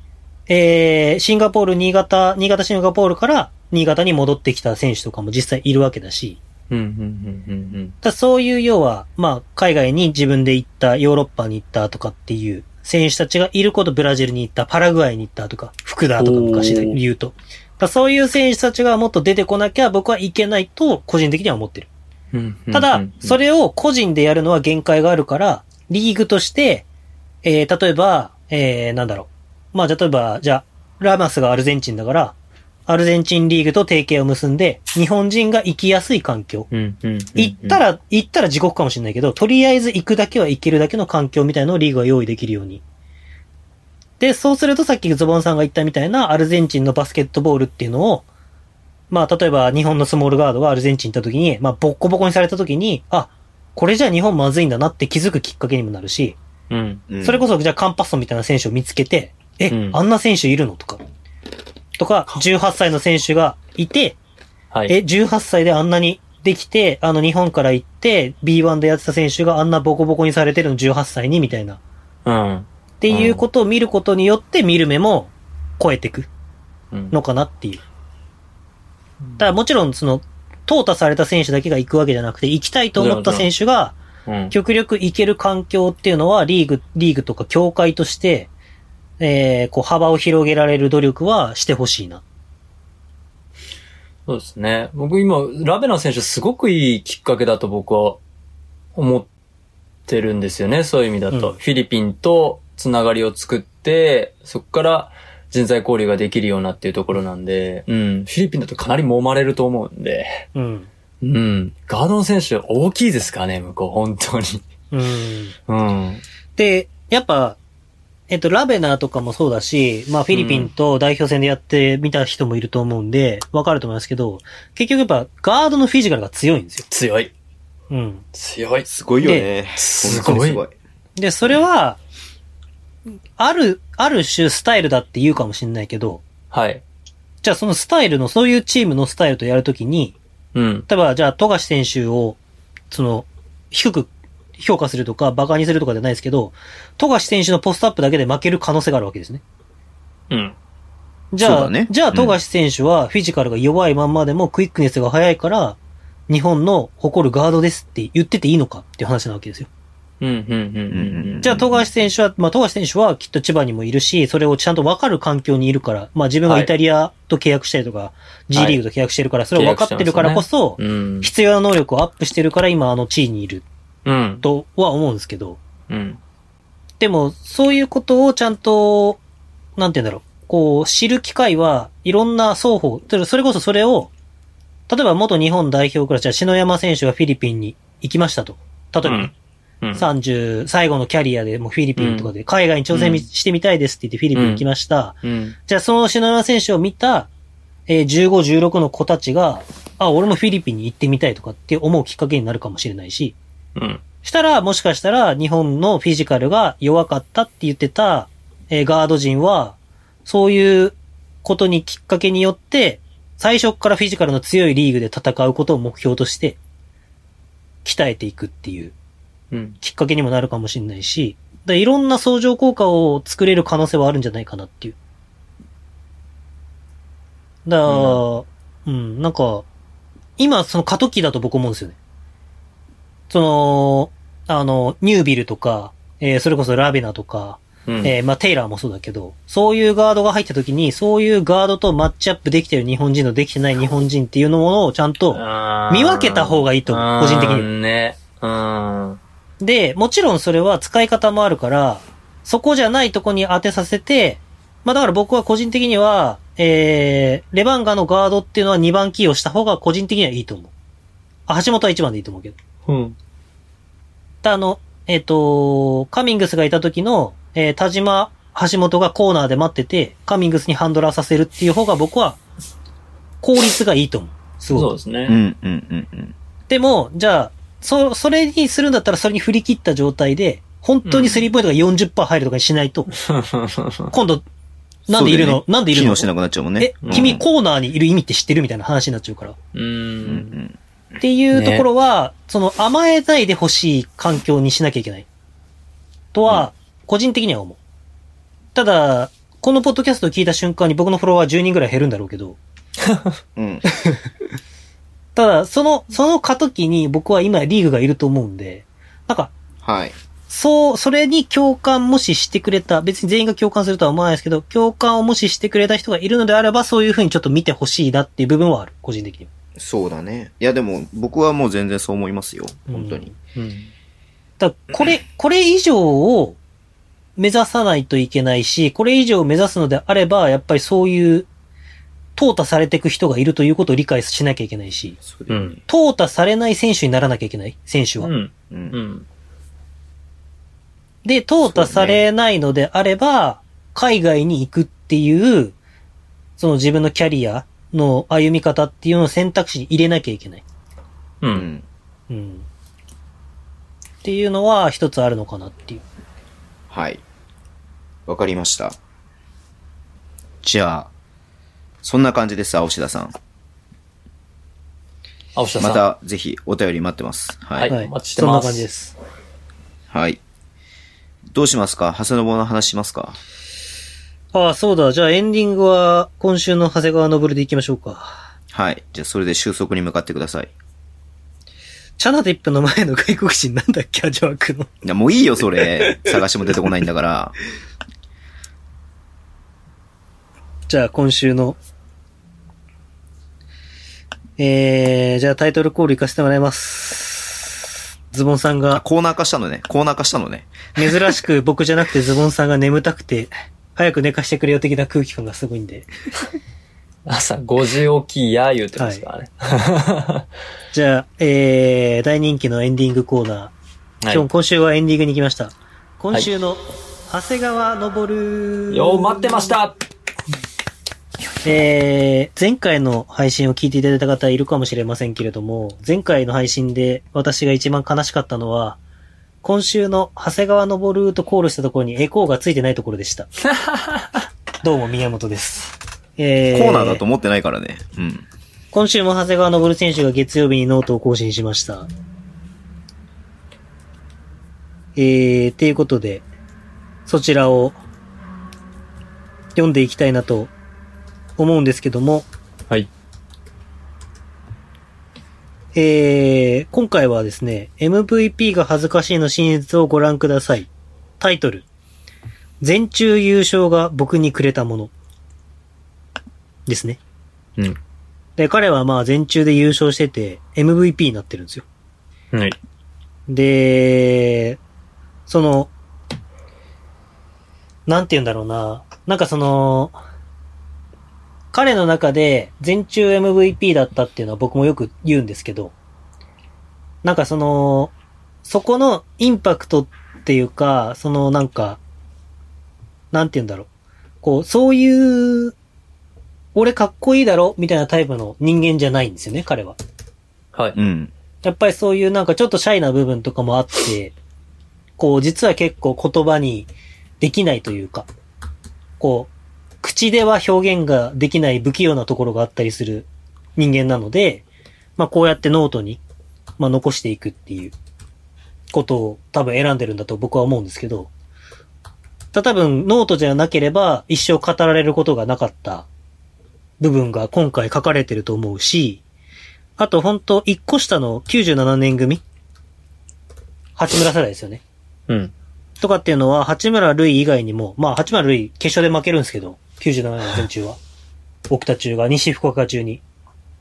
[SPEAKER 3] えー、シンガポール、新潟、新潟シンガポールから新潟に戻ってきた選手とかも実際いるわけだし、
[SPEAKER 4] うん。うん。うん。うん。
[SPEAKER 3] だからそういう要は、まあ、海外に自分で行った、ヨーロッパに行ったとかっていう選手たちがいること、ブラジルに行った、パラグアイに行ったとか、福田とか昔で言うと。だからそういう選手たちがもっと出てこなきゃ僕はいけないと個人的には思ってる。
[SPEAKER 4] うん。
[SPEAKER 3] ただ、それを個人でやるのは限界があるから、リーグとして、えー、例えば、えー、なんだろう。まあ、例えば、じゃあ、ラマスがアルゼンチンだから、アルゼンチンリーグと提携を結んで、日本人が行きやすい環境。
[SPEAKER 4] うん、うん。
[SPEAKER 3] 行った、ら、行ったら地獄かもしれないけど、とりあえず行くだけは行けるだけの環境みたいのをリーグが用意できるように。で、そうするとさっきズボンさんが言ったみたいなアルゼンチンのバスケットボールっていうのを、まあ、例えば日本のスモールガードがアルゼンチン行った時に、まあ、ボッコボコにされた時に、あ、これじゃあ日本まずいんだなって気づくきっかけにもなるし、
[SPEAKER 4] うん。
[SPEAKER 2] うん
[SPEAKER 3] それこそじゃあカンパッソンみたいな選手を見つけて、え、
[SPEAKER 4] うん
[SPEAKER 3] あんな選手いるのとか。とか、18歳の選手がいて、
[SPEAKER 4] はい。
[SPEAKER 3] え、18歳であんなにできて、あの日本から行って、B1 でやってた選手があんなボコボコにされてるの18歳にみたいな。っ
[SPEAKER 4] うん。
[SPEAKER 3] ていうことを見ることによって見る目も超えてく
[SPEAKER 4] うん
[SPEAKER 3] のかなっていう。ただもちろんその、淘汰された選手だけが行くわけじゃなくて、行きたいと思った選手が、
[SPEAKER 4] うん。
[SPEAKER 3] 極力行ける環境っていうのは、リーグ、リーグとか協会として、えー、こう幅を広げられる努力はしてほしいな。
[SPEAKER 4] そうですね。僕今、ラベナ選手すごくいいきっかけだと僕は思ってるんですよね。そういう意味だと。
[SPEAKER 3] うん
[SPEAKER 4] フィリピンとつながりを作って、そこから人材交流ができるようなっていうところなんで、うん。フィリピンだとかなり揉まれると思うんで、
[SPEAKER 3] うん。
[SPEAKER 4] うん。ガードン選手大きいですからね、向こう、本当に。
[SPEAKER 3] うん。
[SPEAKER 4] うん。
[SPEAKER 3] で、やっぱ、えっと、ラベナーとかもそうだし、まあ、フィリピンと代表戦でやってみた人もいると思うんで、わかると思いますけど、結局やっぱ、ガードのフィジカルが強いんですよ。
[SPEAKER 4] 強い。
[SPEAKER 3] うん。
[SPEAKER 4] 強い。
[SPEAKER 2] すごいよね。
[SPEAKER 4] す
[SPEAKER 2] 本当
[SPEAKER 4] ご
[SPEAKER 2] に
[SPEAKER 4] い。
[SPEAKER 3] で、それは、ある、ある種スタイルだって言うかもしれないけど、
[SPEAKER 4] はい。
[SPEAKER 3] じゃあそのスタイルの、そういうチームのスタイルとやるときに、
[SPEAKER 4] うん。
[SPEAKER 3] 例えば、じゃあ、富樫選手を、その、低く評価するとか、馬鹿にするとかじゃないですけど、富樫選手のポストアップだけで負ける可能性があるわけですね。
[SPEAKER 4] うん。
[SPEAKER 3] じゃ
[SPEAKER 2] そう
[SPEAKER 3] あ、
[SPEAKER 2] だね
[SPEAKER 3] じ
[SPEAKER 2] う
[SPEAKER 3] ゃあ、
[SPEAKER 2] ん
[SPEAKER 3] 富樫選手はフィジカルが弱いまんまでもクイックネスが速いから、日本の誇るガードですって言ってていいのかっていう話なわけですよ。
[SPEAKER 4] うん、うん、うん、うん。
[SPEAKER 3] じゃあ、富樫選手は、まあ、富樫選手はきっと千葉にもいるし、それをちゃんと分かる環境にいるから、まあ、自分がイタリアと契約したりとか、G リーグと契約してるから、それを分かってるからこそ、
[SPEAKER 4] うん。
[SPEAKER 3] 必要な能力をアップしてるから今あの地位にいる
[SPEAKER 4] うん。
[SPEAKER 3] とは思うんですけど、
[SPEAKER 4] うん。
[SPEAKER 3] でも、そういうことをちゃんと、なんて言うんだろう、こう、知る機会はいろんな双方、それそれこそそれを、例えば元日本代表クラス、じゃあ篠山選手がフィリピンに行きましたと。例えばね、
[SPEAKER 4] うん。
[SPEAKER 3] 30、最後のキャリアでもうフィリピンとかで、海外に挑戦み
[SPEAKER 4] うん
[SPEAKER 3] してみたいですって言ってフィリピン行きました。
[SPEAKER 4] うん。
[SPEAKER 3] じゃあその篠山選手を見た、えー15、16の子たちが、あ、俺もフィリピンに行ってみたいとかって思うきっかけになるかもしれないし、
[SPEAKER 4] うん。
[SPEAKER 3] したら、もしかしたら日本のフィジカルが弱かったって言ってた、えーガード陣は、そういうことにきっかけによって、最初からフィジカルの強いリーグで戦うことを目標として、鍛えていくっていう
[SPEAKER 4] うん。
[SPEAKER 3] きっかけにもなるかもしれないし、だからいろんな相乗効果を作れる可能性はあるんじゃないかなっていう。だから、うん、なんか、今その過渡期だと僕思うんですよね。その、あの、ニュービルとか、えーそれこそラベナとか、
[SPEAKER 4] うん。
[SPEAKER 3] えーまあ、テイラーもそうだけど、そういうガードが入った時に、そういうガードとマッチアップできてる日本人とできてない日本人っていうのものをちゃんと、見分けた方がいいと思う個人的に
[SPEAKER 4] に。ね。うん。
[SPEAKER 3] で、もちろんそれは使い方もあるから、そこじゃないとこに当てさせて、まあだから僕は個人的には、えー、レバンガのガードっていうのは2番キーをした方が個人的にはいいと思う。あ、橋本は1番でいいと思うけど。
[SPEAKER 4] うん。
[SPEAKER 3] ただあの、えっ、と、カミングスがいた時の、えー、田島、橋本がコーナーで待ってて、カミングスにハンドラーさせるっていう方が僕は、効率がいいと思う。すごく
[SPEAKER 4] そうです
[SPEAKER 2] う
[SPEAKER 4] ね。
[SPEAKER 2] ん、うん、うん、うん。
[SPEAKER 3] でも、じゃあ、そ、それにするんだったらそれに振り切った状態で、本当にスリーポイントが40%入るとかにしないと、今度、なんでいる
[SPEAKER 2] そう
[SPEAKER 3] の、
[SPEAKER 2] だよね
[SPEAKER 3] なんでいる
[SPEAKER 2] 機
[SPEAKER 3] の
[SPEAKER 2] 能しなくなっちゃうもん
[SPEAKER 3] え
[SPEAKER 2] ね。、うん
[SPEAKER 3] 君コーナーにいる意味って知ってるみたいな話になっちゃうから。
[SPEAKER 4] う。
[SPEAKER 2] うん、うんん。
[SPEAKER 3] っていうところは、その甘えないでほしい環境にしなきゃいけない。とは、個人的には思う。ただ、このポッドキャストを聞いた瞬間に僕のフォロワー10人ぐらい減るんだろうけど、
[SPEAKER 2] うん。
[SPEAKER 3] ただ、その、その過渡期に僕は今リーグがいると思うんで、なんか、
[SPEAKER 2] はい。
[SPEAKER 3] そう、それに共感もししてくれた、別に全員が共感するとは思わないですけど、共感をもししてくれた人がいるのであれば、そういうふうにちょっと見てほしいなっていう部分はある、個人的には。
[SPEAKER 2] そうだね。いや、でも、僕はもう全然そう思いますよ。本当に。
[SPEAKER 4] うん
[SPEAKER 3] だからこれ、これ以上を目指さないといけないし、これ以上を目指すのであれば、やっぱりそういう、淘汰されていく人がいるということを理解しなきゃいけないし、
[SPEAKER 2] そう
[SPEAKER 4] う
[SPEAKER 2] だよね
[SPEAKER 4] ん。
[SPEAKER 3] 淘汰されない選手にならなきゃいけない、選手
[SPEAKER 4] う
[SPEAKER 3] は。
[SPEAKER 4] ん。
[SPEAKER 2] う。
[SPEAKER 4] うんん。
[SPEAKER 3] で、淘汰されないのであれば、海外に行くっていう、その自分のキャリアの歩み方っていうのを選択肢に入れなきゃいけない。
[SPEAKER 4] う。
[SPEAKER 2] うんん。
[SPEAKER 3] うん。っていうのは一つあるのかなっていう。
[SPEAKER 2] はい。わかりました。じゃあ、そんな感じです、青志田さん。
[SPEAKER 4] 青下さん。
[SPEAKER 2] また、ぜひ、お便り待ってます。は。
[SPEAKER 4] はいいお待ちしてます
[SPEAKER 3] そんな感じです。
[SPEAKER 2] はい。どうしますか長谷信の話しますか
[SPEAKER 3] ああ、そうだ。じゃあエンディングは今週の長谷川昇でいきましょうか。
[SPEAKER 2] はい。じゃあ、それで収束に向かってください。
[SPEAKER 3] チャナティップの前の外国人なんだっけアジョワ君の。
[SPEAKER 2] いや、もういいよ、それ。探しても出てこないんだから。
[SPEAKER 3] じゃあ今週の。えー、じゃあタイトルコール行かせてもらいます。ズボンさんが
[SPEAKER 2] あ、コーナー化したのね。コーナー化したのね。
[SPEAKER 3] 珍し く僕じゃなくてズボンさんが眠たくて、早く寝かしてくれよ的な空気感がすごいんで。
[SPEAKER 4] 朝5時起きや言うてますからね。
[SPEAKER 3] じゃあ、えー、大人気のエンディングコーナー。
[SPEAKER 4] はい
[SPEAKER 3] 今日、今週はエンディングに来ました。今週の、長谷川昇る。
[SPEAKER 4] よう、待ってました
[SPEAKER 3] えー、前回の配信を聞いていただいた方いるかもしれませんけれども、前回の配信で私が一番悲しかったのは、今週の長谷川昇とコールしたところにエコーがついてないところ でした。どうも宮本です。え
[SPEAKER 2] コーナーだと思ってないからね。うん。
[SPEAKER 3] 今週も長谷川昇選手が月曜日にノートを更新しました。えー、ということで、そちらを読んでいきたいなと思うんですけども、
[SPEAKER 4] はい。
[SPEAKER 3] えー、今回はですね、MVP が恥ずかしいの真実をご覧ください。タイトル。全中優勝が僕にくれたもの。ですね。
[SPEAKER 4] うん。
[SPEAKER 3] で、彼はまあ全中で優勝してて、MVP になってるんですよ。
[SPEAKER 4] はい。
[SPEAKER 3] で、その、なんて言うんだろうな。なんかその、彼の中で全中 MVP だったっていうのは僕もよく言うんですけど、なんかその、そこのインパクトっていうか、そのなんか、なんて言うんだろう。こう、そういう、俺かっこいいだろみたいなタイプの人間じゃないんですよね、彼は。
[SPEAKER 4] はい。
[SPEAKER 2] うん。
[SPEAKER 3] やっぱりそういうなんかちょっとシャイな部分とかもあって、こう実は結構言葉にできないというか、こう、口では表現ができない不器用なところがあったりする人間なので、まあこうやってノートに、まあ残していくっていうことを多分選んでるんだと僕は思うんですけど、た多分ノートじゃなければ一生語られることがなかった部分が今回書かれてると思うし、あとほんと、一個下の97年組八村世代ですよね。
[SPEAKER 4] うん。
[SPEAKER 3] とかっていうのは、八村塁以外にも、まあ八村塁決勝で負けるんですけど、97年全中は。奥田中が、西福岡中に。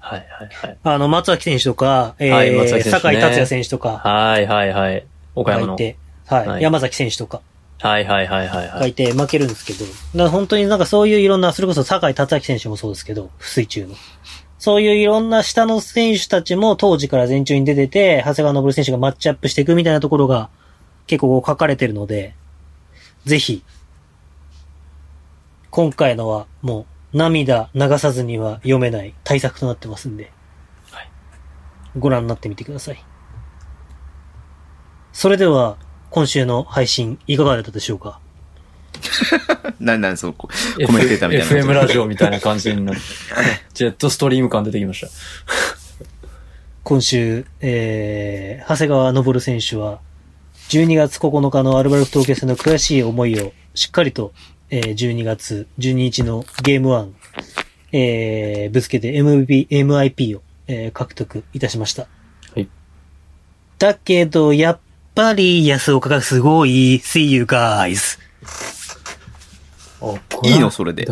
[SPEAKER 4] はいはいはい。
[SPEAKER 3] あの、松脇選手とか、えー
[SPEAKER 4] はい松脇選手ね
[SPEAKER 3] 酒井達也選手とか
[SPEAKER 4] はいはいはい。岡
[SPEAKER 3] が
[SPEAKER 4] 山
[SPEAKER 3] い
[SPEAKER 4] の。
[SPEAKER 3] て、はい、
[SPEAKER 4] はい
[SPEAKER 3] 山崎選手とか
[SPEAKER 4] はいはいはいはいは
[SPEAKER 3] が
[SPEAKER 4] い。
[SPEAKER 3] いて負けるんですけど、だから本当になんかそういういろんな、それこそ酒井達也選手もそうですけど、不水中の。そういういろんな下の選手たちも当時から全中に出てて、長谷川昇選手がマッチアップしていくみたいなところが結構書かれてるので、ぜひ、今回のはもう涙流さずには読めない対策となってますんで、
[SPEAKER 4] はい
[SPEAKER 3] ご覧になってみてください。それでは、今週の配信いかがだったでしょうか
[SPEAKER 2] なんなん、その、ココメンテーターみたいな。
[SPEAKER 4] FM ラジオみたいな感じになって。ジェットストリーム感出てきました。
[SPEAKER 3] 今週、えー、長谷川昇選手は、12月9日のアルバルク東京戦の悔しい思いをしっかりと、えー、12月12日のゲーム1、えー、ぶつけて MVP、MIP を、えー獲得いたしました。
[SPEAKER 4] はい。
[SPEAKER 3] だけど、やっぱり安岡がすごい、See you guys!
[SPEAKER 2] いいのそれで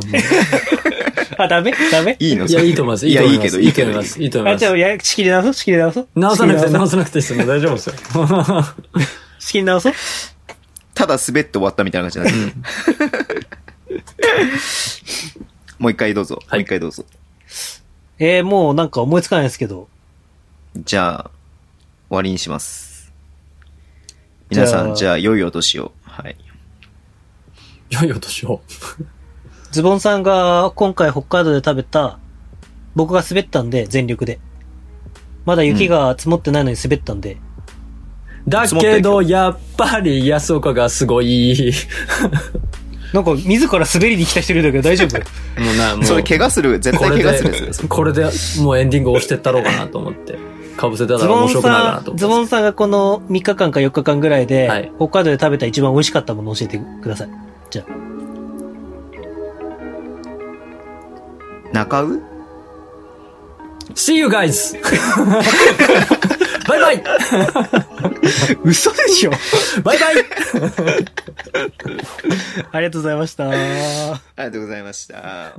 [SPEAKER 3] あ、ダメダメ
[SPEAKER 2] いいの
[SPEAKER 4] いや、いいと思います。
[SPEAKER 2] いや、いいけど、い
[SPEAKER 4] い
[SPEAKER 2] い
[SPEAKER 4] いと
[SPEAKER 2] け
[SPEAKER 4] 思い
[SPEAKER 2] ど
[SPEAKER 4] ま。す。いいと思い
[SPEAKER 3] あ、
[SPEAKER 4] ま
[SPEAKER 3] じゃ
[SPEAKER 4] す。
[SPEAKER 3] あ、や、仕切り直そう仕切り直そう
[SPEAKER 4] 直さなく
[SPEAKER 3] 仕
[SPEAKER 4] て、
[SPEAKER 3] 切り
[SPEAKER 4] 直さなくていいですよ。もう大丈夫ですよ。
[SPEAKER 3] 仕き直そう。
[SPEAKER 2] ただ滑って終わったみたいな感じになってる。もう一回どうぞ。
[SPEAKER 4] は
[SPEAKER 2] も
[SPEAKER 4] い
[SPEAKER 2] う一回どうぞ。
[SPEAKER 3] えー、もうなんか思いつかないですけど。
[SPEAKER 2] じゃあ、終わりにします。皆さん、じ
[SPEAKER 3] じ
[SPEAKER 2] ゃあ、良いお年を。はい。
[SPEAKER 4] 良いお年を。
[SPEAKER 3] ズボンさんが今回北海道で食べた、僕が滑ったんで、全力で。まだ雪が積もってないのに滑ったんで、
[SPEAKER 4] だけど、やっぱり安岡がすごい。
[SPEAKER 3] なんか自ら滑りに来た人いるんだけど 大丈夫
[SPEAKER 4] もうな、もう。
[SPEAKER 2] それ、怪我する、絶
[SPEAKER 4] こ
[SPEAKER 2] 対
[SPEAKER 4] れ
[SPEAKER 2] 怪我する
[SPEAKER 4] で
[SPEAKER 2] やつ、
[SPEAKER 4] これでもうエンディング押してったろうかなと思って。かぶせてた
[SPEAKER 3] ズ
[SPEAKER 4] ら
[SPEAKER 3] ボ
[SPEAKER 4] 面白
[SPEAKER 3] ン
[SPEAKER 4] くないかな
[SPEAKER 3] さ
[SPEAKER 4] と
[SPEAKER 3] ん、ズ
[SPEAKER 4] 思
[SPEAKER 3] ボ
[SPEAKER 4] って。
[SPEAKER 3] ンさんがこの3日間か4日間ぐらいで、
[SPEAKER 4] はい
[SPEAKER 3] 北海道で食べた一番美味しかったものを教えてください。じゃあ、
[SPEAKER 2] 中う
[SPEAKER 4] See you guys! バイバイ
[SPEAKER 2] 嘘でしょ
[SPEAKER 4] バイバイ
[SPEAKER 3] ありがとうございました。
[SPEAKER 2] ありがとうございました。